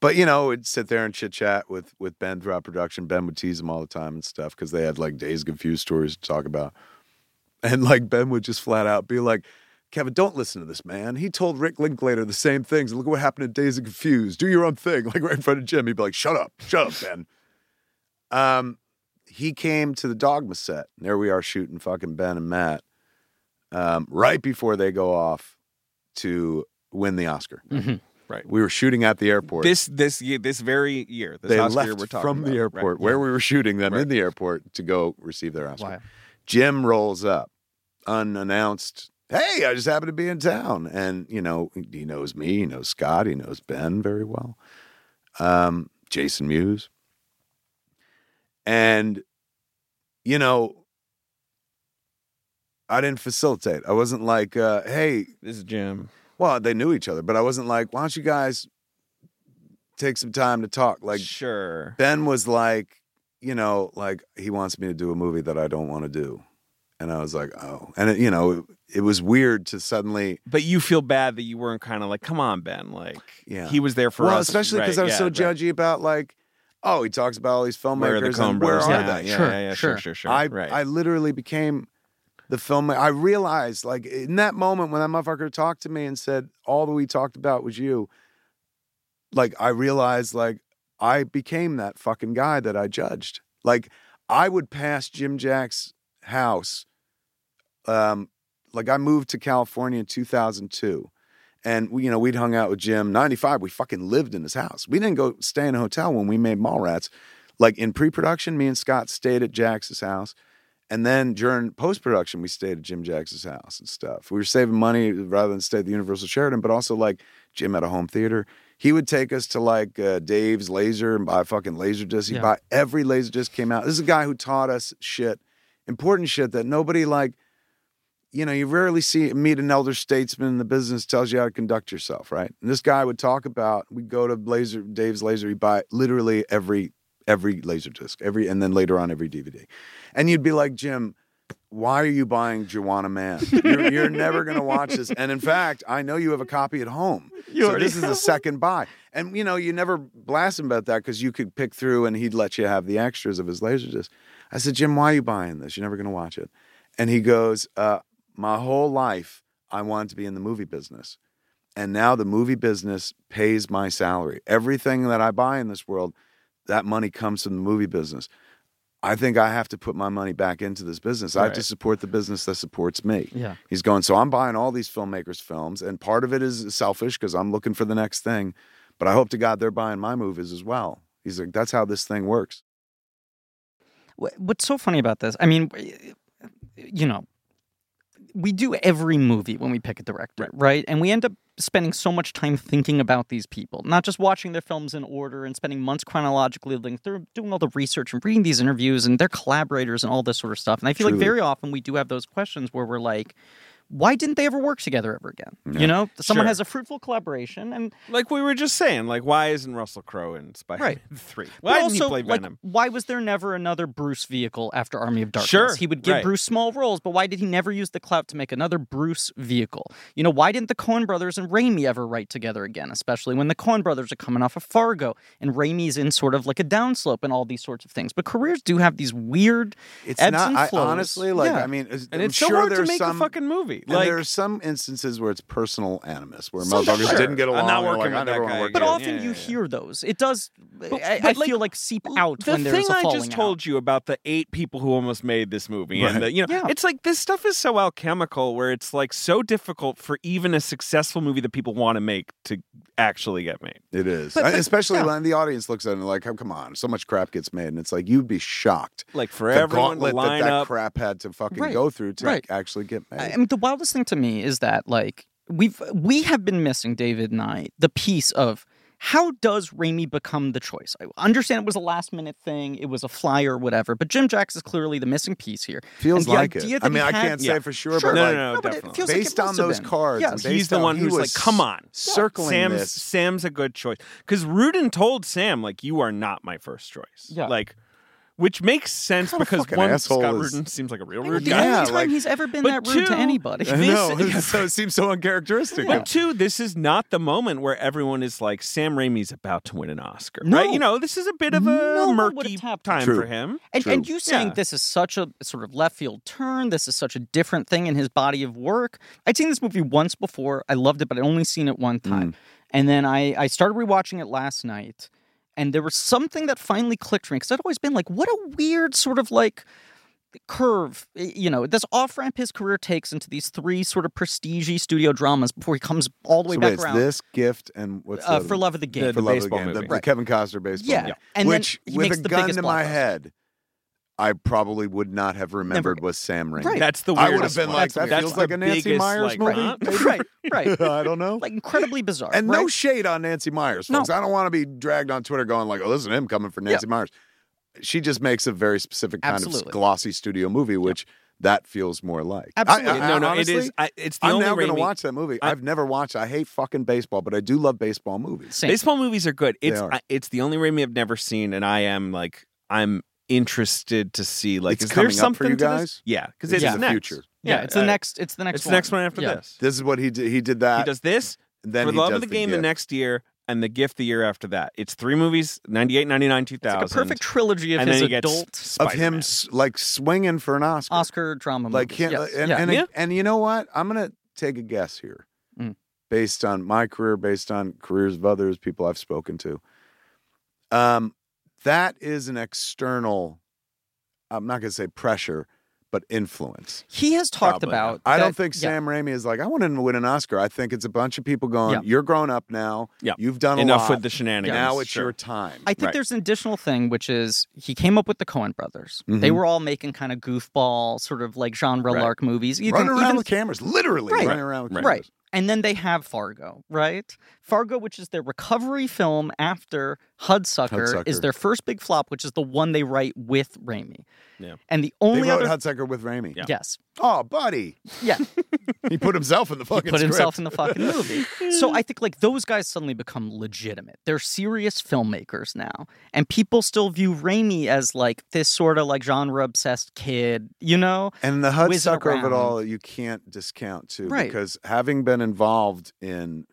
But you know, would sit there and chit chat with with Ben throughout production. Ben would tease him all the time and stuff because they had like days confused stories to talk about. And like Ben would just flat out be like, Kevin, don't listen to this man. He told Rick Linklater the same things. Look at what happened in Days of Confused. Do your own thing. [laughs] Like right in front of Jim, he'd be like, shut up, shut up, Ben. Um, he came to the Dogma set. And there we are shooting fucking Ben and Matt um, right before they go off to win the Oscar.
Mhm.
Mm-hmm. Right.
We were shooting at the airport
This this ye- this very year. This
they
Oscar
left
year we're talking
from
about,
the airport
right?
where we were shooting them
Right.
in the airport to go receive their Oscar.
Wow.
Jim rolls up, unannounced. Hey, I just happened to be in town, and you know he knows me, he knows Scott, he knows Ben very well, um, Jason Mewes, and you know I didn't facilitate. I wasn't like, uh, hey,
This is Jim.
well, they knew each other, but I wasn't like, why don't you guys take some time to talk? Like
sure.
Ben was like, you know, like he wants me to do a movie that I don't want to do. And I was like, oh. And, it, you know, it, it was weird to suddenly,
But you feel bad that you weren't kind of like, come on, Ben. Like
Yeah.
he was there for
well,
us.
especially because
right,
I was
yeah,
so
right.
judgy about like, oh, he talks about all these filmmakers
Where are the
and
Coen
where
brothers
are
now?
they?
Yeah,
Sure,
yeah, yeah,
sure.
sure, sure, sure.
I,
right.
I literally became the film. I realized, like, in that moment when that motherfucker talked to me and said, all that we talked about was you, like, I realized, like, I became that fucking guy that I judged. Like, I would pass Jim Jack's house. Um, like, I moved to California in 2002. And we, you know, we'd hung out with Jim. '95, we fucking lived in his house. We didn't go stay in a hotel when we made Mallrats. Like in pre-production, me and Scott stayed at Jax's house, and then during post-production, we stayed at Jim Jax's house and stuff. We were saving money rather than stay at the Universal Sheridan, but also like Jim had a home theater. He would take us to like uh, Dave's Laser and buy a fucking laser disc. He
Yeah.
bought every laser disc came out. This is a guy who taught us shit, important shit that nobody like you know, you rarely see meet an elder statesman in the business tells you how to conduct yourself, right? And this guy would talk about we'd go to laser Dave's laser, he'd buy literally every every laser disc, every and then later on every DVD. And you'd be like, Jim, why are you buying Joanna Man? You're, you're never going to watch this. And in fact, I know you have a copy at home. so this is a second buy. And you know, you never blast him about that because you could pick through and he'd let you have the extras of his laser disc. I said, Jim, why are you buying this? You're never going to watch it. And he goes, uh, My whole life, I wanted to be in the movie business. And now the movie business pays my salary. Everything that I buy in this world, that money comes from the movie business. I think I have to put my money back into this business. I have to
Right.
support the business that supports me.
Yeah.
He's going, So I'm buying all these filmmakers' films. And part of it is selfish because I'm looking for the next thing. But I hope to God they're buying my movies as well. He's like, That's how this thing works.
Wh- What's so funny about this? I mean, w- you know, we do every movie when we pick a director, right. And we end up spending so much time thinking about these people, not just watching their films in order and spending months chronologically living through, doing all the research and reading these interviews and their collaborators and all this sort of stuff. And I feel like
Truly.
very often we do have those questions where we're like, why didn't they ever work together ever again? You know, someone
Sure.
has a fruitful collaboration and
Like we were just saying, like why isn't Russell Crowe in Spider-Man
Right.
[laughs] 3?
But
Why didn't
also,
he play
like,
Venom?
why was there never another Bruce vehicle after Army of Darkness?
Sure,
he would give
right.
Bruce small roles, but why did he never use the clout to make another Bruce vehicle? You know, why didn't the Coen brothers and Raimi ever write together again, especially when the Coen brothers are coming off of Fargo and Raimi's in sort of like a downslope and all these sorts of things? But careers do have these weird
It's
ebbs
not,
and
I
flows.
honestly, like,
Yeah.
I mean, it's-
And
I'm
it's
sure
so hard to
there's
make
some,
a fucking movie.
And
Like
there are some instances where it's personal animus, where
Some-
motherfuckers
sure.
didn't get
I'm
along.
not
and were
working
like,
with
I
that
never want to
guy
work
But
Yeah,
here."
often
yeah,
you
yeah.
hear those. It does. I,
but,
I
like,
feel like seep out
the
when there's
thing
a
I
falling
just
out.
told you about the eight people who almost made this movie,
Right.
and the, you know,
Yeah.
it's like this stuff is so alchemical, where it's like so difficult for even a successful movie that people want to make to actually get made.
It is,
But- but-
especially
yeah.
when the audience looks at it and like, "Oh, come on!" So much crap gets made, and it's like you'd be shocked.
Like for
the
everyone to
gauntlet
line
that that
up.
crap had to fucking
Right.
go through to
Right.
actually get made.
I I mean, the wildest thing to me is that like we've we have been missing David and I the piece of how does Raimi become the choice? I understand it was a last minute thing, it was a flyer, whatever. But Jim Jacks is clearly the missing piece here.
Feels
and the
like it.
idea that
I mean,
he
I
had-
can't
Yeah.
say for sure,
Sure.
but
no,
like,
no, no,
but
definitely.
it feels like it
based
must
on
have
those
been.
cards,
Yes.
and
He's
based
the
on-
one
he
who's
was
like, come on.
circling
Sam's
this.
Sam's a good choice because Rudin told Sam like you are not my first choice.
Yeah.
like which makes sense
Kind of
because
fucking
one
asshole
Scott
is-
Rudin seems like a real
I mean,
rude
the
guy.
Yeah,
only time
like-
he's ever been that
But
rude
two-
to anybody.
I
This-
know. [laughs] so it seems so uncharacteristic.
But two, this is not the moment where everyone is like Sam Raimi's about to win an Oscar,
No.
right? You know, this is a bit of a
No one would've
murky
tapped
time
True.
for him.
And, and
True.
you saying
Yeah.
this is such a sort of left field turn, this is such a different thing in his body of work. I'd seen this movie once before. I loved it, but I'd only seen it one
Mm.
time. And then I, I started rewatching it last night, and there was something that finally clicked for me because I'd always been like, what a weird sort of like curve, y- you know, this off ramp his career takes into these three sort of prestige studio dramas before he comes all the way
so
back
wait, it's
around
this gift and what's the
uh,
other
for
one?
love of the game.
The
for love
baseball
of the game,
movie.
the,
Right.
Kevin Costner baseball.
Yeah.
movie.
And then
which
he
with
makes
a
the
gun
biggest
to my
blockbuster.
head, I probably would not have remembered was Sam Raimi.
Right.
That's the
I
weirdest
would have been
one.
like,
That's weird.
that feels
That's
like
the
a Nancy
biggest, like,
Myers
[laughs]
movie. [laughs]
huh?
right, right.
I don't know.
Like incredibly bizarre.
and
right?
no shade on Nancy Myers,
No.
folks. I don't want to be dragged on Twitter going like, "Oh, listen, to him coming for Nancy Myers." She just makes a very specific kind
Absolutely.
of glossy studio movie, which that feels more like. I-
Absolutely.
I- I
no, no,
honestly,
it is. I, it's the
I'm
only
now going to
Raimi-
watch that movie. I,
I-
have never watched. I hate fucking baseball, but I do love baseball movies.
Same.
Baseball movies are good.
They
It's
are.
I, it's the only Raimi I've never seen, and I am like I'm interested to see like
It's
is there
coming up for
something
you
to this?
guys?
Yeah, because
This
it's
is
the
the
next.
future.
Yeah, it's the
uh,
next. It's the next.
It's the next one after
Yeah.
this.
This is what he did. He did that.
He does this
and then
for
he
love
does
of the game the
gift.
next year, and The Gift the year after that. It's three movies 98, 99, 2000.
Like a perfect trilogy of
and
his
then you get
adult
S-
of
Spider-Man.
him s- like swinging for an Oscar.
Oscar drama
Like
movies.
him,
Yes.
and
yeah.
and,
Yeah.
and you know what? I'm gonna take a guess here,
Mm.
based on my career, based on careers of others, people I've spoken to. Um, that is an external. I'm not gonna say pressure, but influence.
he has talked
Probably
about.
I don't
that-
think
yeah.
Sam Raimi is like I want him to win an Oscar. I think it's a bunch of people going,
Yeah.
"You're grown up now.
Yeah.
You've done a
Enough
lot.
with the shenanigans.
now it's
Sure.
your time."
I think
Right.
there's an additional thing, which is he came up with the Coen brothers. They
Mhm.
were all making kind of goofball, sort of like genre
Right.
lark movies. Even,
running around
even-
with cameras, literally
Right.
running around with
Right.
cameras.
right. And then they have Fargo, right? Fargo, which is their recovery film after Hudsucker, is
Hudsucker.
their first big flop, which is the one they write with Raimi.
Yeah.
And the
They
only
wrote
other
Hudsucker with Raimi.
Yeah.
yes,
Oh, buddy.
[laughs] yeah,
He put himself
[laughs]
in the fucking
put himself in
script.
the fucking movie. so I think like those guys suddenly become legitimate. They're serious filmmakers now, and people still view Raimi as like this sort of like genre obsessed kid, you know?
and the
whizzing
Hudsucker of it
around.
all, you can't discount too,
Right.
because having been involved in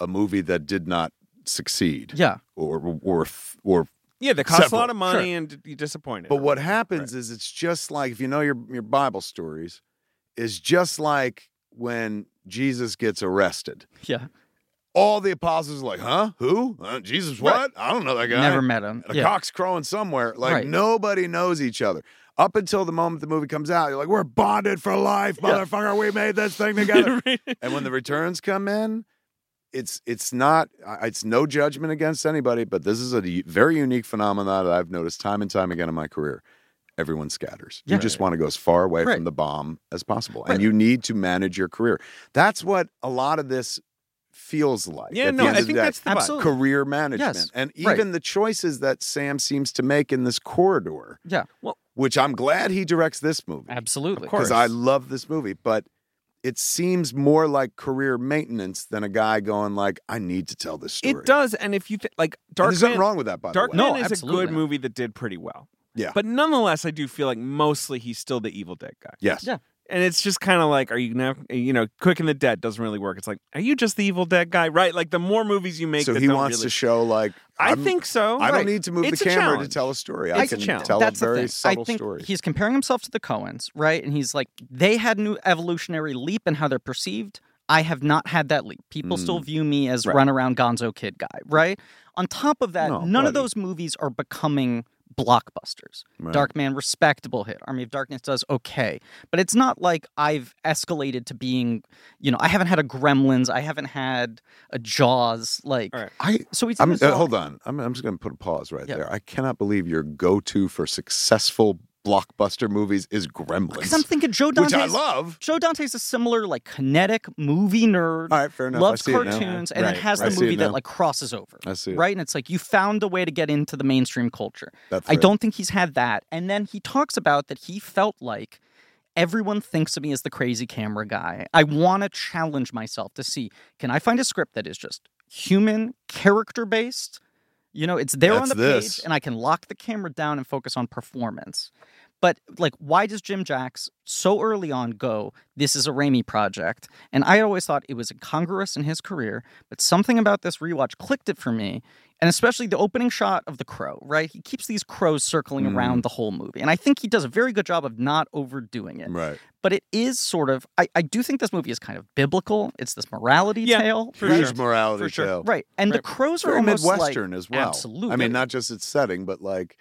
a movie that did not succeed
Yeah,
or or or
Yeah, that costs a
Several.
lot of money and d- you're disappointed.
But what happens is it's just like if you know your your Bible stories, is just like when Jesus gets arrested.
yeah.
All the apostles are like, huh? Who? Huh? Jesus what?
Right.
I don't know that guy.
Never met him.
The
yeah.
cock's crowing somewhere. Like
Right.
nobody knows each other. Up until the moment the movie comes out, you're like, we're bonded for life, motherfucker. We made this thing together. and when the returns come in, it's it's not I- it's no judgment against anybody, but this is a u- very unique phenomenon that I've noticed time and time again in my career. Everyone scatters.
Yeah.
You just want to go as far away
Right.
from the bomb as possible,
Right.
and you need to manage your career. That's what a lot of this feels like.
Yeah,
at the
no,
end
I
of the
think
day
that's the vibe.
Absolutely.
career management
Yes,
and even
right.
the choices that Sam seems to make in this corridor.
Yeah.
Well-
which I'm glad he directs this movie
Absolutely.
Of course.
because I love this movie, but it seems more like career maintenance than a guy going like, "I need to tell this story."
It does, and if you th- like
And
Dark
there's
Man,
nothing wrong with that, by
Dark
the way.
No,
Man is a
absolutely.
good movie that did pretty well.
Yeah.
but nonetheless, I do feel like mostly he's still the evil dead guy.
Yes.
Yeah.
And it's just kind of like, are you gonna, have, you know, quick in the dead doesn't really work. It's like, are you just the evil dead guy, right? Like the more movies you make,
so
that
he
don't
wants
really-
to show like
I
I'm-
think so.
I don't
right.
need to move
It's
the
a
camera to
challenge.
tell a story. I
It's a
can
challenge.
tell
That's
a very
the thing.
subtle
I think
story.
he's comparing himself to the Coens, right? And he's like, they had new evolutionary leap in how they're perceived. I have not had that leap. People still view me as
Mm. Right.
runaround gonzo kid guy, right? On top of that,
No,
none of
buddy.
those movies are becoming blockbusters.
Right.
Darkman, respectable hit. Army of Darkness does okay. But it's not like I've escalated to being, you know, I haven't had a Gremlins, I haven't had a Jaws. Like,
All right.
I
so he's.
I'm,
he's
uh,
all-
hold on. I'm, I'm just going to put a pause right
Yeah.
there. I cannot believe your go-to for successful blockbuster movies is Gremlins,
Because I'm thinking Joe
which
Dante's.
I love.
Joe Dante's a similar, like, kinetic movie nerd.
All right, fair enough.
loves
I see It now.
cartoons and
Right,
then has
I
the
see
movie
it
that
now.
like crosses over.
I see it.
Right? And it's like you found a way to get into the mainstream culture.
That
I
thread.
don't think he's had that. And then he talks about that he felt like everyone thinks of me as the crazy camera guy. I want to challenge myself to see can I find a script that is just human, character based? You know, it's there on
That's
the
this.
page and I can lock the camera down and focus on performance. But like, why does Jim Jacks so early on go, this is a Raimi project? And I always thought it was incongruous in his career, but something about this rewatch clicked it for me. And especially the opening shot of the crow, right? He keeps these crows circling
Mhm.
around the whole movie. And I think he does a very good job of not overdoing it.
Right.
But it is sort of, I, I do think this movie is kind of biblical. It's this morality
Yeah,
tale.
for
Huge
sure.
morality
For sure.
tale.
Right. And the
Right.
crows
It's
are
very
almost like-
midwestern as well.
Absolutely.
I mean, not just its setting, but like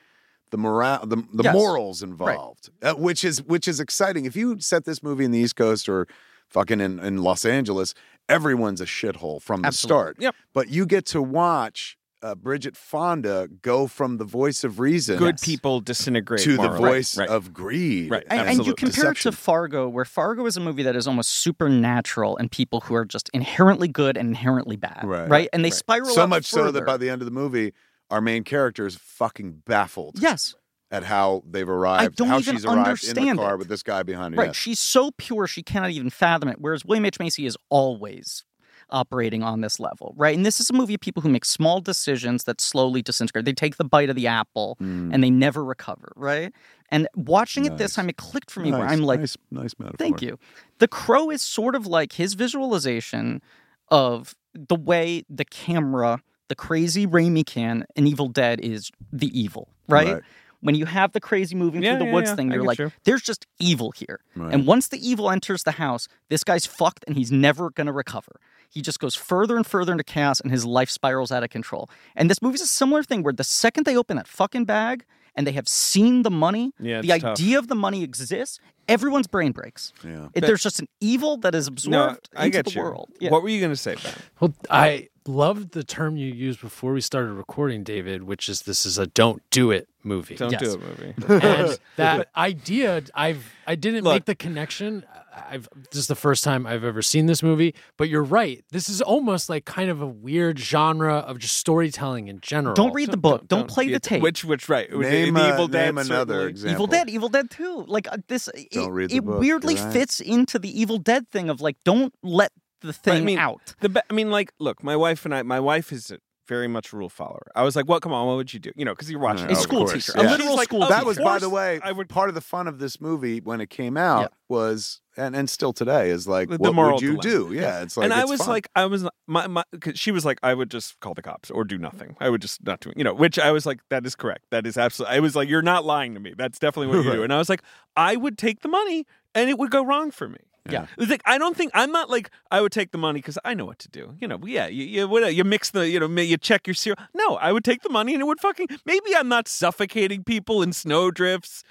the morale, the, the
Yes.
morals involved, uh, which is which is exciting. If you set this movie in the East Coast or fucking in, in Los Angeles, everyone's a shithole from the
Absolutely.
start.
Yep.
But you get to watch uh, Bridget Fonda go from the voice of reason
Good people disintegrate
to the
morally.
voice
Right.
of greed.
Right.
And, and you
Absolutely.
compare it
Deception.
to Fargo, where Fargo is a movie that is almost supernatural and people who are just inherently good and inherently bad.
Right.
And they
Right.
spiral
so
out
much so
further.
that by the end of the movie, our main character is fucking baffled.
Yes.
at how they've arrived,
don't
how
even
she's arrived in
understand
the car
it.
with this guy behind her.
Right.
Yes.
She's so pure she cannot even fathom it. Whereas William H. Macy is always operating on this level, right? And this is a movie of people who make small decisions that slowly disintegrate. They take the bite of the apple
Mm.
and they never recover, right? And watching it this
Nice.
time, it clicked for me where
Nice,
I'm like,
nice, nice metaphor.
Thank you. The crow is sort of like his visualization of the way the camera, the crazy Raimi can in Evil Dead is the evil, right?
Right.
When you have the crazy moving
Yeah,
through the
yeah,
woods
yeah.
thing,
I
you're
get
like,
you.
there's just evil here.
Right.
And once the evil enters the house, this guy's fucked and he's never going to recover. He just goes further and further into chaos and his life spirals out of control. And this movie's a similar thing where the second they open that fucking bag and they have seen the money,
Yeah,
the
it's tough.
idea of the money exists, everyone's brain breaks.
Yeah.
It, there's just an evil that is absorbed
No, I
into
get
the
you.
world. Yeah.
What were you going to say, Ben?
Well, I loved the term you used before we started recording, David, which is this is a don't do it movie.
Don't
Yes.
do a movie.
[laughs]
and that idea i've i didn't
Look.
make the connection i've this is the first time i've ever seen this movie but you're right this is almost like kind of a weird genre of just storytelling in general
Don't read the
[laughs]
book. Don't, play
be
the
a-
tape.
Which, which, right? it would be
Name,
the
a-
Evil Dead,
name another
certainly.
example.
Evil Dead, Evil Dead 2. Like uh, this it,
Don't read the
it
book,
weirdly
you're right.
fits into the Evil Dead thing of like don't let the
But
thing
I mean,
out.
The be- I mean, like, look, my wife and I. My wife is a very much a rule follower. I was like, "What? come on, what would you do?" You know, because you're watching
A
of
it.
school
course,
teacher, a
yeah.
literal
She's like,
school
oh,
teacher.
That was, by the
course
way,
I would-
part of the fun of this movie when it came out was, and, and still today, is like,
The- the
what
moral
would you
dilemma.
do? Yeah, it's like,
and I
it's
was
fun.
like, I was my my. 'cause she was like, I would just call the cops or do nothing. I would just not do, you know. Which I was like, that is correct. That is absolutely. I was like, you're not lying to me. That's definitely what you do.
Right.
And I was like, I would take the money, and it would go wrong for me.
Yeah.
It's like I don't think I'm not like I would take the money because I know what to do. You know, yeah, you you, what, you mix the you know you check your cereal. No, I would take the money and it would fucking maybe I'm not suffocating people in snowdrifts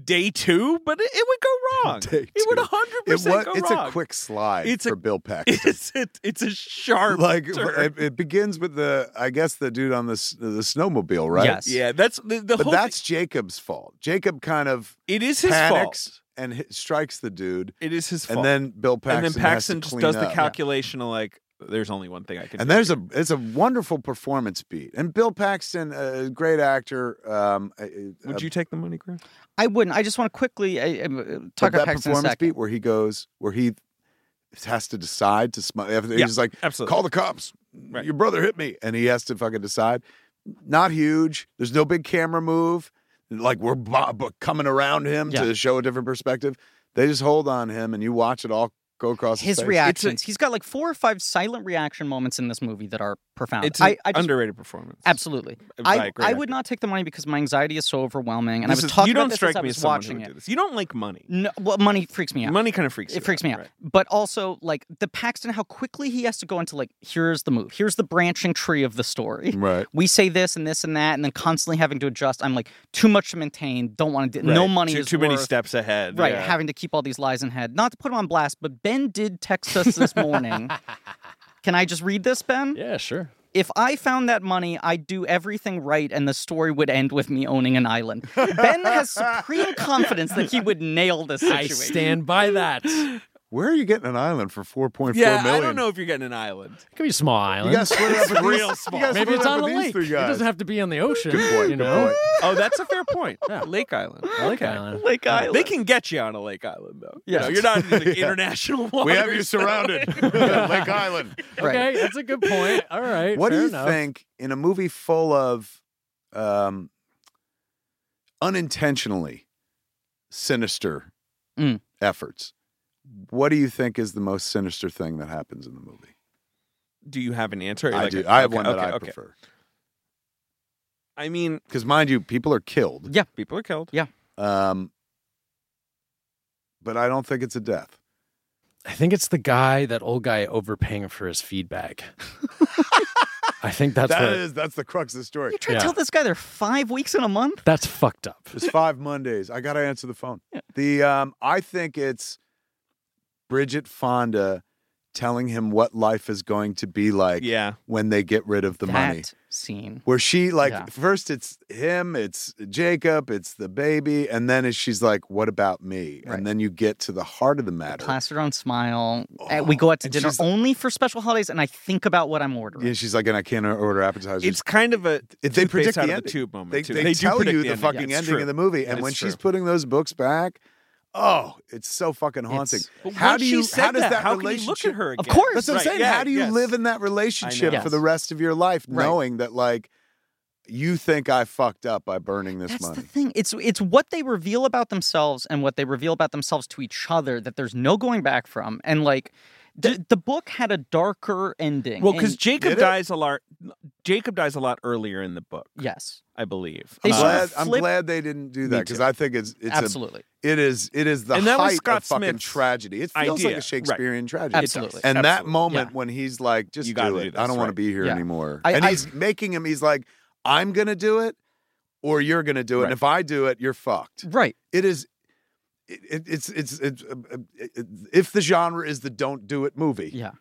day two, but it, it would go wrong.
[laughs] Day
it would
two.
100
it
percent
wa-
go
it's
wrong.
a quick slide
It's a-
for Bill Paxton.
[laughs] It's a, it's a sharp
[laughs] like
turn.
it, it begins with the I guess the dude on the s- the snowmobile, right?
Yes.
yeah, that's the, the
But
whole.
that's Jacob's fault. Jacob kind of
it is his
panics
fault.
and hit, strikes the dude,
It is his fault.
and then Bill Paxton
and then
has to
Paxton just
clean
does the
up.
calculation of like, there's only one thing I can.
And
do.
there's a it's a wonderful performance beat. And Bill Paxton, a great actor. Um, uh,
Would you take the money, Chris?
I wouldn't. I just want to quickly I, I, talk
but
about Paxton in
that
a
performance
second.
beat where he goes where he has to decide to smile. He's
Yeah,
like,
absolutely.
call the cops.
Right.
Your brother hit me, and he has to fucking decide. Not huge. There's no big camera move. Like we're bo- bo- coming around him
Yeah.
to show a different perspective. They just hold on him, and you watch it all go across
His
his face.
reactions. He's got like four or five silent reaction moments in this movie that are profound.
It's an
I, I just,
underrated performance.
absolutely.
by a
I,
great
I
actor.
would not take the money because my anxiety is so overwhelming. And
This
I was
is-
talking
you don't
about this
strike
as I
me
was
as someone who
watching
would
it.
do this. You don't like money.
No, well, money freaks me out.
Money kind of freaks. you
it freaks
out,
me out.
right.
But also, like the Paxton, how quickly he has to go into like, here's the move, here's the branching tree of the story.
Mm.
Right.
We say this and this and that, and then constantly having to adjust. I'm like, too much to maintain. Don't want to. do No
Right.
money
Too,
is
too many
worth-
steps ahead.
Right,
yeah.
having to keep all these lies in head. Not to put him on blast, but Ben did text us this
[laughs]
morning. Can I just read this, Ben?
yeah sure
If I found that money, I'd do everything right and the story would end with me owning an island. ben has
[laughs]
supreme confidence that he would nail this
i
situation.
stand by that it
Where are you getting an island for four point four
yeah,
million?
I don't know if you're getting an island.
could be a small island
You got split it up with
real
these,
small.
You guys
maybe
split
it's
it up
on a
with these
lake
three
it
guys.
doesn't have to be on the ocean
Good point,
you
good
know
point.
Oh, that's a fair
[laughs]
point. Lake Island.
I like
Okay.
island.
Lake Island.
[laughs]
They can get you on a lake island, though. You
Yes.
know, you're not in like,
[laughs] Yeah.
international waters.
We have you
[laughs]
surrounded, Lake Island.
Right.
okay that's a good point all right
What do
fair
you
enough.
think in a movie full of um, unintentionally sinister
Mm.
efforts? What do you think is the most sinister thing that happens in the movie?
Do you have an answer?
I
Like
do.
a-
I have
okay,
one that
okay,
I
okay.
prefer.
I mean,
Because mind you, people are killed.
people are killed.
Um, but I don't think it's a death.
I think it's the guy, that old guy overpaying for
[laughs]
his feedback. I think that's
That
what,
is- that's the crux of the story.
You try to
Yeah.
tell this guy they're five weeks in a month?
that's fucked up.
It's five Mondays. I gotta answer the phone. The um, I think it's Bridget Fonda telling him what life is going to be like
Yeah.
when they get rid of the
that
money.
scene.
Where she like
Yeah.
first it's him, it's Jacob, it's the baby, and then it's- she's like, "What about me?"
Right.
And then you get to the heart of the matter. Oh,
Plastered on smile. Uh, we go out to
and
dinner
she's-
only for special holidays, and I think about what I'm ordering.
yeah, she's like, "And I can't order appetizers."
It's kind of a
If they
toothpaste
predict
out
the
of
ending.
the tube moment.
they,
too.
they
do
tell
predict
you
the
the,
ending.
fucking
Yeah, it's
ending
true.
of the movie, and
It's
when she's
true.
putting those books back, oh, it's so fucking haunting.
It's-
But
how
once
do
she
you?
said
How does that,
how can you
relationship?
look at her? Again?
Of course.
That's what I'm
Right,
saying.
yeah,
how do you
yes.
live in that relationship
know.
for the rest of your life,
Right.
knowing that like you think I fucked up by burning this
That's
money?
the thing. It's it's what they reveal about themselves and what they reveal about themselves to each other that there's no going back from. And like the, the book had a darker ending.
Well, because
and-
Jacob
Did it?
dies a lot. Jacob dies a lot earlier in the book,
Yes,
I believe. Uh,
They
I'm
sort of
glad, I'm
flip-
glad they didn't do that because I think it's it's a,
absolutely.
it is it is the
And that was
height
Scott
of fucking
Smith's
tragedy. It feels
idea,
like a
right.
Shakespearean tragedy.
Absolutely.
And that
Absolutely.
moment when he's like, just
You
do it.
gotta do this,
I don't want to
right.
be here
Yeah.
anymore.
I-
and
I-
he's making him, he's like, I'm going to do it or you're going to do it. And
Right.
if I do it, you're fucked.
Right.
It is. It, it, it's it's it's uh, uh, it, if the genre is the don't do it movie,
Yeah.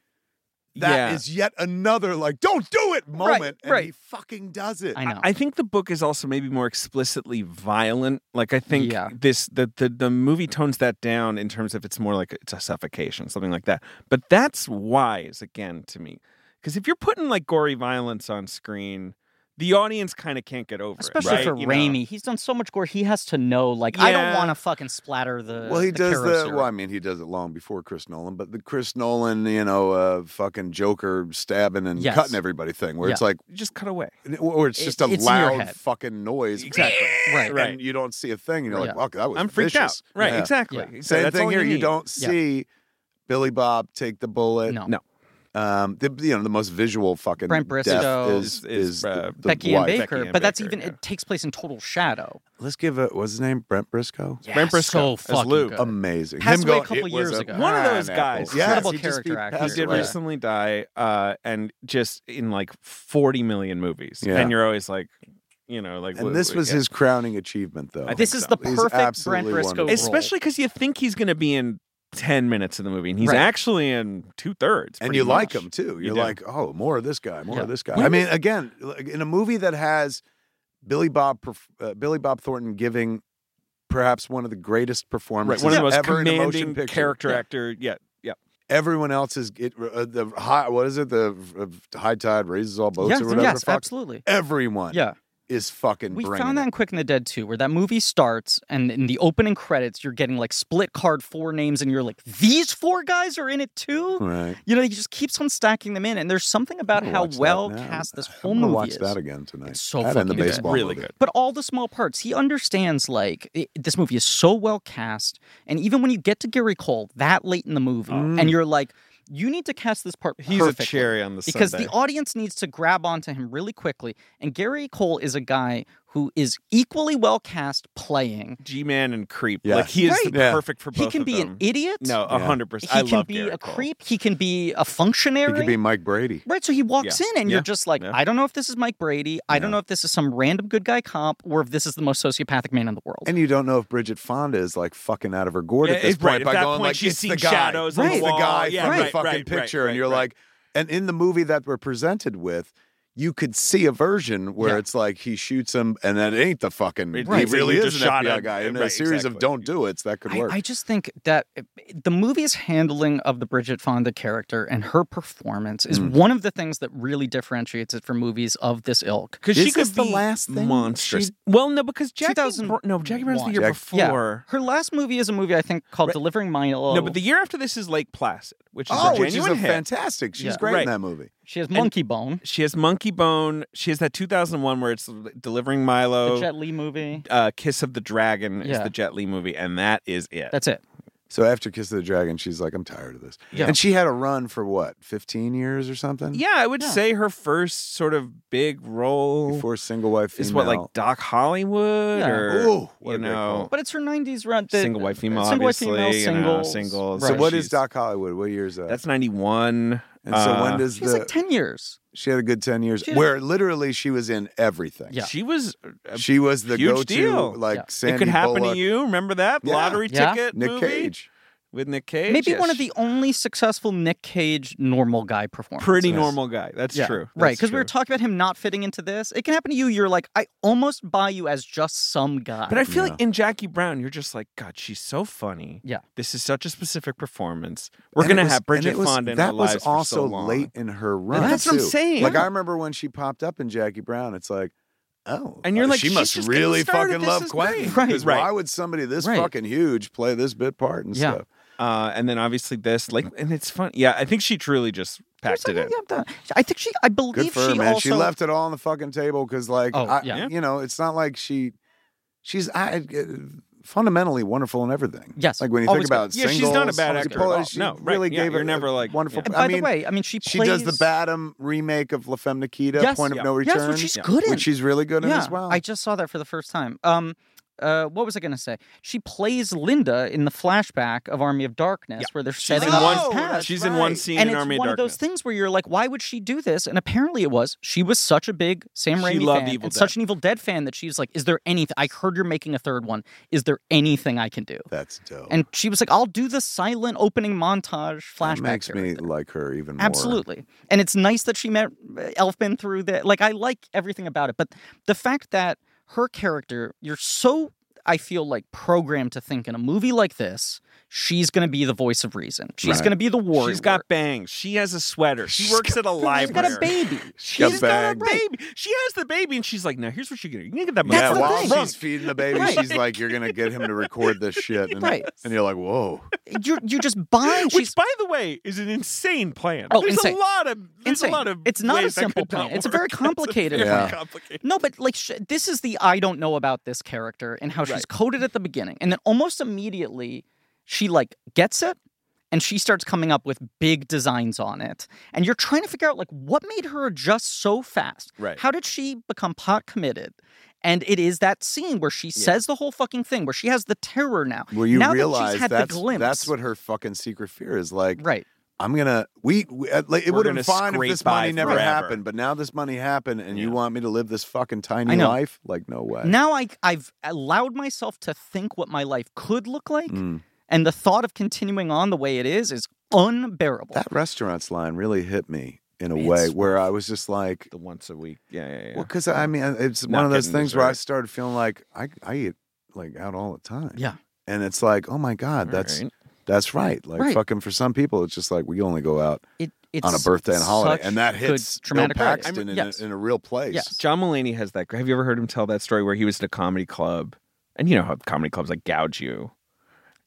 that
Yeah.
is yet another like don't do it moment, and he
right.
fucking does it.
I know.
I think the book is also maybe more explicitly violent. Like I think
Yeah.
this the, the the movie tones that down in terms of it's more like it's a suffocation, something like that. But that's wise again to me. Because if you're putting like gory violence on screen, the audience kind of can't get over
Especially
it. right?
for
You know?
Raimi, he's done so much gore. He has to know, like, I don't
Yeah.
want to fucking splatter the.
Well, he
the
does
Karo
the.
syrup.
Well, I mean, he does it long before Chris Nolan, but the Chris Nolan, you know, uh, fucking Joker stabbing and
Yes.
cutting everybody thing, where it's
Yeah.
like,
Just cut away.
or it's just
It-
a
it's in your
loud
head.
fucking noise,
Exactly.
right,
[laughs] and
Right.
you don't see a thing, and you're like,
Yeah.
"Fuck, that was."
I'm freaked
vicious.
out. Right,
Yeah.
exactly.
Yeah.
exactly.
Same
That's
thing
all
here. You,
need.
don't
Yeah.
see Billy Bob take the bullet.
No.
No.
Um, the, you know, the most visual fucking
Brent
death
Bristow.
is,
Is-
is,
is,
the-
uh,
the
Becky and
wife.
Baker,
Becky and
but that's
Baker,
even
yeah.
it takes place in total shadow.
Let's give a what's his name? Brent Briscoe.
Yeah,
Brent
so
Briscoe as
fucking
Lou.
good.
Amazing.
Passed
Him
away a
going,
couple
"It was
years ago.
One of those
pineapple."
guys.
Yes,
Incredible
he just be
character actor.
He
passed
did
away.
recently die, uh, and just in like 40 million movies.
Yeah.
And you're always like, you know, like
And
wh-
this
wh-
was
yeah.
his crowning achievement, though.
I think
This is
so.
the
He's
perfect Brent
absolutely
Briscoe
wonderful.
role.
especially because you think he's going to be in 10 minutes of the movie and he's
Right.
actually in two-thirds
and
pretty
you like
much.
him too.
You
You're
do.
like, oh, more of this guy, more
Yeah.
of this guy.
When
I mean, again, like, in a movie that has Billy Bob perf- uh, Billy Bob Thornton giving perhaps one of the greatest
right
performances
one of the most
ever in a motion
commanding
picture.
character actor yeah yeah
Everyone else is it, uh, the high. What is it? The uh, high tide raises all boats
yes,
or whatever.
yes,
the fuck.
absolutely.
Everyone
Yeah,
is fucking.
we
bringing
found that
it.
in Quick and the Dead too, where that movie starts and in the opening credits you're getting like split card four names, and you're like, these four guys are in it too.
[laughs] Right.
You know, he just keeps on stacking them in, and there's something about
I'm gonna
how
watch that
well
now.
cast this
I'm
whole
gonna
movie
watch
is.
that again tonight.
It's so
that and the
fucking good.
baseball
really
movie.
good
but all the small parts he understands like it, this movie is so well cast and even when you get to gary cole that late in the movie
Mm.
and you're like you need to cast this part
he's
perfectly
a cherry on the
because
sundae.
the audience needs to grab onto him really quickly and gary cole is a guy who is equally well cast playing
g-man and creep
Yeah.
like he is
Right.
the
Yeah.
perfect for both
he can
of
be
them.
an idiot
no
Yeah.
100%
he
I
can
love
be
Gary
a
Cole.
creep he can be a functionary
It could be Mike Brady.
Right, so he walks
Yeah.
in and
Yeah.
you're just like,
Yeah.
I don't know if this is Mike Brady. I don't
Yeah.
know if this is some random good guy cop or if this is the most sociopathic man in the world.
And you don't know if Bridget Fonda is like fucking out of her gourd
Yeah,
at this
it- right,
point
at
by
that
going
point
like,
she's
"It's the
seeing
guy,
shadows on
It's
the
the
wall."
guy
Yeah,
from the
right,
fucking
right, right,
picture," and
right,
you're
right.
like, and in the movie that we're presented with. You could see a version where
Yeah.
it's like he shoots him, and that ain't the fucking.
Right,
He
right.
really
He
is
just
an
shot
FBI
him.
guy. And a
Right,
series of
exactly.
don't do it's that could
I,
work.
I just think that it- the movie's handling of the Bridget Fonda character and her performance
Mm.
is one of the things that really differentiates it from movies of this ilk.
because
Is
she could
this the
be
last thing?
monstrous
She-
well no because jackie
2000
Br- no jackie brown's the year
Jack-
before
Yeah. Her last movie is a movie I think called
Right.
Delivering Milo.
no but the year after this is lake placid which is
oh,
a
which is
genuine
a
hit
fantastic. She's
Yeah.
great in
Right.
that movie.
she has Monkey Bone,
she has monkey bone she has that 2001 where it's delivering
the
milo
Jet Li movie.
uh, Kiss of the Dragon is
Yeah.
the Jet Li movie, and that is it.
That's it.
So after Kiss of the Dragon, she's like, "I'm tired of this."
Yeah.
And she had a run for what, 15 years or something?
yeah, I would
Yeah.
say her first sort of big role
Before single wife female.
is what like Doc Hollywood
Yeah.
or
Ooh, what a
you
great
know
But it's her 90s run. The,
single white female,
single white
obviously
female,
uh, you know,
singles.
single.
So
Right.
what is
she's-
Doc Hollywood? What year is that?
That's uh, ninety one.
and so when does
She has
the
like 10 years.
She had a good 10 years
She had-
where literally she was in everything.
Yeah.
she was? uh,
She was the
Huge
go to,
deal.
like
Yeah.
Sandy
it could happen
Bullock,
to you. Remember that
Yeah.
lottery
Yeah.
ticket
Nick
movie
Cage.
with Nick Cage?
Maybe
Yeah,
one of
she-
the only successful Nick Cage normal guy performances.
pretty
Yes.
normal guy. That's
Yeah,
true.
Right,
That's
because we were
true.
talking about him not fitting into this. It can happen to you. You're like, I almost buy you as just some guy.
But I feel
Yeah.
like in Jackie Brown, you're just like, God, she's so funny.
Yeah.
this is such a specific performance. We're
And it
gonna
was-
have Bridget
and it was-
Fonda in
That
our
was
lives for
also
so long.
late in her run.
that's what I'm
too.
saying.
Like
Yeah.
I remember when she popped up in Jackie Brown, it's like, oh,
And you're like,
she
she's
must
just getting
really
started.
fucking
This
love
is
Quentin.
great. Right,
'cause
right.
Why would somebody this
Right.
fucking huge play this bit part and
Yeah.
stuff?
Uh, and then obviously this, like, and it's fun. Yeah, I think she truly just
There's
packed it in.
something about that. I think she. I
Good
believe
for her,
she
man.
also.
she left it all on the fucking table because, like,
Oh,
I,
yeah.
you know, it's not like she, she's, I, uh, fundamentally wonderful in everything.
Yes. Oh,
Like when you
Always
think about
good. Yeah, she's not a
Singles,
bad
she
actor at
pulled-
all.
She
No, right.
really
Yeah,
gave
you're
it
never
a
like-
wonderful.
And
By
I mean,
the way, I mean she
she
plays,
does the Badam remake of La Femme Nikita,
Yes.
Point of
Yeah.
No
Yes,
Return,
which she's
Yeah.
good in.
which she's really good
yeah,
in as well.
I just saw that for the first time. Um, uh, what was I going to say? She plays Linda in the flashback of Army of Darkness,
Yeah.
where they're
She's
setting
in
up
one-
his past.
She's in one scene
and
in
it's
Army
one
of
of those
Darkness.
things where you're like, why would she do this? And apparently it was. She was such a big Sam
She
Raimi
loved
fan
Evil
and
Dead.
such an Evil Dead fan that she's like, is there anything? I heard you're making a third one. Is there anything I can do?
That's dope.
And she was like, I'll do the silent opening montage flashback.
that makes
here.
me like her even more.
Absolutely. And it's nice that she met uh, Elfman through that. Like, I like everything about it. But the fact that her character, you're so, I feel like, programmed to think in a movie like this, she's going to be the voice of reason. She's
Right.
going to be the warrior.
She's got bangs. She has a sweater. She works at a
She's got
library.
a baby.
got
She's got a
bangs.
baby. She has the baby, and she's like, "Now here's what you're gonna. You can get that
Yeah,
the
while
thing.
motherfucker drunk."
she's feeding the baby,
Right.
she's like, "You're gonna get him to record this shit," and,
Right.
and you're like, "Whoa!"
You you
[laughs]
just buy. She's
Which, by the way, is an insane plan.
Oh,
there's
insane.
a lot of there's
Insane.
a lot of
It's not a
ways that
simple
could not
plan. It's a
work.
very
[laughs] It's
complicated
very
plan.
complicated.
No, but like sh- this is the I don't know about this character and how she's coded at the beginning, and then almost immediately she like gets it, and she starts coming up with big designs on it, and you're trying to figure out like what made her adjust so fast.
Right.
How did she become pot committed? And it is that scene where she says the whole fucking thing, where she has the terror now.
Well, you
now that
realize
she's had
that's
the glimpse,
that's what her fucking secret fear is like.
right.
I'm gonna we, we uh, like, it
We're
would have been
gonna
fine if
scrape
this money
by
never
forever.
happened, but now this money happened, and you
Yeah.
want me to live this fucking tiny
I know.
life? Like, no way.
Now I I've allowed myself to think what my life could look like. oh.
Mm.
And the thought of continuing on the way it is is unbearable.
That restaurant's line really hit me in a
It's-
way where I was just like,
The once a week. Yeah, yeah, yeah.
well, because I mean, uh, it's
Not
one of those
getting
things where I
dessert.
started feeling like I I eat like out all the time.
Yeah.
and it's like, oh my god,
All
that's
right.
that's right. Like
Right.
fucking for some people, it's just like we only go out
It, it's
on a birthday and holiday,
such
and that
good
hits Bill
traumatic writing.
Paxton in,
Yes.
a, in a real place.
Yes.
John Mulaney has that. Have you ever heard him tell that story where he was at a comedy club, and you know how comedy clubs like gouge you,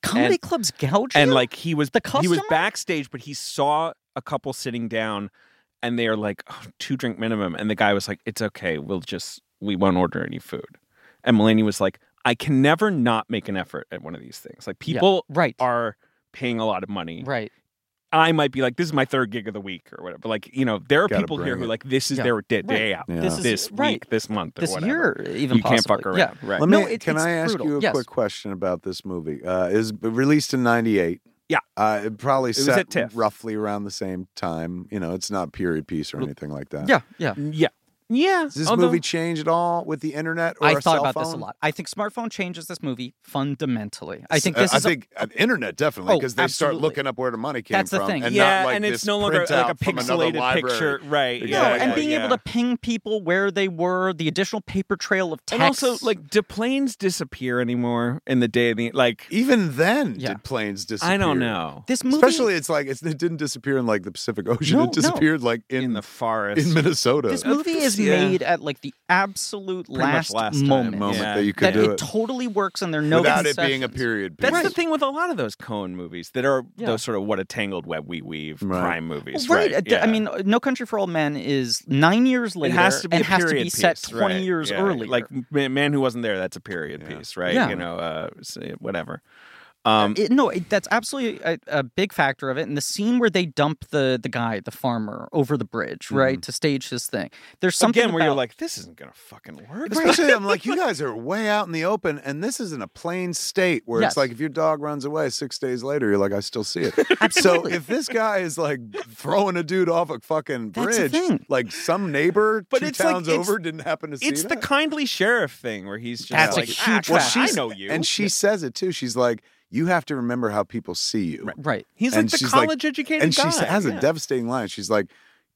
Comedy
and-
clubs gouge
and
you?
like he was
The
he was
customer?
backstage, but he saw a couple sitting down, and they are like oh, two drink minimum, and the guy was like, "It's okay, we'll just we won't order any food," and Mulaney was like, "I can never not make an effort at one of these things. Like
Yeah,
people
right,
are paying a lot of money,
right,
I might be like, this is my third gig of the week or whatever. Like, you know, there are
Gotta
people here
bring
who
it.
like this is
Yeah.
their day, day out.
Yeah.
This,
This is-
week,
right.
this month, or
this
whatever.
year even
you can't fuck
possibly.
around.
Yeah.
Right.
Let me.
No, it-
can
it's
I ask
brutal.
you a
Yes.
quick question about this movie? Uh, is released in '98.
Yeah.
uh, it probably
was
set
at TIFF.
roughly around the same time. You know, it's not period piece or anything like that.
Yeah, yeah.
yeah. Yeah.
Does this
Although-
movie change at all with the internet? Or
I
our
thought
cell
about this a
phone?
lot. I think smartphone changes this movie fundamentally. I think
Uh,
this
I
is a-
think uh, internet definitely
Oh,
because they start
absolutely.
looking up where the money came
That's the
from.
thing.
And
yeah,
not like
and
this
it's no longer
printout
like a
from another
pixelated
library.
picture. Right.
No,
no,
Yeah,
and
yeah,
being
yeah.
able to ping people where they were, the additional paper trail of
And
text.
also, like, do planes disappear anymore in the day of the. Like,
Even then,
Yeah.
did planes disappear?
I don't know.
this movie,
Especially, it's like it's, it didn't disappear in like the Pacific Ocean.
No, no.
it disappeared like in,
In, the forest.
in Minnesota.
this movie is
Yeah.
made at like the absolute
Pretty much
last,
last time,
moment.
moment
Yeah.
that you
That
could do
it
it,
totally works, and there are no
without it being a
concessions.
period piece.
That's the thing with a lot of those Cohen movies that are
Yeah.
those sort of what a tangled web we weave
Right.
crime movies.
Well,
Right.
uh, d-
yeah.
I mean, uh, No Country for Old Men is nine years later
has to be
and
a
has to be
period
set
piece,
20
right,
years
yeah.
earlier.
Like man, man who wasn't there. That's a period piece, right?
Yeah.
You know, uh, say- whatever. Um,
It- no, it, that's absolutely a, a big factor of it. And the scene where they dump the the guy, the farmer, over the bridge, right, to stage his thing. There's something
Mm-hmm. again, where you're
about-
like, this isn't gonna fucking work.
Especially, I'm like, you guys are way out in the open, and this is in a plain state where
Yes.
it's like if your dog runs away six days later, you're like, I still [laughs] see it. so
Absolutely.
if this guy is like throwing a dude off a fucking
That's the
bridge,
thing.
like some [laughs] neighbor
But
two
it's like-
towns
it's-
over didn't happen to
[laughs]
see
It's the
that.
kindly sheriff thing where he's just
That's a
like,
huge
ah,
Well,
crap, I
she's-
know you.
and she says it too. She's like, you have to remember how people see you.
right,
he's
and
like the
she's like-
college educated
And she
guy.
has
Yeah.
a devastating line. She's like.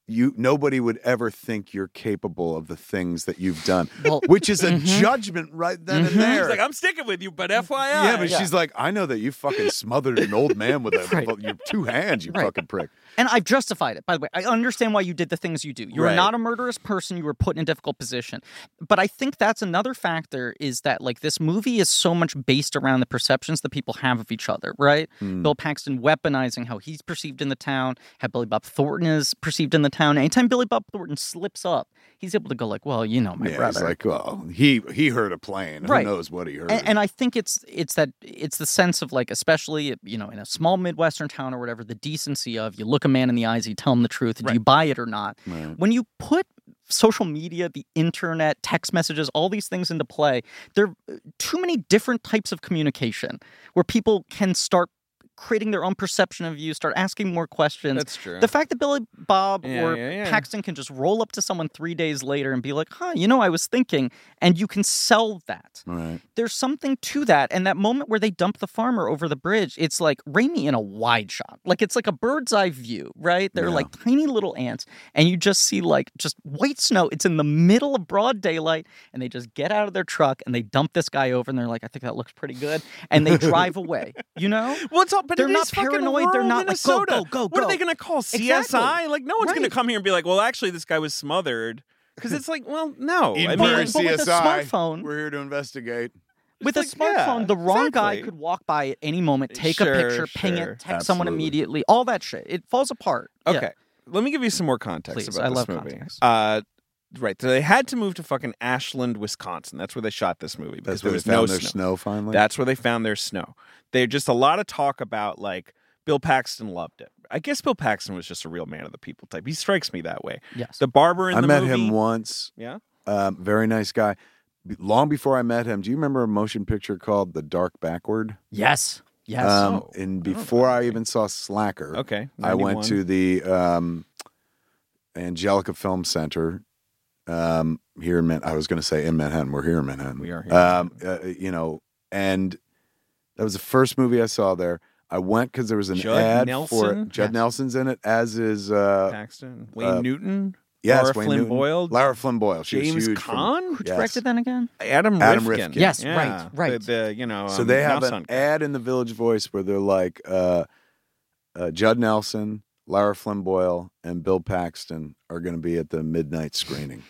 You nobody would ever think you're capable of the things that you've done,
Well,
which is a judgment right then and there.
He's like, "Oh, I'm sticking with you, but FYI.
Yeah, but she's like, I know that you fucking smothered an old man with a, your two hands, you
Right.
fucking prick.
and I've justified it. By the way, I understand why you did the things you do. You're
Right.
not a murderous person. You were put in a difficult position. But I think that's another factor is that like this movie is so much based around the perceptions that people have of each other.
Hmm.
Right? Bill Paxton weaponizing how he's perceived in the town, how Billy Bob Thornton is perceived in the town. Anytime Billy Bob Thornton slips up, he's able to go like, "Well, you know, my
Yeah,
brother."
he's like, uh, well, he he heard a plane.
Right.
Who knows what he heard?
and, and I think it's it's that it's the sense of like, especially you know, in a small midwestern town or whatever, the decency of you look a man in the eyes, you tell him the truth, do you buy it or not?
Right.
When you put social media, the internet, text messages, all these things into play, there are too many different types of communication where people can start creating their own perception of you, start asking more questions.
That's true.
The fact that Billy Bob
Yeah,
or
yeah, yeah.
Paxton can just roll up to someone three days later and be like, huh, you know, I was thinking, and you can sell that.
right.
There's something to that. And that moment where they dump the farmer over the bridge, it's like Raimi in a wide shot. Like it's like a bird's eye view, right? They're
Yeah.
like tiny little ants, and you just see like just white snow. It's in the middle of broad daylight, and they just get out of their truck and they dump this guy over, and they're like, I think that looks pretty good. And they drive away, you know?
Well, it's all, [laughs] but
They're
it
not
is fucking
paranoid. They're
rural
not like, go,
Minnesota.
go, go,
What
go.
are they going to call CSI?
Exactly.
Like, no one's going to
Right.
come here and be like, well, actually, this guy was smothered. Because it's like, well, no.
In
I
Well,
Burn
but with a
CSI,
smartphone-
we're here to investigate.
with
It's
a
like, yeah,
smartphone, the wrong guy
exactly.
could walk by at any moment, take
Sure,
a picture, ping
sure.
it, text someone
Absolutely.
immediately, all that shit. It falls apart. Yeah.
Okay. Let me give you some more context
Please,
about
I
this
love
movie.
context.
Uh, right. So they had to move to fucking Ashland, Wisconsin. That's where they shot this movie because
That's
there
where they
was
found
no
their
snow.
snow, finally.
That's where they found their snow. They just a lot of talk about like Bill Paxton loved it. I guess Bill Paxton was just a real man of the people type. He strikes me that way.
Yes.
The barber in
I
the
met
movie.
him once.
Yeah?
Um, very nice guy. B- Long before I met him, do you remember a motion picture called The Dark Backward?
yes. Yes.
Um,
Oh,
and
I don't know
before
that
I
thing.
even saw Slacker,
Okay.
I went
91.
to the um, Angelica Film Center um, here in Man- I was going to say in Manhattan. We're here in Manhattan.
We are here in
Um, uh, you know, and that was the first movie I saw there. I went because there was an
Judd
ad for
Nelson?
it. Judd Nelson's in it, as is uh,
Paxton, Wayne
uh,
Newton,
yes,
Laura
Wayne
Flynn
Newton.
Boyle,
Lara Flynn Boyle. She was
James
huge from-
Caan,
Who
yes.
directed then again?
Adam,
Adam
Rifkin.
Rifkin.
Yes,
Yeah.
right, right.
The, the, you know,
So
um,
they have
Mouse
an
Hunt.
ad in the Village Voice where they're like uh, uh, Judd Nelson, Lara Flynn Boyle, and Bill Paxton are going to be at the midnight screening,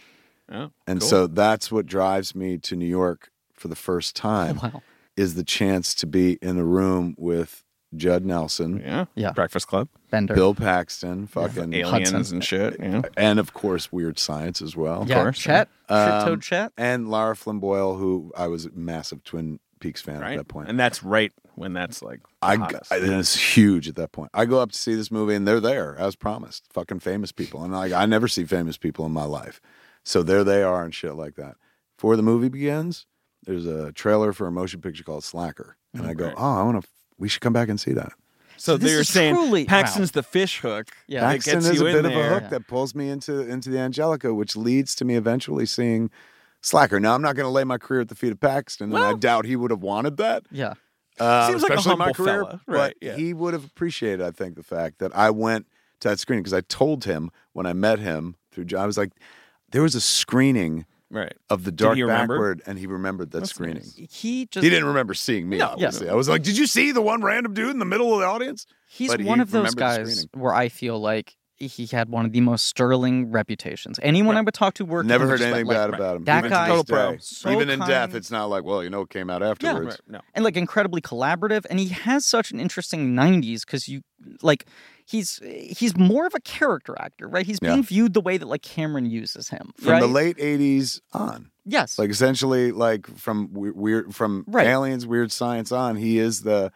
Oh,
and
cool.
so that's what drives me to New York for
[laughs]
the first time
Oh, Wow.
is the chance to be in a room with Judd Nelson,
yeah,
Yeah.
Breakfast Club,
Bender.
Bill Paxton, fucking,
aliens
Hudson.
and shit. Yeah.
and of course Weird Science as well,
yeah,
course,
Chet.
yeah.
Shit-toed
Um,
Chet.
and Lara Flynn Boyle, who I was a massive Twin Peaks fan
Right.
at that point.
And that's right when that's like
I, g-
hottest.
I- and it's huge at that point. I go up to see this movie and they're there as promised, fucking famous people. And like I never see famous people in my life, so there they are and shit like that. Before the movie begins, there's a trailer for a motion picture called Slacker, and I go,
Okay.
oh, I want to. We should come back and see that.
so
This
they're
is
saying
truly-
Paxton's the fish hook.
Yeah.
that
Paxton
gets
is
you
a
in
bit of a
there.
hook that pulls me into into the Angelica, which leads to me eventually seeing Slacker. Now I'm not going to lay my career at the feet of Paxton, and I doubt he would have wanted that.
Yeah.
Uh,
Seems like a
especially my
humble
career,
fella, right,
But
yeah.
he would have appreciated, I think, the fact that I went to that screening because I told him when I met him through John, I was like, there was a screening
Right.
of the Dark
he remember?
Backward, and he remembered that screening.
He just
He didn't remember seeing me, obviously. I was like, did you see the one random dude in the middle of the audience?
He's
but he
one of those
remembered the
guys
screening.
where I feel like he had one of the most sterling reputations. Anyone I would talk to worked
Never
with him
heard
just went
anything
like,
bad about him.
That
even
guy-
to this
Total pro.
day.
So
even in death,
kind.
it's not like, well, you know, it came out afterwards.
Right. No.
and like incredibly collaborative and he has such an interesting 90s because you like he's he's more of a character actor right he's being
Yeah.
viewed the way that like cameron uses him
From
right?
the late '80s on,
yes
like essentially like from we- weird from
Right.
aliens weird science on he is the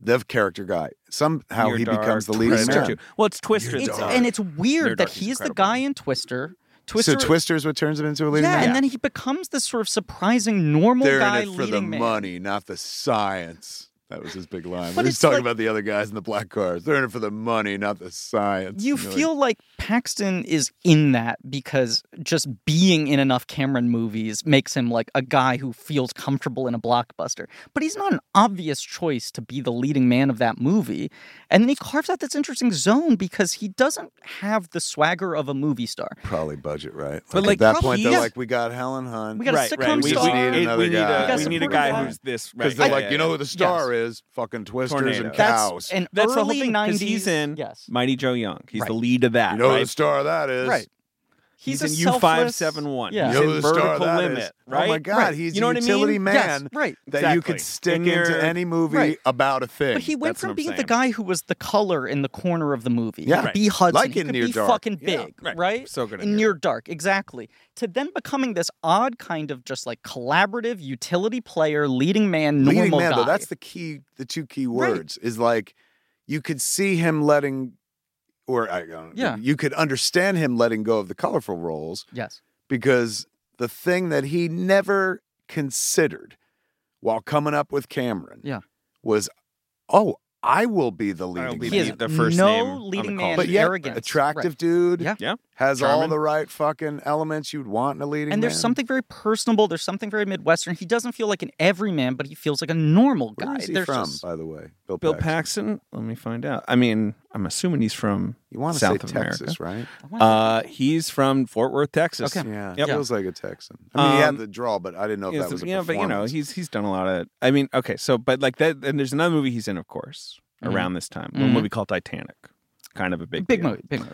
the character guy somehow
Near
he
Dark,
becomes the lead
Twister
man.
too. Well, it's Twister.
it's,
though.
and it's
Near
weird
Dark
that
is
he's the
incredible.
guy in twister twister
so twister's what turns him into a
yeah,
leading man
and then he becomes this sort of surprising normal
they're
guy
in it for
leading
the
man
money not the science that was his big line
But
but he's
it's
talking
like-
about the other guys in the black cars they're in it for the money not the science
you
And you're like,
feel like Paxton is in that because just being in enough Cameron movies makes him like a guy who feels comfortable in a blockbuster. But he's not an obvious choice to be the leading man of that movie. And then he carves out this interesting zone because he doesn't have the swagger of a movie star.
probably budget right
But,
like,
like,
at that
probably
point they're
he's-
like we got helen hunt
We got a
right,
sitcom
right. We,
star.
we
We
need
need
we
another
need
guy.
a
We
we
got
need a
supporting
guy
cast.
who's this right.
because they're
yeah,
like
yeah,
you know who the star is fucking twisters
Tornado.
and
That's
cows
an
That's the whole
early
thing,
90s.
he's in
Yes.
Mighty Joe Young. He's
Right.
the lead of that.
you know who
right?
the star of that is
Right.
He's,
He's a
in U
selfless-
five seven one.
Yeah.
He's
Yo,
in
the star
vertical
that
limit,
is.
right?
Oh my God,
Right.
he's
You know
a
what I
utility
mean?
man
Yes, right.
that you
Exactly.
could stick
And you're-
into any movie
Right.
about a thing.
But he went
That's what
from
I'm
being the
saying.
guy who was the color in the corner of the movie. He
Yeah.
could
Right.
Be Hudson.
Like
he
in
could
Near
be
Dark.
fucking
Yeah.
big,
Right.
right?
So good at
in
Near
Near Dark, exactly. To then becoming this odd kind of just like collaborative utility player, leading man, normal
Leading man,
guy.
though, that's the key. The two key
Right.
words is like you could see him letting, or I don't,
Yeah.
you could understand him letting go of the colorful roles
yes.
because the thing that he never considered while coming up with Cameron,
Yeah.
was, oh, I will be the
I'll
leading
be
He
man.
is
the first
no
name on the
leading
call
man
sheet.
but yet,
arrogance.
attractive
Right.
dude
Yeah.
Yeah.
has all
Charming.
the right fucking elements you'd want in a leading
And there's
man.
something very personable. There's something very Midwestern. He doesn't feel like an everyman, but he feels like a normal guy.
Where is he
There's
from,
just-
by the way? Bill,
Bill
Paxton.
Paxton. Let me find out. I mean, I'm assuming he's from
You want to
South
say
of
Texas, right?
I wanna-
Uh, he's from Fort Worth, Texas.
Okay.
Yeah,
Yep.
feels like a Texan. I mean, he
Um,
had the draw, but I didn't know if
Yeah,
that was a
yeah, but you know,
performance.
he's he's done a lot of. I mean, okay, so but like that, and there's another movie he's in, of course,
Mhm.
around this time, a
Mhm.
movie called Titanic, kind of a big
big
deal.
movie, big movie.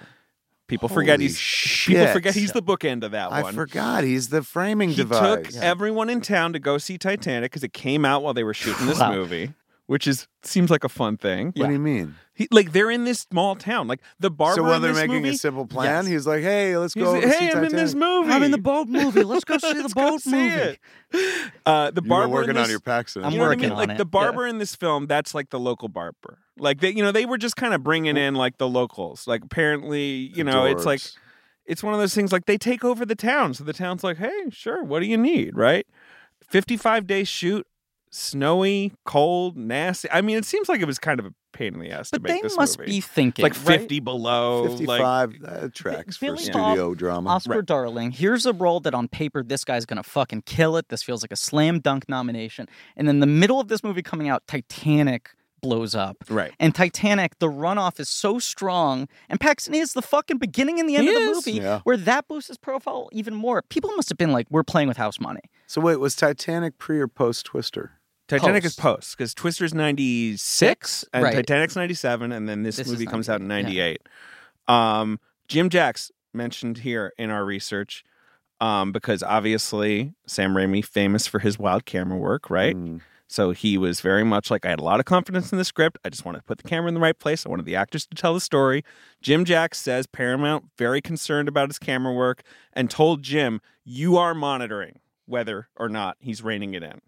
People forget
Holy
he's
shit.
people forget he's the bookend of that
I
one.
forgot he's the framing
he
device.
took everyone in town to go see Titanic because it came out while they were shooting this
Wow.
movie, which is seems like a fun thing.
What do you mean?
He, like they're in this small town, like the barber
so
in
while they're
this
making
movie,
a simple plan,
Yes.
he's like, "Hey, let's
he's
go."
like,
over to see
hey, I'm in this
Titanic."
movie.
I'm in the boat movie. Let's go [laughs] see the
[laughs] Let's go
boat
see
movie.
it. Uh, the
You
barber
were
in
working on
this-
your Paxton.
I'm
you know
working
what I mean?
on
like
it.
the
Yeah.
barber in this film, that's like the local barber. Like they, you know, they were just kind of bringing in like the locals. Like apparently, you know, it's like
Adorbs.
it's one of those things. Like they take over the town, so the town's like, hey, sure, what do you need, right? Fifty-five day shoot, snowy, cold, nasty. I mean, it seems like it was kind of a pain in the ass
But
to
they
make this
must
movie.
be thinking
like
right?
fifty below, oh, like
55 uh, tracks for
Billy
studio drama.
Oscar
Right.
Darling, here's a role that on paper this guy's gonna fucking kill it. This feels like a slam dunk nomination. And then the middle of this movie coming out, Titanic blows up.
right.
And Titanic, the runoff is so strong. And Paxton is the fucking beginning and the end
He
of the
is.
movie
Yeah.
where that boosts his profile even more. People must have been like, we're playing with house money.
So wait, was Titanic pre or post Twister?
Titanic
Post.
is post because Twister's ninety six and
Right.
Titanic's ninety seven, and then this,
This is
movie comes out in ninety
98,
eight. Um, Jim Jacks mentioned here in our research um, because obviously Sam Raimi famous for his wild camera work, right?
Mm.
So he was very much like I had a lot of confidence in the script. I just wanted to put the camera in the right place. I wanted the actors to tell the story. Jim Jacks says Paramount very concerned about his camera work and told Jim, "You are monitoring whether or not he's reining it in."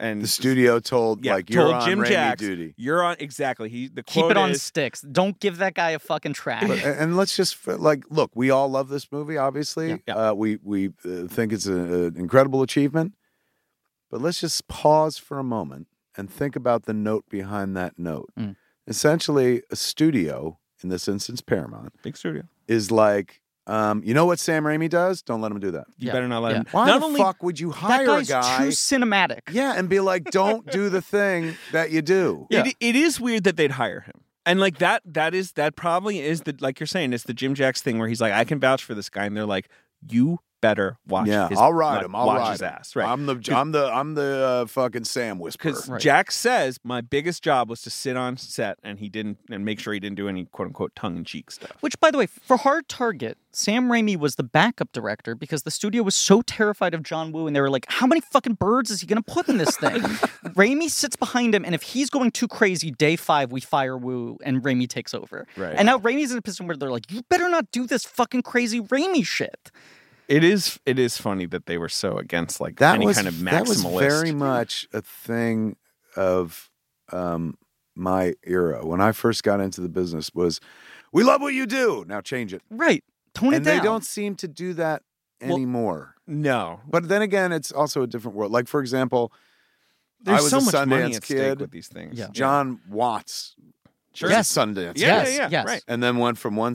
And
The studio told
yeah,
like you're
told
on
Jim
Raimi
Jacks, [laughs]
duty.
You're on exactly. He the
Keep
quote
it on
is,
sticks. Don't give that guy a fucking track.
But, and and let's just like look. We all love this movie. Obviously,
Yeah.
Uh, we we uh, think it's a- an incredible achievement. But let's just pause for a moment and think about the note behind that note.
Hmm.
Mm.
Essentially, a studio in this instance, Paramount,
big studio.
is like, um, you know what Sam Raimi does? Don't let him do that.
You
Yeah,
better not let
yeah.
him.
Why
not
the
only
fuck would you
that
hire a
guy's
guy?
too cinematic.
yeah, and be like, don't do the thing that
[laughs]
you do.
Yeah.
It, it is weird that they'd hire him. And like that, that is that probably is the like you're saying it's the Jim Jacks thing where he's like, I can vouch for this guy, and they're like, you better watch.
Yeah,
his,
I'll ride
like,
him, I'll
watch
ride
his
him.
ass, right?
I'm the I'm the I'm the uh, fucking Sam whisperer.
Because
Right.
Jack says my biggest job was to sit on set, and he didn't, and make sure he didn't do any quote unquote tongue in cheek stuff.
Which, by the way, for Hard Target, Sam Raimi was the backup director because the studio was so terrified of John Woo, and they were like, "How many fucking birds is he going to put in this
[laughs]
thing?" Raimi sits behind him, and if he's going too crazy, day five we fire Woo, and Raimi takes over.
Right.
And now Raimi's in a position where they're like, "You better not do this fucking crazy Raimi shit."
It is, it is funny that they were so against like
that
any
was
kind of maximalist.
that was very much a thing of um, my era when I first got into the business was we love what you do now change it
Right. Tone
and
it down.
they don't seem to do that
Well-
anymore
no,
but then again it's also a different world like for example
There's
was
so
a
much money
Sundance
at stake
kid.
with these things.
Yeah.
John Watts
Sure.
was a
Yes.
Sundance
Yeah,
kid,
Yes,
yeah, yeah.
yes.
Right.
and then went from one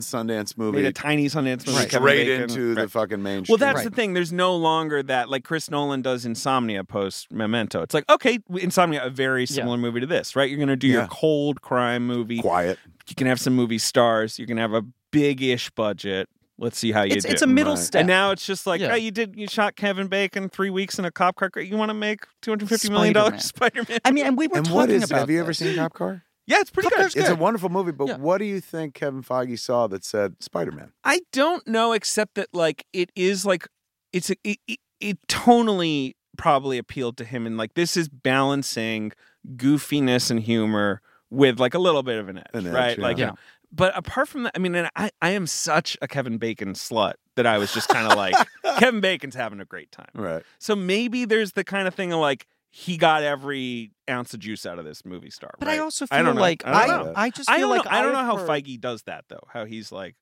Made
Sundance movie
a tiny Sundance movie.
Right.
Kevin
straight
Bacon.
into
Right.
the fucking mainstream
Well, that's
Right.
the thing. There's no longer that like Chris Nolan does Insomnia post Memento. It's like okay, Insomnia, a very similar movie to this, right? You're gonna do your
Yeah.
cold crime movie.
quiet
You can have some movie stars. You can have a big-ish budget. Let's see how you
It's
do.
it's a middle
Right.
step.
And now it's just like,
Yeah.
hey, you did you shot Kevin Bacon three weeks in a cop car. You want to make two hundred fifty million dollars Spider Man?
I mean, and we were
and
talking
what is
about.
have you ever
this.
seen Cop Car
Yeah, it's pretty good.
Cupcake's
It's a
good.
wonderful movie, but
Yeah.
what do you think Kevin Feige saw that said Spider Man?
I don't know, except that like it is like it's a, it, it, it tonally probably appealed to him, and like this is balancing goofiness and humor with like a little bit of an edge,
An edge,
right?
yeah.
Like,
Yeah.
but apart from that, I mean, and I I am such a Kevin Bacon slut that I was just kind of
[laughs]
like Kevin Bacon's having a great time,
Right.
so maybe there's the kind of thing of like he got every ounce of juice out of this movie star,
But I
right?
also feel
I don't know.
like
I
I,
don't
know.
I, just feel
I don't
like
know, I don't know how
I've heard-
Feige does that though. How he's like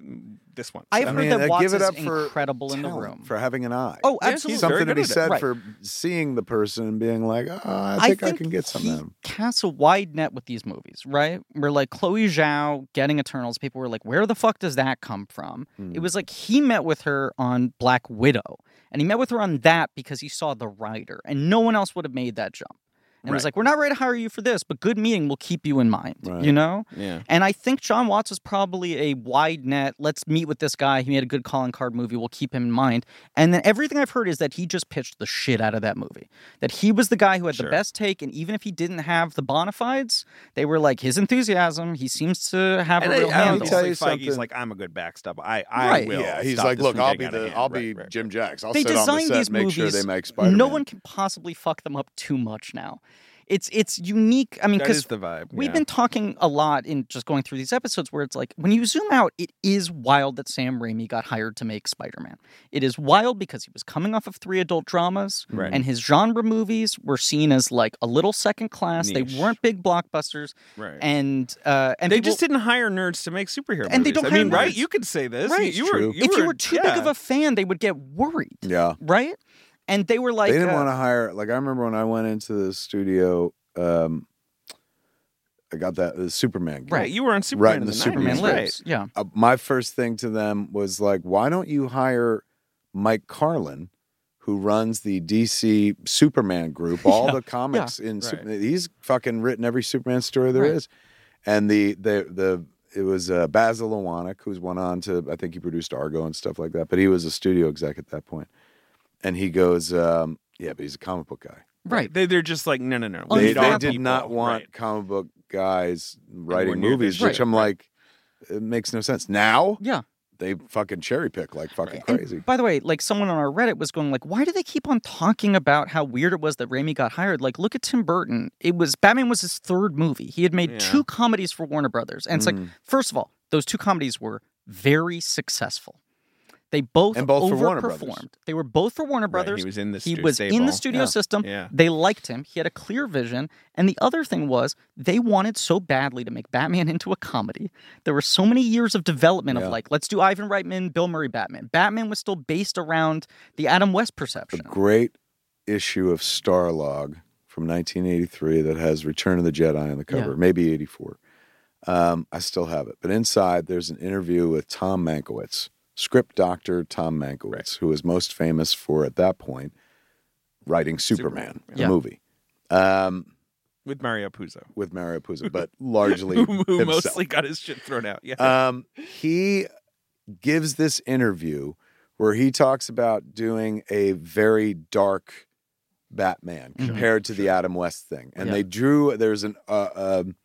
mm, this one.
I've
I
heard
mean,
that
I
Watts
give it
is
up for
incredible in the
Talent
room.
for having an eye.
oh,
Yeah, he's
absolutely.
something
very
to
good
be
at it.
said
Right.
for seeing the person and being like, oh, I think I, can get some
he
of them.
casts a wide net with these movies, right? Where like Chloe Zhao getting Eternals, people were like, "Where the fuck does that come from?" It
Hmm.
was like he met with her on Black Widow, and he met with her on that because he saw The Rider, and no one else would have made that jump. And was
Right.
like, "We're not ready to hire you for this, but good meeting will keep you in mind,"
Right.
you know.
yeah.
And I think John Watts was probably a wide net. Let's meet with this guy. He made a good calling card movie. We'll keep him in mind. And then everything I've heard is that he just pitched the shit out of that movie. That he was the guy who had
Sure.
the best take. And even if he didn't have the bona fides, they were like his enthusiasm. He seems to have
And
a
I,
real
I don't
Let me
handle.
tell
tell
you
you Feige's
something.
like I'm a good backstop. I I
Right.
will.
Yeah, he's
stop
like,
this
look,
from
I'll
getting
be
out of
the,
hand."
I'll
Right,
be
right, right.
Jim Jacks. I'll
They
sit on the
designed
set,
these
make sure they
movies.
make Spider-Man.
No one can possibly fuck them up too much now. It's it's unique. I mean,
That
because
is the vibe.
We've
yeah.
been talking a lot in just going through these episodes where it's like when you zoom out, it is wild that Sam Raimi got hired to make Spider Man. It is wild because he was coming off of three adult dramas
Mm-hmm.
Right.
and his genre movies were seen as like a little second class.
Niche.
They weren't big blockbusters.
right.
And uh and
they
people-
just didn't hire nerds to make superhero movies.
And they don't
I
hire
mean, right?
nerds.
You could say this.
Right.
You,
It's
were,
true.
if you were too
yeah.
big of a fan, they would get worried.
Yeah.
Right? And they were like
they didn't
uh,
want to hire like I remember when I went into the studio, um I got that the Superman gig.
right. You were on Superman
Right, in
in
the
the,
Superman
90s,
Superman
Right.
lives. Yeah.
Uh, my first thing to them was like, why don't you hire Mike Carlin, who runs the DC Superman group, all the comics in
Right.
Superman. He's fucking written every Superman story there is,
Right.
and the the the. It was uh, Basil Iwanek, who's went on to, I think he produced Argo and stuff like that, but he was a studio exec at that point. And he goes, um, Yeah, but he's a comic book guy.
Right.
They, they're just like, no, no, no. we
They,
need our
they did
people.
not want
Right.
comic book guys
we're
writing
near
movies,
this
which
shit,
I'm like, it makes no sense. Now,
Yeah.
they fucking cherry pick like fucking
And
crazy.
by the way, like someone on our Reddit was going like, why do they keep on talking about how weird it was that Raimi got hired? Like, look at Tim Burton. It was Batman was his third movie. He had made
Yeah.
two comedies for Warner Brothers. And it's like,
Mm.
first of all, those two comedies were very successful. They both,
And both for
overperformed.
Warner Brothers.
They were both for Warner
Right,
Brothers.
He was in the
He
stu-
was in the
stable.
studio
Yeah.
system.
Yeah.
They liked him. He had a clear vision. And the other thing was, they wanted so badly to make Batman [laughs] into a comedy. There were so many years of development
Yeah.
of like, let's do Ivan Reitman, Bill Murray Batman. Batman was still based around the Adam West
A
perception.
great issue of Starlog from 1983 that has Return of the Jedi on the cover, maybe 84. Um, I still have it. But inside, there's an interview with Tom Mankiewicz, script doctor Tom Mankiewicz, who was most famous for, at that point, writing
Superman,
Superman, the
yeah.
movie. Um,
with Mario
[laughs]
Puzo,
with Mario Puzo, but largely
[laughs] who, who
himself.
mostly got his shit thrown out. Yeah.
um, he gives this interview where he talks about doing a very dark Batman
Mhm.
compared to the Adam West thing, and
Yeah.
they drew there's an uh, um,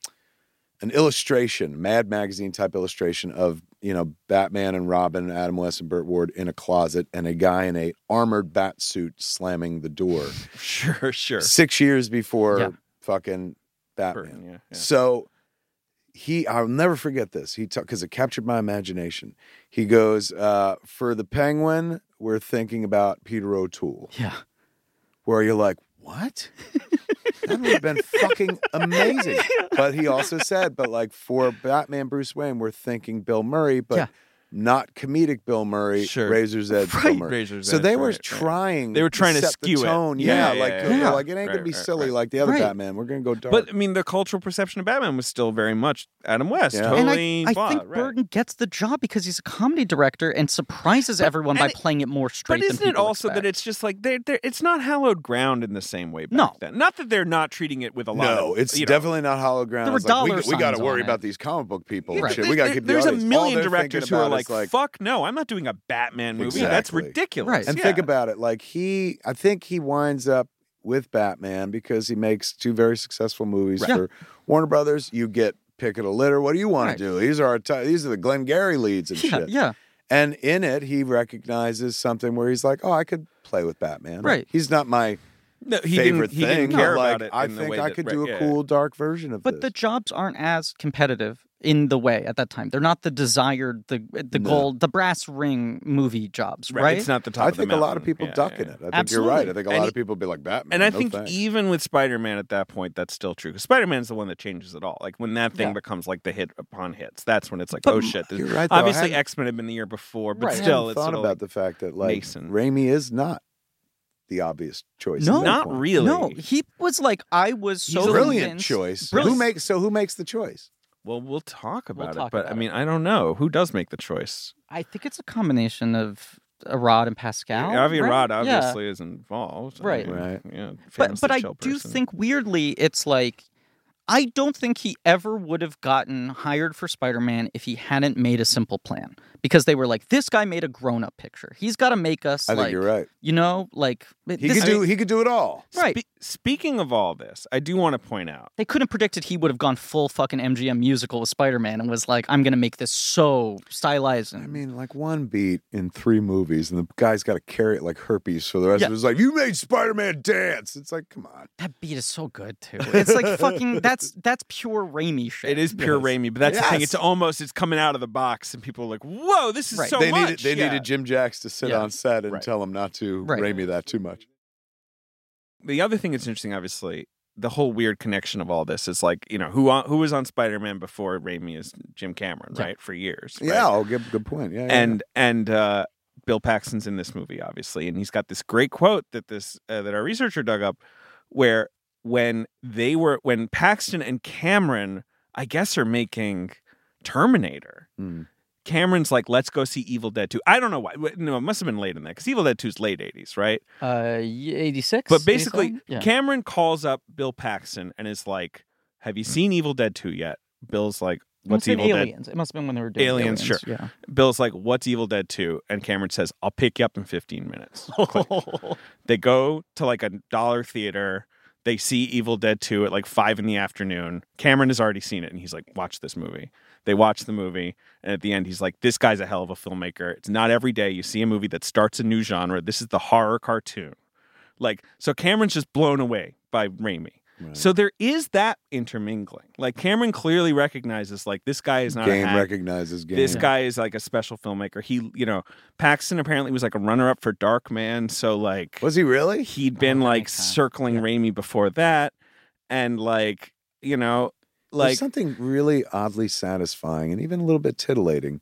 an illustration, Mad Magazine type illustration of you know Batman and Robin, Adam West and Burt Ward in a closet, and a guy in a armored bat suit slamming the door.
[laughs] sure. Sure.
Six years before
Yeah.
fucking Batman.
Burton, yeah, yeah.
So he, I'll never forget this. He talked because it captured my imagination. He goes, uh, "For the Penguin, we're thinking about Peter O'Toole."
Yeah.
Where you're like,
[laughs]
"What? That would have been fucking amazing." But he also said, "But like for Batman, Bruce Wayne, we're thinking Bill Murray, but
Yeah.
not comedic Bill Murray,
Sure.
Razor's Edge Bill
Right.
Murray."
Razor's
so
Edge,
they were
right, right.
trying.
They were trying to
set
skew
the
it.
tone.
Yeah,
Yeah,
yeah,
like
yeah,
they're
yeah.
like it ain't
Right,
gonna be
right,
silly
right.
like the other
Right.
Batman. We're gonna go dark.
But I mean, the cultural perception of Batman was still very much Adam West.
Yeah.
And
Totally.
I, I
blah,
think
right.
Burton gets the job because he's a comedy director and surprises everyone by
and it-
playing it more straight
But isn't
than
it
people
also
expect.
that it's just like they're, they're it's not hallowed ground in the same way? Back
No.
then. not that they're not treating it with a lot.
No,
of,
it's
you know,
definitely not hollow ground.
There were
It's like, we-
dollar
we, got to
signs
worry
on it.
about these comic book people.
Yeah,
and shit.
there-
We got to
there-
get the
there's a
audience- all
million
they're thinking
directors who are
about
like,
is, like
"Fuck no, I'm not doing a Batman movie. That's
Exactly.
ridiculous."
Right.
and
Yeah.
think about it. Like he, I think he winds up with Batman because he makes two very successful movies for Warner Brothers. You get pick it a litter. What do you want
Right.
to do? These are our ti- these are the Glengarry leads
[laughs]
and
Yeah,
shit.
yeah.
And in it, he recognizes something where he's like, "Oh, I could play with Batman.
Right.
He's not my
No, he
favorite
didn't, he
thing.
didn't
but,
care
like,
about it.
I
in the
think
way
I
that-
could
right,
do a
yeah.
cool dark version of
But the
this.
jobs aren't as competitive in the way at that time. They're not the desired, the the
No.
gold, the brass ring movie jobs, right?
It's not the top.
I
of the
think a lot of
mountain.
people
Yeah,
duck
yeah,
in
yeah.
it. I think
Absolutely.
you're right. I think a
And
lot
he-
of people be like Batman.
And I
no
think e
thanks."
even with Spider-Man at that point, that's still true. Because Spider-Man's the one that changes it all. Like when that thing
Yeah.
becomes like the hit upon hits, that's when it's like,
But
oh
m-
shit. This,
You're right, though. I
obviously,
hadn't-
X-Men had been the year before, but
Right.
I
still,
hadn't
it's
thought
sort of [laughs]
about
like,
the fact that like
nascent.
Raimi is not the obvious choice. at
No.
that
not
point.
really.
No, he was like, I was so
He's a
Brilliant
convinced-
choice.
Brilliant.
Who makes so? Who makes the choice?
Well, we'll talk about it,
talk
but
about
I
it.
mean, I don't know who does make the choice.
I think it's a combination of Arad and Pascal.
Avi
right?
Arad
Yeah.
obviously is involved, I
Right.
mean,
Right.
Yeah,
but
famous
but I
chill
do
person.
think weirdly it's like I don't think he ever would have gotten hired for Spider-Man if he hadn't made a simple plan because they were like this guy made a grown-up picture. He's got to make us
I think
like
you're right.
you know like
He
this-
could do. He could do it all.
right.
Spe- speaking of all this, I do want to point out.
they couldn't have predicted he would have gone full fucking MGM musical with Spider-Man and was like I'm going to make this so stylized and
I mean, like one beat in three movies, and the guy's got to carry it like herpes for the rest
Yeah.
of his life. You made Spider-Man dance. It's like, come on.
that beat is so good too. It's [laughs] like fucking that's that's pure Raimi shit.
It is pure Raimi, but that's the thing.
Yes.
It's almost it's coming out of the box, and people are like, "Whoa, this is
Right.
so
they
much."
needed. They
yeah.
needed Jim Jacks to sit
Yeah.
on set and
Right.
tell him not to
Right.
Raimi that too much.
the other thing that's interesting, obviously, the whole weird connection of all this is like, you know, who on, who was on Spider Man before Raimi is Jim Cameron,
Yeah.
right? For years, right?
Yeah, I'll give good point. Yeah, yeah,
and and uh, Bill Paxton's in this movie, obviously, and he's got this great quote that this uh, that our researcher dug up, where when they were when Paxton and Cameron, I guess, are making Terminator.
yeah. Mm.
Cameron's like, let's go see Evil Dead 2. I don't know why. No, it must have been late in that because Evil Dead 2 is late 80s, right?
uh 86
But basically,
87? yeah.
Cameron calls up Bill Paxton and is like, "Have you seen Evil Dead 2 yet?" Bill's like, "What's
It must have
Evil
been
Dead?"
aliens. It must have been when they were doing
Aliens, sure.
Yeah.
Bill's like, "What's Evil Dead 2?" And Cameron says, "I'll pick you up in 15 minutes." Click. they go to like a dollar theater. They see Evil Dead 2 at like 5 in the afternoon. Cameron has already seen it and he's like, "Watch this movie." They watch the movie and at the end he's like, "This guy's a hell of a filmmaker. It's not every day you see a movie that starts a new genre. This is the horror cartoon." Like, so Cameron's just blown away by Raimi. So there is that intermingling. Like Cameron clearly recognizes, like this guy is not a
game
hack.
recognizes game.
This guy is like a special filmmaker. He, you know, Paxton apparently was like a runner-up for Dark Man. So like,
was he Oh, really?
he'd been
that
like
makes sense.
circling Raimi before that, and like, you know, like
There's something really oddly satisfying and even a little bit titillating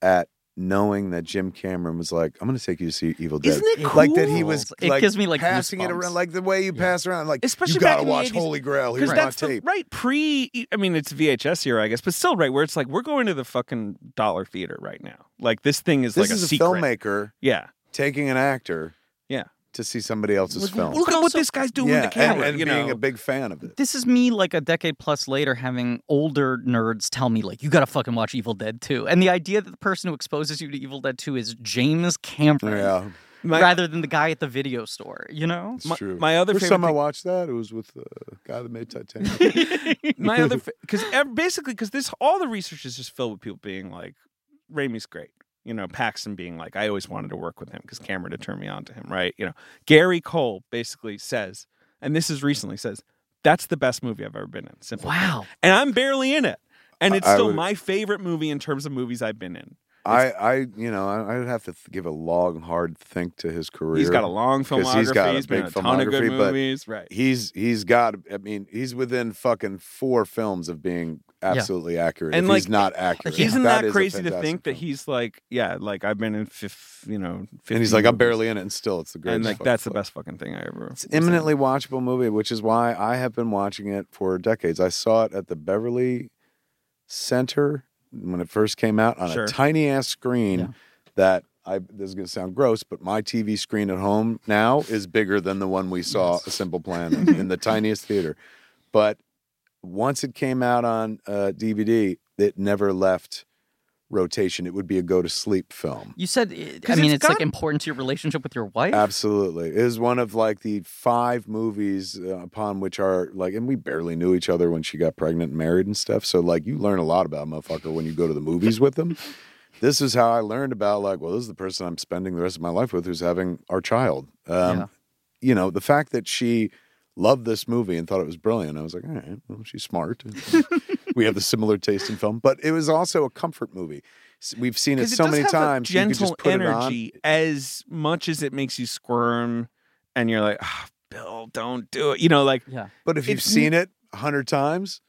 at knowing that Jim Cameron was like, "I'm going to take you to see Evil Dead."
Isn't it
Like that he was.
It
like,
gives me, like,
passing it
goosebumps.
around, like the way you pass around, like
Especially
you gotta
back in the
watch
80s,
Holy Grail. Here's
because
my
that's the,
tape.
right pre. e, I mean, it's VHS era, I guess, but still, right where it's like we're going to the fucking dollar theater right now. Like this thing is
this
like
is
a
a
secret.
filmmaker
Yeah.
taking an actor,
Yeah.
to see somebody else's film.
Look at what
also-
this guy's doing
yeah,
with the camera.
and, and
you
being
know?
a big fan of it.
This is me like a decade plus later having older nerds tell me like you got to fucking watch Evil Dead 2. And the idea that the person who exposes you to Evil Dead 2 is James Cameron
Yeah,
My-
rather than the guy at the video store, you
[laughs]
know?
it's
My-
true.
my other
First
favorite
time I
thing-
watched that, it was with the guy that made
[laughs]
Titanic.
my
[laughs]
other because basically because this all the research is just filled with people being like Raimi's great you know Paxton being like I always wanted to work with him because Cameron had turned me on to him right you know Gary Cole basically says and this is recently says that's the best movie I've ever been in simple
Wow.
and I'm barely in it and it's
I- I
still
would-
my favorite movie in terms of movies I've been in
I, I, you know, I, I'd have to th- give a long, hard think to his career.
he's got a long
'Cause
filmography
he's got a
he's been in a
big
ton of good
filmography, but
movies right
He's he's got. I mean, he's within fucking four films of being absolutely accurate.
And,
if he's
like,
not accurate.
isn't
that
that,
is a
crazy to
fantastic
think that
film.
he's like yeah like I've been in fifth you know 50
And he's like, I'm
movies."
barely in it, and still, it's the greatest.
and like
fucking
that's the
film.
best fucking thing I ever.
It's an imminently watchable movie, which is why I have been watching it for decades. I saw it at the Beverly Center when it first came out on
Sure.
a tiny ass screen
Yeah.
that I this is going to sound gross, but my TV screen at home now is bigger than the one we saw A Simple Plan in, in the tiniest theater. But once it came out on uh, DVD, it never left rotation, it would be a go to sleep film.
You said, it- I
'Cause
mean,
it's
it's, like
got-
important to your relationship with your wife.
Absolutely. It is one of like the five movies uh, upon which our like and we barely knew each other when she got pregnant and married and stuff. So like you learn a lot about a motherfucker when you go to the movies with
[laughs]
them. This is how I learned about like well this is the person I'm spending the rest of my life with who's having our child. Um
Yeah.
you know, the fact that she loved this movie and thought it was brilliant, I was like, all right, well she's smart.
[laughs]
we have the similar taste in film, but it was also a comfort movie. S- We've seen it
Because
so
does
many
have a
times. you could
gentle
just put it on.
energy, as much as it makes you squirm, and you're like, "Ah, Bill, don't do it. You know, like
Yeah.
But if you've
It's-
seen it a hundred times,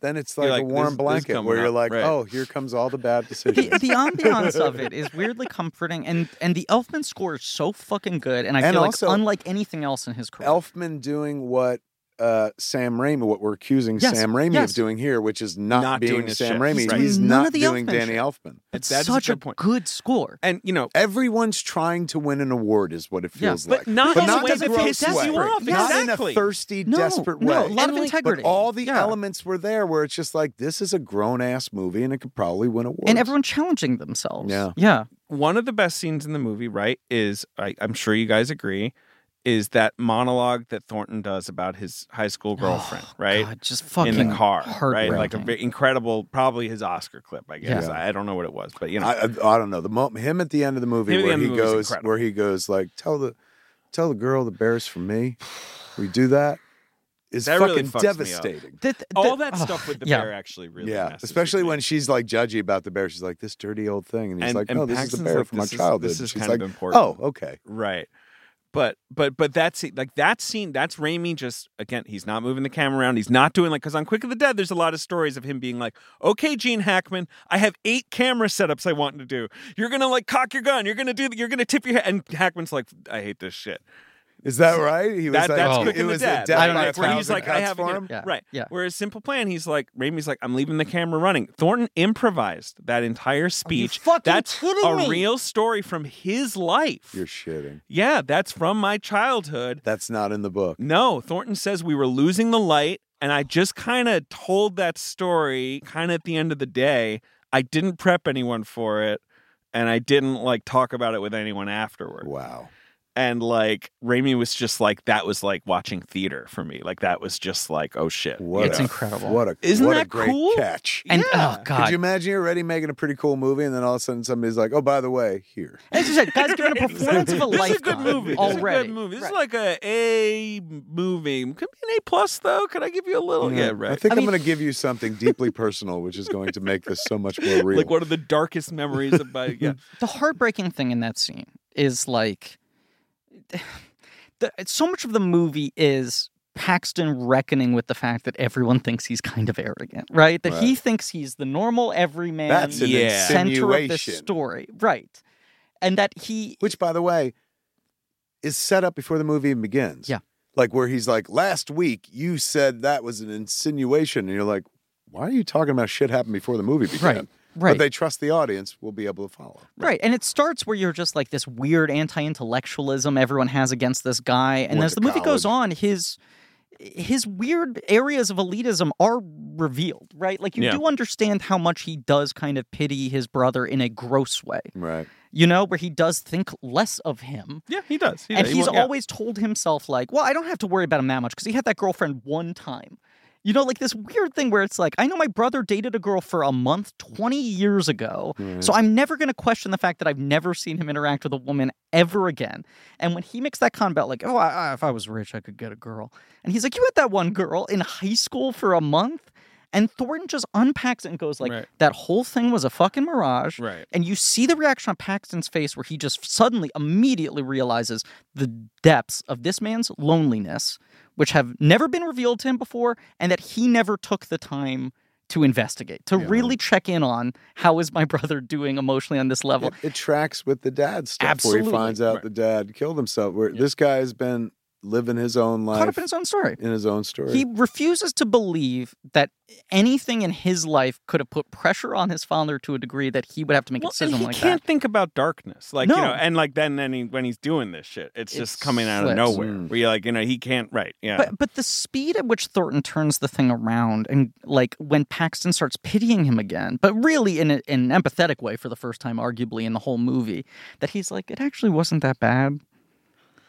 then it's like,
You're
a
like,
warm
this- this
blanket
coming
where you're
up,
like,
right.
oh, here comes all
[laughs]
the bad
The,
decisions.
the ambiance of it is weirdly comforting, and and the Elfman score is so fucking good, and I
And
feel
also-
like unlike anything else in his career.
Elfman doing what uh, Sam Raimi, what we're accusing
Yes,
Sam Raimi
yes.
of doing here, which is not,
Not
being
doing his
Sam
shit.
Raimi.
He's doing
He's
none
not
of the
doing
Elfman
Danny
shit.
Elfman.
that's
it's
a
such a,
good point.
good score.
And you know,
Everyone's trying to win an award, is what it
Yeah,
feels
but
like.
not in a
not
way
in
that
a gross
pisses
way.
you off.
Not
Exactly.
in a thirsty,
No,
desperate way.
no, a lot of
And, like,
integrity.
But all the
Yeah.
elements were there, where it's just like this is a grown ass movie, and it could probably win awards.
and everyone challenging themselves.
Yeah.
yeah,
one of the best scenes in the movie, right, is I, I'm sure you guys agree, is that monologue that Thornton does about his high school girlfriend, right?
Oh, God, just fucking
in the car, right?
heartbreaking.
Like a ve- incredible, probably his Oscar clip. I guess
Yeah.
I, I don't know what it was, but you know,
I, I I don't know the mo- him at the end of the movie
Him at the
where
end
he
of the movie is
goes
incredible.
where he goes like tell the tell the girl the bear's from me. We do that is
That
fucking
really fucks me up.
devastating.
Th- th-
all
th-
that
oh,
stuff with the
yeah.
bear actually really,
yeah,
messes with
especially
me.
when she's like judgy about the bear. She's like this dirty old thing, and he's
And-
like,
and
no, this is the
Paxton's
bear
like,
from my
"This is-
childhood.
this
And
is
she's
kind
like,
of important.
oh, okay.
right. But but but that's like that scene. That's Raimi. Just again, he's not moving the camera around. He's not doing like because on Quick of the Dead, there's a lot of stories of him being like, "Okay, Gene Hackman, I have eight camera setups I want to do. You're gonna like cock your gun. You're gonna do. You're gonna tip your head." And Hackman's like, "I hate this shit."
Is that right? He was
That,
like,
that's
oh,
Quick
it
of the
was
Dead.
a death
I don't know,
by a
that's where
he's
thousand
like, I
cuts
have
for him.
Yeah,
Right.
yeah.
Whereas Simple Plan, he's like, Raimi's like, I'm leaving the camera running. Thornton improvised that entire speech.
fucking
that's
kidding
a
me?
real story from his life.
You're shitting.
yeah, that's from my childhood.
That's not in the book.
No, Thornton says we were losing the light, and I just kind of told that story kind of at the end of the day. I didn't prep anyone for it, and I didn't like talk about it with anyone afterward.
Wow.
And like Raimi was just like that was like watching theater for me. Like that was just like oh shit.
What
It's
a-
incredible.
What a
Isn't
what a
that
great
cool?
catch.
and
Yeah.
oh
Could
god,
you imagine you're already making a pretty cool movie, and then all of a sudden somebody's like, "Oh, by the way, here."
as you said,
[laughs]
guys giving a performance of a
This is a
lifetime
good movie. This
already.
is a good movie. This is like a A movie. Could be an A plus though. Could I give you a little? Oh, Yeah,
I
right.
think
I
I am
mean-
going to give you something deeply personal, which is going to make this so much more real.
[laughs] Like one of the darkest memories of my yeah.
the heartbreaking thing in that scene is like [sighs] the, so much of the movie is Paxton reckoning with the fact that everyone thinks he's kind of arrogant, right? That he thinks he's the normal everyman
That's an
Yeah.
center of the
insinuation,
story, right? And that he
which, by the way, is set up before the movie even begins.
Yeah.
like where he's like, "Last week you said that was an insinuation," and you're like, "Why are you talking about shit happened before the movie began?"
Right, right.
But they trust the audience will be able to follow.
Right. And it starts where you're just like this weird anti intellectualism everyone has against this guy. And
Went
as
to
the movie goes on,
college.
his his weird areas of elitism are revealed, right? Like you
Yeah.
do understand how much he does kind of pity his brother in a gross way.
Right.
You know, where he does think less of him.
Yeah, he does. [laughs] He
and
does. He
he's
won't- yeah.
always told himself like, "Well, I don't have to worry about him that much because he had that girlfriend one time." You know, like this weird thing where it's like, I know my brother dated a girl for a month 20 years ago, so
Mm.
I'm never going to question the fact that I've never seen him interact with a woman ever again. And when he makes that comment about, like, oh, I, I, if I was rich, I could get a girl. And he's like, You had that one girl in high school for a month? And Thornton just unpacks it and goes, like,
Right.
That whole thing was a fucking mirage.
Right.
And you see the reaction on Paxton's face where he just suddenly, immediately realizes the depths of this man's loneliness, which have never been revealed to him before, and that he never took the time to investigate, to really check in on how is my [laughs] brother doing emotionally on this level.
It, it tracks with the dad stuff where he
Absolutely.
finds out the dad killed himself. Where this guy has been living his own life
Caught up in his own story.
in his own story.
He refuses to believe that anything in his life could have put pressure on his father to a degree that he would have to make a
Well, and
decision
he
like
can't
that.
think about darkness, like you know,
No.
and like then then he, when he's doing this shit, it's, just
It
coming out of
slips.
nowhere.
Mm.
Where you're like, you know, he can't. Right? Yeah.
But but the speed at which Thornton turns the thing around and like when Paxton starts pitying him again, but really in, a, in an empathetic way for the first time, arguably in the whole movie, that he's like, it actually wasn't that bad.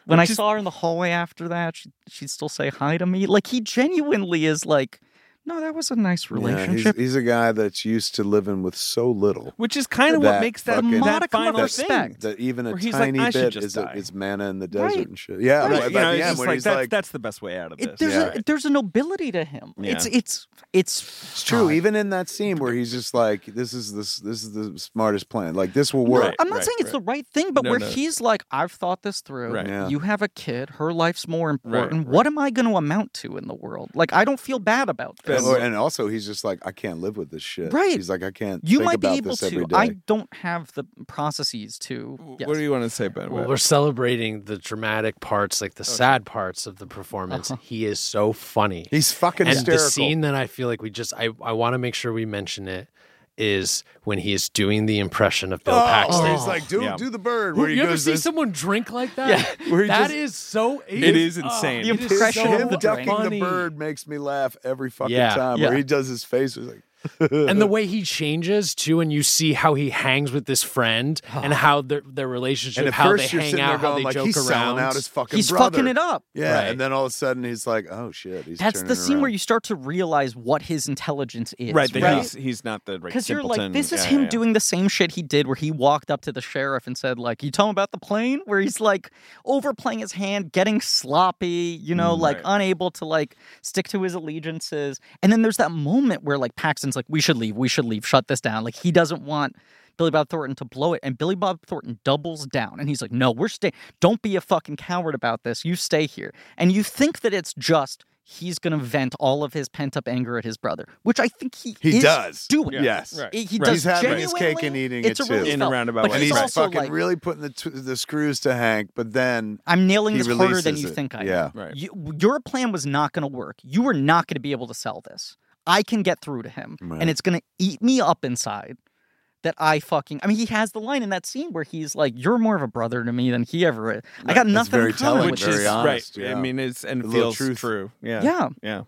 When I
Which is-
saw her in the hallway after that, she, she'd still say hi to me. Like he genuinely is like, no, that was a nice
Yeah, he's-
relationship.
he's, a guy that's used to living with so little
Which is kind of
That
what makes that,
fucking-
that
Modicum of
final
respect.
that even a
Where he's like,
tiny
"I should
bit
just
is, a,
die."
is manna in the desert
Right.
and shit. Yeah,
thing. Right, you
right,
know,
at
it's
the end
just
when
like,
he's
that's,
like,
that's the best way out of
It-
this.
there's
yeah.
a there's a nobility to him.
Yeah.
It's it's it's
it's true. Even in that scene where he's just like, this is this this is the smartest plan. Like this will work.
Right,
I'm not
right,
saying it's
right.
the right thing, but
No,
where
no.
he's like, I've thought this through.
Right.
Yeah.
You have a kid. Her life's more important.
right.
What am I going to amount to in the world? Like, I don't feel bad about
And-
this.
or- and also, he's just like, I can't live with this shit.
Right.
He's like, I can't.
You
think
might be
about
able
this every
to.
day.
I don't have the processes to. Yes.
What do you want to say about
Well,
it?
we're celebrating the dramatic parts, like the sad parts of the performance. He is so funny.
He's fucking
and
hysterical.
the scene that I feel like we just I, I want to make sure we mention it is when he is doing the impression of Bill Paxton.
Oh, he's like, do
Yeah.
do the bird where he
Oh. you ever
goes
see
this-
someone drink like that?
Where he
That
just-
is so.
It is insane.
ugh,
The
it is
impression
so
him
the
ducking
funny.
the bird makes me laugh every fucking
Yeah.
time. Where
Yeah.
he does his face, he's like,
and the way he changes too, and you see how he hangs with
[sighs]
this friend and how their their relationship,
and at
how
first
they
you're
hang
sitting there
out, how
going
they
like,
joke
he's
around.
selling out his fucking
He's
brother.
fucking it up.
Yeah,
Right.
and then all of a sudden he's like, oh shit, he's
That's the
turning it
scene where
around.
you start to realize what his intelligence is.
right? that
right?
He's, he's not the right.
Because you're like,
simpleton.
this is
Yeah,
him
yeah.
doing the same shit he did where he walked up to the sheriff and said, like, you tell him about the plane? Where he's like overplaying his hand, getting sloppy, you know, like
right.
unable to like stick to his allegiances. And then there's that moment where like Paxton's like, we should leave, we should leave, shut this down. Like he doesn't want Billy Bob Thornton to blow it. And Billy Bob Thornton doubles down and he's like, no, we're staying. Don't be a fucking coward about this. You stay here. And you think that it's just. He's gonna vent all of his pent up anger at his brother, which I think he
He
is
does.
doing.
Yes.
Right.
He- he
Right.
does
He's having his
genuinely-
cake and eating
it's
it,
a
too.
relief
In a
felt.
roundabout
But
way.
And
he's,
he's
also
fucking
like,
really putting the t- the screws to Hank, but then
I'm nailing
he
this harder than
releases
you
it.
think I
Yeah.
am.
Right.
You, your plan was not going to work. You were not going to be able to sell this. I can get through to him,
Right.
and it's going to eat me up inside. That I fucking. I mean, he has the line in that scene where he's like, "You're more of a brother to me than he ever is." I got
It's
nothing
very
in common
telling,
with
very
this.
honest.
right.
yeah.
I mean, it's and
A little
feels
truth.
true. Yeah.
Yeah.
Yeah.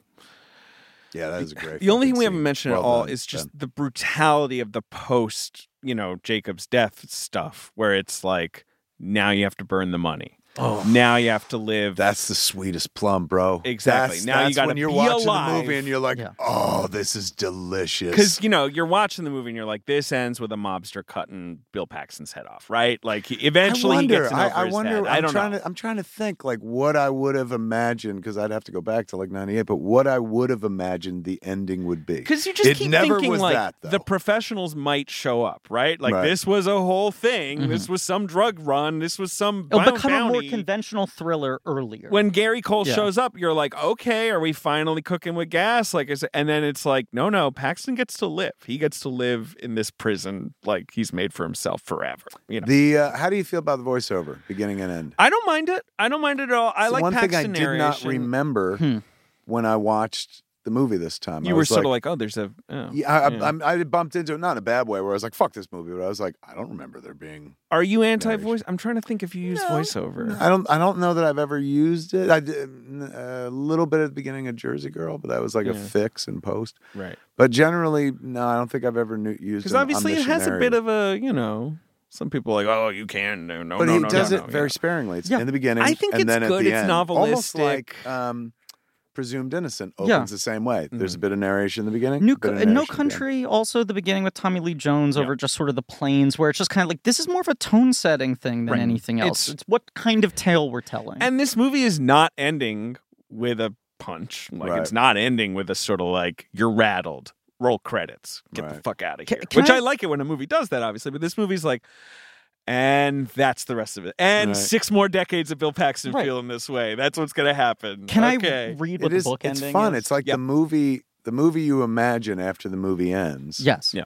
yeah, that is a great.
The only
fucking
thing we haven't
scene.
mentioned
Well
at all
done,
is just
Ben.
the brutality of the post, you know, Jacob's death stuff, where it's like now you have to burn the money. Oh.
[laughs]
Now you have to live.
That's the sweetest plum, bro.
Exactly.
That's,
Now you
that's
gotta
when you're
be
watching the
alive.
movie and you're like,
Yeah.
oh, this is delicious.
because you know you're watching the movie and you're like, this ends with a mobster cutting Bill Paxton's head off, right? Like he, eventually
I wonder,
he gets an
I,
over
I
his
wonder.
head.
I'm
I don't
trying
know.
to. I'm trying to think like what I would have imagined because I'd have to go back to like '98, but what I would have imagined the ending would be.
Because you just
it
keep
never
thinking
was
like
that, though.
the professionals might show up, right? Like
Right. Mm-hmm.
this was a whole thing. This was some drug run. This was some
It'll
bound
become a more
bounty.
conventional thriller earlier.
when Gary Cole
Yeah.
shows up, you're like, okay, are we finally cooking with gas? Like, is and then it's like, no, no, Paxton gets to live. He gets to live in this prison like he's made for himself forever. You know,
The uh, how do you feel about the voiceover, beginning and end?
I don't mind it. I don't mind it at all. I
So
like
one
Paxton
thing I did
narration.
not remember
Hmm.
when I watched the movie this time. I
You were
was
sort of like, oh, there's a oh.
yeah, I,
yeah.
I, I'm- I bumped into it not in a bad way where I was like, fuck this movie, but I was like, I don't remember there being.
Are you anti voice? I'm trying to think if you use voiceover.
I don't. I don't know that I've ever used it. I did uh, a little bit at the beginning of Jersey Girl, but that was like a
Yeah.
fix and post.
Right.
But generally, no, I don't think I've ever knew, used.
Because
an
obviously it has a
omniscient
bit
narrative.
of a, you know, some people are like, oh, you can. No, no,
But
no,
he
no,
does
no,
it
no,
very
yeah.
sparingly. It's
Yeah.
in the beginning.
I think
and
it's
then at
good.
the
It's
end. Almost
novelistic.
like um, Presumed Innocent opens
Yeah.
the same way. There's
Mm-hmm.
a bit of narration in the beginning.
New,
a bit of
uh, No
narration at the end.
Country, also the beginning with Tommy Lee Jones over just sort of the plains, where it's just kind of like this is more of a tone setting thing than
Right.
anything else.
It's-
It's, what kind of tale we're telling.
[laughs] And this movie is not ending with a punch. Like
Right.
it's not ending with a sort of like you're rattled. Roll credits. Get the
Right.
fuck out of
Ca-
here.
can
Which I...
I-
like it when a movie does that, obviously. But this movie's like, and that's the rest of it. And
Right.
six more decades of Bill Paxton
Right.
feeling this way. That's what's gonna happen.
Can I
okay.
read
It
what
is.
the book
It's
ending
fun.
is?
It's like
Yep.
the movie. The movie you imagine after the movie ends.
yes.
Yeah.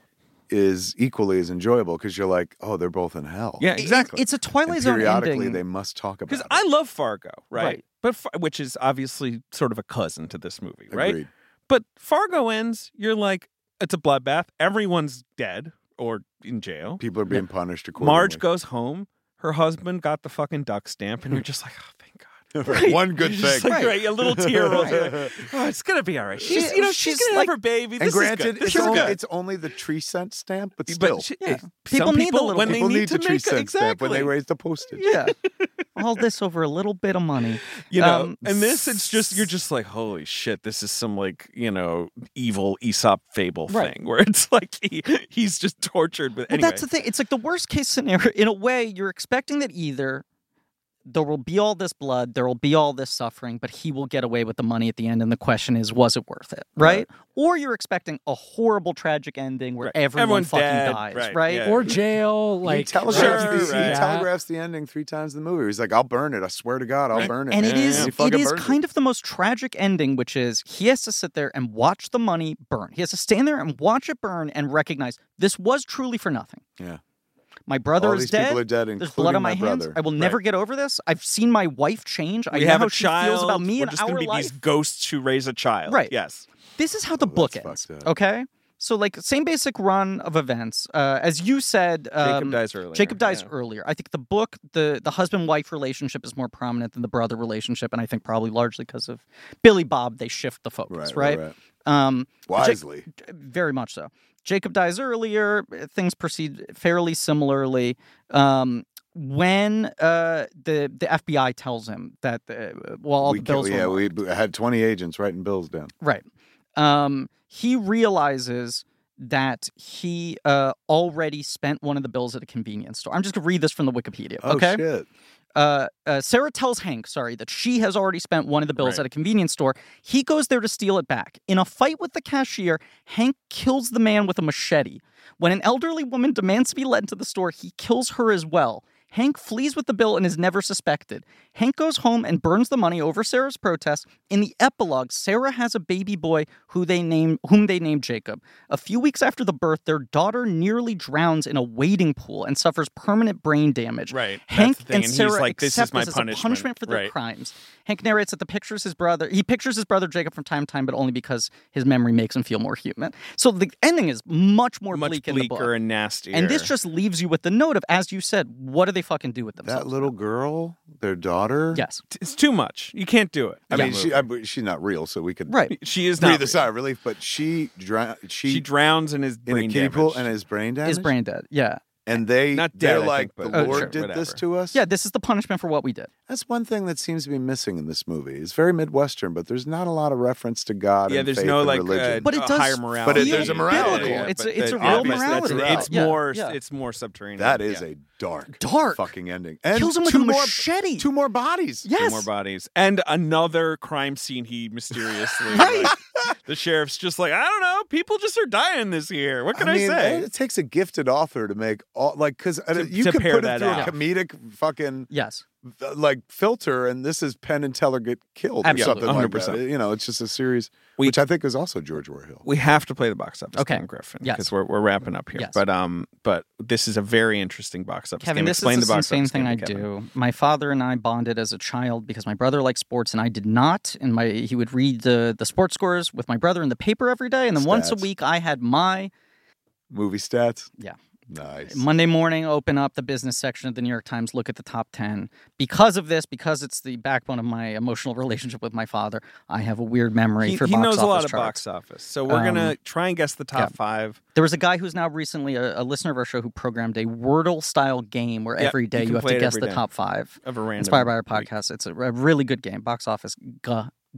is equally as enjoyable because you're like, oh, they're both in hell.
Yeah,
It-
exactly.
it's a
And
Twilight Zone
periodically
ending. [laughs]
they must talk about
Because
it.
I love Fargo, right?
Right.
But Fa- which is obviously sort of a cousin to this movie, right?
Agreed.
But Fargo ends. You're like, it's a bloodbath. Everyone's dead or in jail.
People are being punished accordingly.
Marge goes home. Her husband got the fucking duck stamp, and you're just like, oh, thank God.
[laughs]
[laughs]
Right. [laughs] One good
You're just
thing.
like, right, a little tear [laughs] rolls.
[laughs]
You're
Right.
like, oh, it's gonna be all right.
She-
She's, you know, she's,
she's
gonna
like-
have her baby.
And
This
granted,
is good. This
It's,
is
only,
good.
it's only the tree cent stamp, but
But
still.
she-
Yeah.
some
People need the
people
little
when they
people need
to
the tree
make a-
cent stamp when
exactly.
they raise the postage.
yeah.
[laughs]
All this over a little bit of money.
you know
Um,
and this it's just you're just like holy shit this is some like you know evil aesop fable
Right.
thing [laughs] where it's like he, he's just tortured with
Well,
anyway
that's the thing. It's like the worst case scenario. In a way, you're expecting that either there will be all this blood, there will be all this suffering, but he will get away with the money at the end. And the question is, was it worth it? Right? Or you're expecting a horrible, tragic ending where
Right.
everyone,
Everyone
fucking
dead,
dies.
right,
Right?
yeah.
or jail. Like
he telegraphs,
Sure,
the,
right.
he telegraphs the ending three times in the movie. He's like, "I'll burn it. I swear to God, I'll burn it."
And it
Yeah,
is
yeah.
He
it
fucking
is
burns
kind of the most tragic ending, which is he has to sit there and watch the money burn. He has to stand there and watch it burn and recognize this was truly for nothing.
Yeah.
My brother
All
is
these
dead.
people are dead,
There's blood
including
on my,
my
hands.
brother.
I will never get over this. I've seen my wife change. I
we
know
have
how
a
she
child
feels about me
we're
and
just
our
gonna be
life.
these ghosts who raise a child
Right.
yes
This is how the book
that's
ends.
fucked up.
Okay, so like same basic run of events. Uh, as you said,
jacob
um,
dies earlier
Jacob dies
Yeah.
earlier. I think the book, the the husband wife relationship is more prominent than the brother relationship, and I think probably largely because of Billy Bob, they shift the focus, right? Um,
Wisely.
very much so. Jacob dies earlier. eh, Things proceed fairly similarly. Um, when uh, the the FBI tells him that the, well, all
we
the
kill-
bills were
yeah,
marked.
we b- had 20 agents writing bills down.
Right. Um, he realizes that he uh, already spent one of the bills at a convenience store. I'm just going to read this from the Wikipedia.
Oh
okay.
shit!
Uh, uh, Sarah tells Hank, sorry, that she has already spent one of the bills
Right.
at a convenience store. He goes there to steal it back. In a fight with the cashier, Hank kills the man with a machete. When an elderly woman demands to be led into the store, he kills her as well. Hank flees with the bill and is never suspected. Hank goes home and burns the money over Sarah's protest. In the epilogue, Sarah has a baby boy who they name whom they name Jacob. A few weeks after the birth, their daughter nearly drowns in a wading pool and suffers permanent brain damage.
Right. That's
Hank
the thing,
and
and he's
Sarah
like, "This is
accept
my
this as a punishment
punishment."
for their
Right.
crimes. Hank narrates that the pictures his brother he pictures his brother Jacob from time to time, but only because his memory makes him feel more human. So the ending is much more
much
bleak in the book.
bleaker and nastier
and this just leaves you with the note of, as you said, what do they fucking do with themselves?
That little girl, their daughter.
yes,
it's too much you can't do it
I mean, she,
I, uh,
I, but she's not real, so we could
right.
she is not
breathe a sigh of relief. But she drowned. She,
she drowns in his
in a
brain
kiddie pool
damage.
and is brain damage.
Is brain dead? Yeah,
and they
Not dead,
they're
I
like
think, but-
the
Oh,
Lord
sure,
did this
whatever.
to us.
yeah. This is the punishment for what we did.
That's one thing that seems to be missing in this movie. It's very midwestern, but there's not a lot of reference to God.
yeah
and
there's
faith
no
and
like
religion.
uh,
But it
a
does
higher
feel
morality
But it- there's a
Yeah,
morality.
yeah,
It's a-
but
it's a
that-
real
obviously that's-
morality.
it's
Yeah,
more
yeah.
it's more subterranean
that is
Yeah.
a dark,
Dark.
fucking ending. And
Kills him with
two
a
more,
machete.
Two more bodies.
yes.
Two more bodies. And another crime scene he mysteriously. like, the sheriff's just like, I don't know. People just are dying this year. What can I,
mean,
say?
It takes a gifted author to make all like because
To-
you
to
could
pare
put it
that
through
out.
a comedic fucking
Yes.
uh, like filter, and this is Penn and Teller get killed
Absolutely.
or something like
100%.
that. You know, it's just a series,
We-
which I think is also George Warhill. Hill.
We have to play the box office
Okay.
game, Griffin,
Yes.
because we're, we're wrapping up here.
Yes.
But um, but this is a very interesting box office
Kevin,
game.
this
Explain
is
the
the
box
same
office
thing
game
I
to Kevin.
do. My father and I bonded as a child because my brother liked sports and I did not. And my he would read the the sports scores with my brother in the paper every day. And then once a
Stats.
week, I had my
Movie stats.
Yeah.
Nice.
Monday morning open up the business section of the New York Times, look at the top ten. Because of this, because it's the backbone of my emotional [laughs] relationship with my father, I have a weird memory
He,
for
he
box
knows a
office
lot of
charts. Um,
box office. So we're gonna try and guess the top five.
There was a guy who's now recently a, a listener of our show who programmed a Wordle style game where
Yep,
every
you
day
can
you, have
play
to
it
guess
every
the
day.
top five.
Of a random
Inspired by our
week.
podcast. It's a, a really good game. Box office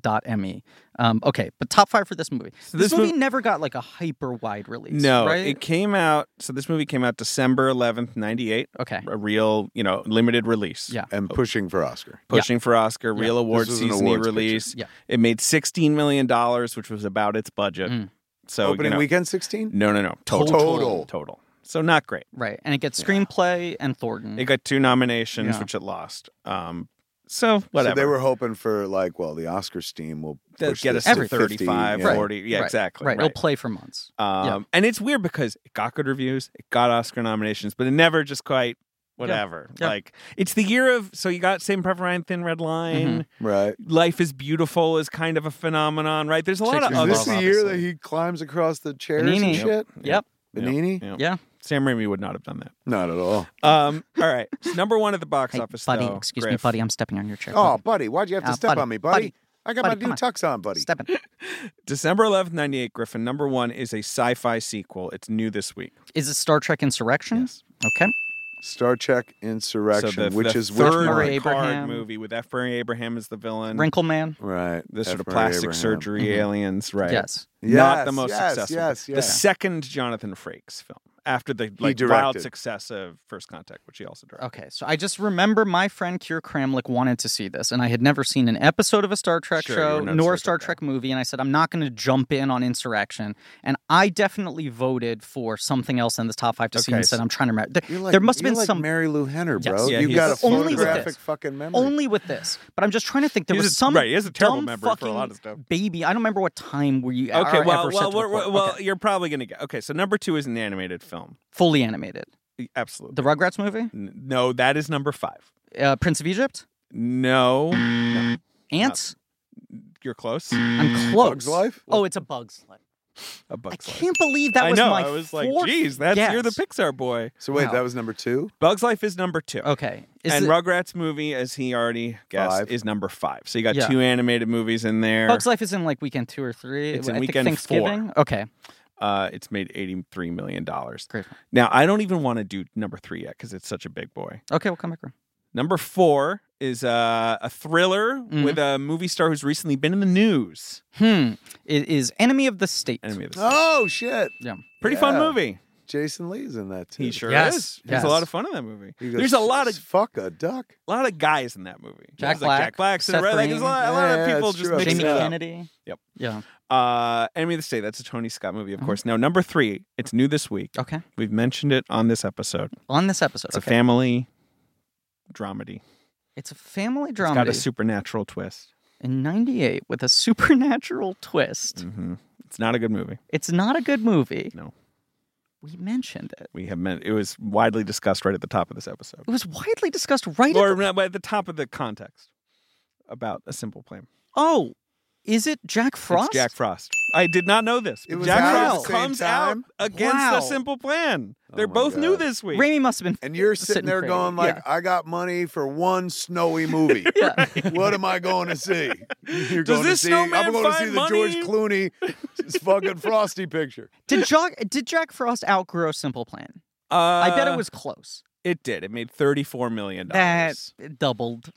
dot me. Um, okay, but top five for this movie. this,
this
movie
mov-
never got like a hyper wide release.
No,
right?
it came out. So this movie came out December eleventh, ninety eight.
okay.
A real, you know, limited release.
Yeah.
and pushing for Oscar.
pushing for Oscar, real award
was an
season
awards picture.
release.
Yeah.
It made sixteen million dollars, which was about its budget.
Mm.
So
Opening
you know-
weekend 16?
No, no, no. Total.
Total.
Total. So not great.
Mm-hmm.
Right, and it gets screenplay and Thornton.
It got two nominations,
Yeah.
which it lost. Um, So whatever.
So they were hoping for like, well, the Oscar steam will
They'll
push
get us
this
to
50,
35,
yeah.
40. Yeah,
Right.
exactly.
Right. It'll play for months.
Um,
Yeah.
And it's weird because it got good reviews, it got Oscar nominations, but it never just quite whatever.
Yeah.
Like it's the year of so you got Same Prepper Ryan, Thin Red Line,
Mm-hmm.
Right.
Life is Beautiful is kind of a phenomenon, right? There's a lot of
Shakespeare's
Is
other
this
love,
the year that
obviously.
he climbs across the chairs and
Benigni.
shit?
Yep.
Benigni?
Yeah.
Yeah.
Sam Raimi would not have done that.
Not at all.
Um, all
[laughs]
right. Number one at the box
Hey,
office.
buddy,
though,
excuse me,
Griff.
buddy. I'm stepping on your chair.
Oh,
buddy.
buddy, why'd you have to
Ah,
Uh,
step
buddy,
on me, buddy?
buddy,
I got
buddy,
my new
come on.
tux on, buddy.
stepping.
December 11th, 98, Griffin. Number one is a sci fi sequel. It's new this week.
Is it Star Trek Insurrection?
Yes.
Okay.
Star Trek Insurrection,
so the,
which
the
is which
third
one?
Murray
Picard
Abraham.
movie with F. Murray Abraham as the villain.
Wrinkle Man.
Right.
the sort
F.
of
Murray
plastic
Abraham.
surgery aliens, right?
Yes.
Yes,
Not the most
yes,
successful.
yes,
The
yes.
second Jonathan Frakes film after the like wild
directed.
success of First Contact, which he also directed.
Okay. So I just remember my friend Kier Kramlik wanted to see this, and I had never seen an episode of a Star Trek
Sure, you
show
were not a
nor a
Star
Star
Trek
Trek movie, and I said I'm not going to jump in on Insurrection, and I definitely voted for something else in the top five to see
Okay,
and said
so-
I'm trying to remember. There,
You're like,
there must have
you're
been
like
some
Mary Lou Henner,
Yes.
bro.
Yeah,
You've
he's-
got a
Only with
photographic
this.
fucking memory.
only with this, but I'm just trying to think. There
He's
was
a-
some
right, he has a terrible
dumb
memory for a
fucking
lot of stuff.
Baby, I don't remember what time were you.
Okay,
are
well,
ever set
well,
to
we're,
record.
well,
Okay.
you're probably gonna get okay. So number two is an animated film.
fully animated.
Absolutely.
The Rugrats movie,
N- No, that is number five.
uh, Prince of Egypt,
No, No.
Ants.
you're close.
I'm close.
Bugs Life?
Oh, it's a Bugs Life.
A
I
Bug's Life.
can't believe that
I
was
know.
my
I was like,
fourth
geez, that's you're the
guess.
Pixar boy.
So wait,
Wow.
that was number two.
Bug's Life is number two.
Okay, is
and
it-
Rugrats movie, as he already guessed,
Five.
is number five. So you got
Yeah.
two animated movies in there.
Bugs Life is in like weekend two or three.
It's
I
in
think
weekend four.
Thanksgiving. Okay,
Uh, it's made eighty-three million dollars.
great.
Now I don't even want to do number three yet because it's such a big boy.
Okay, we'll come back. around.
Number four is uh, a thriller
Mhm.
with a movie star who's recently been in the news.
Hmm. It is Enemy of the State.
Enemy of the State.
Oh shit!
Yeah.
Pretty fun
yeah.
movie.
Jason Lee's in that too.
He sure
Yes,
is. There's a
yes.
lot of fun in that movie.
He goes,
There's a lot of
fuck a duck.
lot of guys in that movie.
Jack
There's, like, Jack
Black,
Black, Seth
Seth
Rogen. Like, there's a lot, a lot
Green.
of
Yeah,
people
it's
just
true.
mixing
Jamie
it up.
Kennedy.
Yep.
Yeah.
Uh, Enemy of the State. That's a Tony Scott movie, of
Mhm.
course. Now, number three, it's new this week.
Okay.
We've mentioned it on this episode.
On this episode,
It's
okay.
a family dramedy.
it's a family
It's
drama.
got a supernatural twist.
in 98 with a supernatural [laughs] twist.
hmm It's not a good movie.
It's not a good movie.
No.
We mentioned it.
We have meant it was widely discussed right at the top of this episode,
It was widely discussed right
or
at the,
no, but at the top of the context about a simple plan.
Oh, is it Jack Frost?
It's Jack Frost. I did not know this.
It
but
was
Jack
out at
Frost
the
same
comes
time? Oh
out against
Wow.
a simple plan. They're
my
both new
God.
this week.
Raimi must have been
And you're
sitting
sitting there
pretty.
going like,
Yeah.
I got money for one snowy movie.
Yeah.
What am I going to see? You're
Does
going
this
to see,
snowman
I'm going to see
find
the George
money?
Clooney fucking Frosty picture.
[laughs]
Did Jack did Jack Frost outgrow Simple Plan?
Uh,
I bet it was close.
It did. It made thirty-four million
That
dollars.
doubled.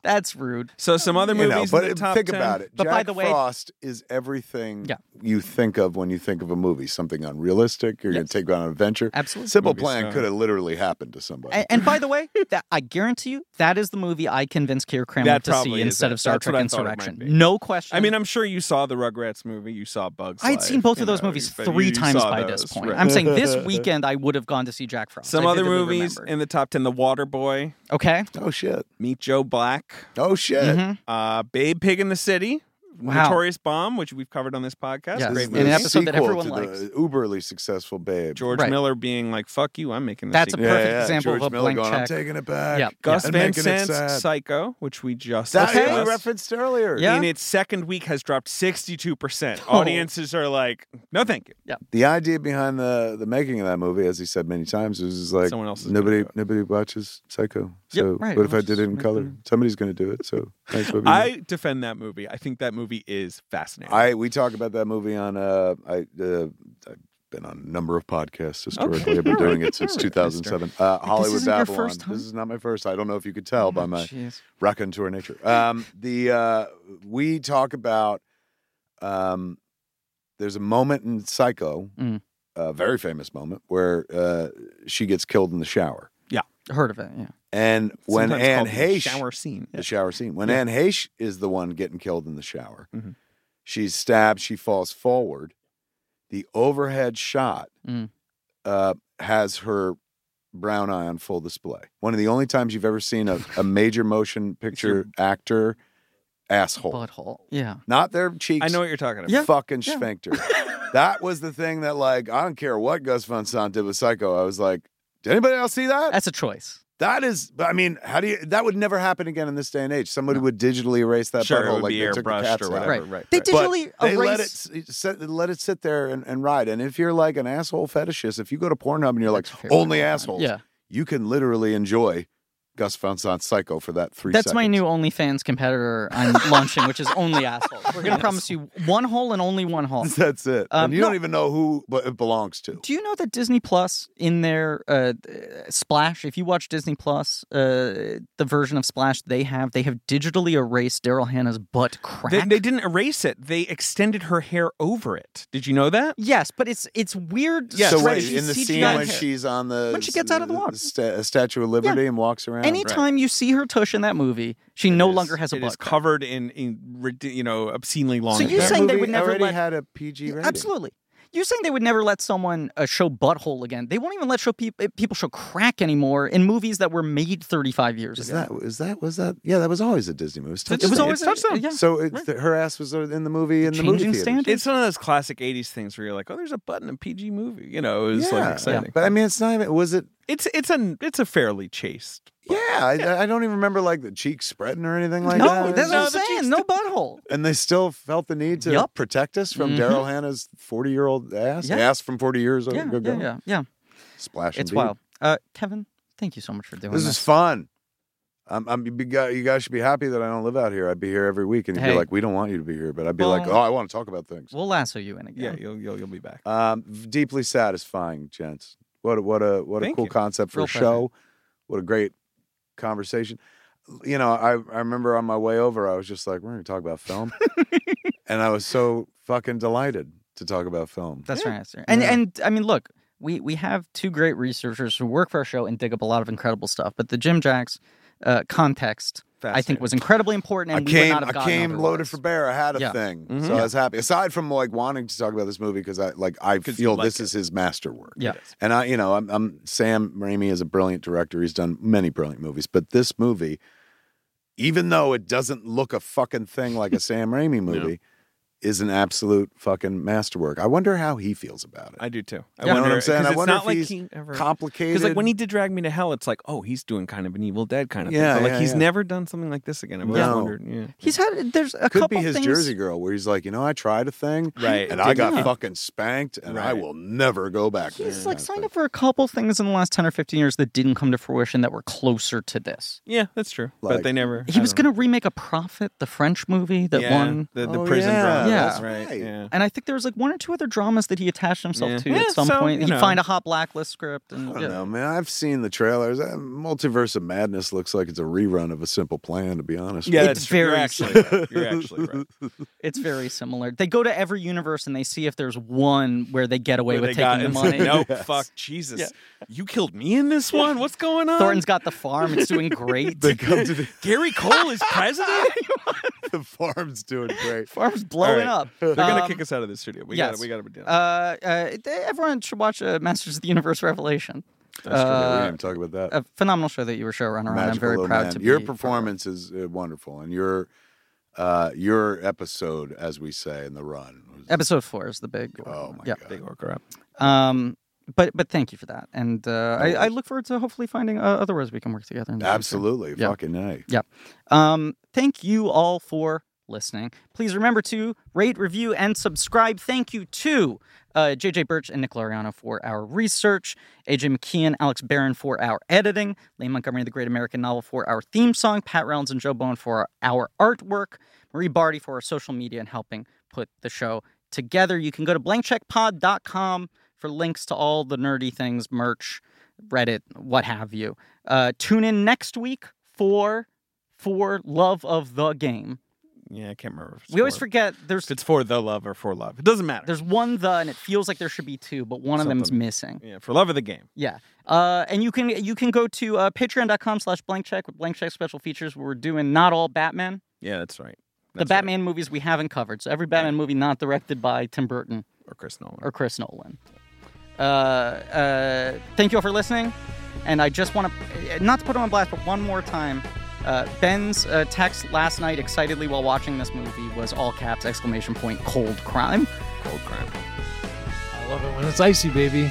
That's rude.
So some other
You
movies.
know, but
in the top
think
10.
about it.
But
Jack
by the way-
Frost is everything
Yeah.
you think of when you think of a movie. Something unrealistic. You're going
Yes.
to take on an adventure.
Absolutely.
Simple
Movie
Plan
star.
could have literally happened to somebody.
And, and by the way, that I guarantee you, that is the movie I convinced Keir Kramer
That
to
probably
see
is
instead
it.
of Star
That's what
Trek
I thought it might
Insurrection.
be.
No question.
I mean, I'm sure you saw the Rugrats movie. You saw Bugs.
I had
Life,
seen both
you
of those
know,
movies
you-
three
you
times
saw
by this
those,
point.
right.
I'm
[laughs]
saying this weekend I would have gone to see Jack Frost.
some
I
other
vividly
movies
remember.
in the top ten: The Water Boy,
okay.
oh shit.
Meet Joe Black,
Oh shit.
hmm
uh, Babe Pig in the City,
Wow.
Notorious Bomb, which we've covered on this
Yes.
podcast.
This
Great
is
In
movie.
an
the
episode that
sequel
everyone
to
likes.
The uberly successful babe.
George
Right.
Miller being like, "Fuck you, I'm making this."
That's a
sequel."
perfect example
George
of a
Miller
blank
going, I'm
check.
taking it back.
Yeah.
Gus
And
Van
making it
Sant's
sad.
Psycho, which we just
That
Okay.
we
discussed,
referenced earlier.
Yeah.
in its second week has dropped 62%.
[laughs] Oh.
Audiences are like, "No, thank you."
The idea behind the the making of that movie, as he said many times, is just like
Someone else is gonna
nobody
do it.
nobody watches Psycho.
Yep,
So
right.
what if
We'll
I did it
just
in
make
color?
them-
Somebody's going to do it. So
[laughs]
thanks for being here.
I defend that movie. I think that movie is fascinating.
I we talk about that movie on uh I uh, I've been on a number of podcasts historically.
[laughs]
I've been doing it since 2007. Uh, Hollywood
isn't your
Babylon.
first Oh, time?
This is not my first. I don't know if you could tell by my
Jeez.
raconteur nature. Um, the uh, we talk about um, there's a moment in Psycho,
Mm.
a very famous moment where uh, she gets killed in the shower,
Heard of it? Yeah.
and when
Sometimes
Anne
called the
Heche
shower scene.
the shower scene. When Anne Heche is the one getting killed in the shower,
Mm-hmm.
Mhm.
she's stabbed. She falls forward. The overhead shot
Mm.
uh, has her brown eye on full display. One of the only times you've ever seen a, a major
[laughs]
motion picture actor asshole.
Butthole. Yeah.
Not their cheeks.
I know what you're talking about.
Yeah. [laughs]
Fucking sphincter. that was the thing that, like, I don't care what Gus Van Sant did with Psycho. I was like, did anybody else see that?
That's a choice.
That is, I mean, how do you? That would never happen again in this day and age. Somebody would digitally erase that
Sure, it
butthole,
would
like
be
they took the
airbrushed
cat's
or
out.
whatever.
Right.
right,
They
right.
But
digitally
they
erase.
let it s- sit, let it sit there and, and ride. And if you're like an asshole fetishist, if you go to Pornhub and you're like
That's your favorite
only
one.
assholes,
Yeah.
you can literally enjoy Gus Van Sant Psycho for that three.
That's my
seconds.
new OnlyFans competitor I'm
[laughs]
launching, which is only assholes. We're gonna promise you one hole and only one hole.
[laughs] That's it.
Um,
and you
no.
don't even know who but it belongs to.
Do you know that Disney Plus in their uh, uh, Splash, if you watch Disney Plus, uh, the version of Splash they have, they have digitally erased Daryl Hannah's butt crack.
They, they didn't erase it. They extended her hair over it. Did you know that?
yes, but it's it's weird.
Yes.
so
right,
wait,
stretchy
in the scene
CGI
when
hair.
she's on the
When she gets out of the water.
sta- Statue of Liberty and walks around,
Anytime you see her tush in that movie, she no
It is-
longer has a
it
butt.
is
crack.
covered in, in ridi- you know obscenely long.
So you're
hair.
That
saying they
movie
would never
already
let-
had a PG rating.
Absolutely. You're saying they would never let someone uh, show butthole again. They won't even let show peop- uh, people show crack anymore in movies that were made 35 years
Is
ago.
that is that was that? Yeah, that was always a Disney movie.
That's
it was
Touchstone.
always
It's
a,
Touchstone.
yeah.
So it's the, her ass was in the movie in the movie
Changing
theaters.
standards?
It's one of those classic '80s things where you're like, "Oh, there's a button in a PG movie." You know, it was
Yeah.
like exciting.
But I mean, it's not even. Was it?
It's it's a it's a fairly chaste.
Yeah, I, I don't even remember like the cheeks spreading or anything like that.
no,
It
that's
was
what I'm
just-
saying. No butthole.
and they still felt the need to
Yup. Mm-hmm.
protect us from Daryl Hannah's forty-year-old ass,
Yeah.
ass from forty years
Yeah,
ago.
yeah, yeah, yeah.
Splash.
It's
indeed.
wild. Uh, Kevin, thank you so much for doing
This
this.
is fun. I'm, I'm, you guys you guys should be happy that I don't live out here. I'd be here every week, and you'd
Hey.
be like, "We don't want you to be here," but I'd be like,
Well-
"Oh, I want to talk about things."
We'll lasso you in
Yeah,
again.
you'll, you'll you'll be back.
Um, deeply satisfying, gents. What a, what a what a
Thank
cool
you.
concept for
Real
a show. What a great conversation. You know, I I remember on my way over, I was just like, we're going to talk about film, and I was so fucking delighted to talk about film.
That's right. that's right. And and I mean, look, we we have two great researchers who work for our show and dig up a lot of incredible stuff. But the Jim Jacks uh, context, I think,
Fascinating.
was incredibly important. [laughs]
I
And we would
came,
not have
I
gotten
came loaded
otherwise.
for bear. I had a
Yeah.
thing,
Mhm.
so I was happy. Aside from like wanting to talk about this movie because I like I
'Cause you
feel
like
this
it.
is his masterwork.
Yeah.
And I, you know, I'm, I'm Sam Raimi is a brilliant director. He's done many brilliant movies, but this movie, even though it doesn't look a fucking thing like a Sam Raimi movie, is an absolute fucking masterwork. I wonder how he feels about it.
I do too. I
you know
wonder,
what I'm saying?
'cause
I
it's
wonder
not
if
like
he's
he ever
complicated.
because like when he did drag me to hell, it's like, oh, he's doing kind of an Evil Dead kind of
Yeah,
thing. But like
yeah,
he's
yeah.
never done something like this again. I've always
No.
wondered. Yeah.
He's had there's a
could
couple
be his
things.
Jersey Girl, where he's like, you know, I tried a thing,
Right.
and I got
Yeah.
fucking spanked, and I
Right.
will never go back. there.
He's like
Kind of
signed
thing.
up for a couple things in the last ten or fifteen years that didn't come to fruition that were closer to this.
Yeah, that's true.
Like-
but they never.
He
I
was
don't
going to remake a Prophet, the French movie that
yeah,
won,
the, the
Oh,
prison
yeah,
drama.
that's
right.
right.
Yeah.
and I think there was like one or two other dramas that he attached himself
Yeah.
to
Yeah,
at some
so,
point.
you
He'd
know.
find a Hot Blacklist script, and
I don't
yeah.
know, man. I've seen the trailers. Uh, Multiverse of Madness looks like it's a rerun of A Simple Plan, to be honest.
Yeah,
It's
that's true. You're
very
actually right. You're actually
[laughs]
right.
It's very similar. They go to every universe and they see if there's one where they get away
Where
with
they
taking
got
the
and
money.
said, [laughs] No, fuck, Jesus. You killed me in this one? What's going on?
Thornton's got the farm. It's doing
[laughs]
great.
[laughs] They come to the,
Gary Cole is president?
the farm's doing
[laughs]
great.
farm's blowing
right.
up.
They're going to
Um,
kick us out of the studio. We
yes.
got we got to be done.
Uh, uh, they- everyone should watch uh, Masters of the Universe Revelation.
That's true. we
Uh,
didn't talk about that.
A phenomenal show that you were showrunner on. I'm
Magical
very
little
proud
man.
to be.
Your performance is uh, wonderful, and your uh, your episode, as we say in the run. was-
Episode four is the big.
oh my
yeah.
god!
Big orca rap.
Um, but but thank you for that, and uh, I, I look forward to hopefully finding uh, other ways we can work together. in the future.
Absolutely,
Yeah.
fucking a.
Um, thank you all for listening. Please remember to rate, review, and subscribe. Thank you to uh, JJ Birch and Nick Lariano for our research, AJ McKeon, Alex Barron for our editing, Lane Montgomery, the Great American Novel, for our theme song, Pat Rounds and Joe Bone for our artwork, Marie Barty for our social media and helping put the show together. You can go to blankcheckpod.com for links to all the nerdy things, merch, Reddit, what have you. Uh, tune in next week for for love of the game.
Yeah, I can't remember. if it's
We always
for-
forget there's
if it's for the love or for love. It doesn't matter.
there's one the and it feels like there should be two, but one of them's
Something.
missing.
yeah, for love of the game.
Yeah. Uh, and you can you can go to uh, patreon.com slash blank check with blank check special features where we're doing not all Batman.
Yeah, that's right.
The
That's
Batman movies we haven't covered. So every Batman movie not directed by Tim Burton
right. or Chris Nolan.
or Chris Nolan. Uh, uh, thank you all for listening, And I just want to, not to put him on blast, but one more time. Uh, Ben's uh, text last night, excitedly while watching this movie, was all caps exclamation point cold crime.
I love it when it's icy, baby.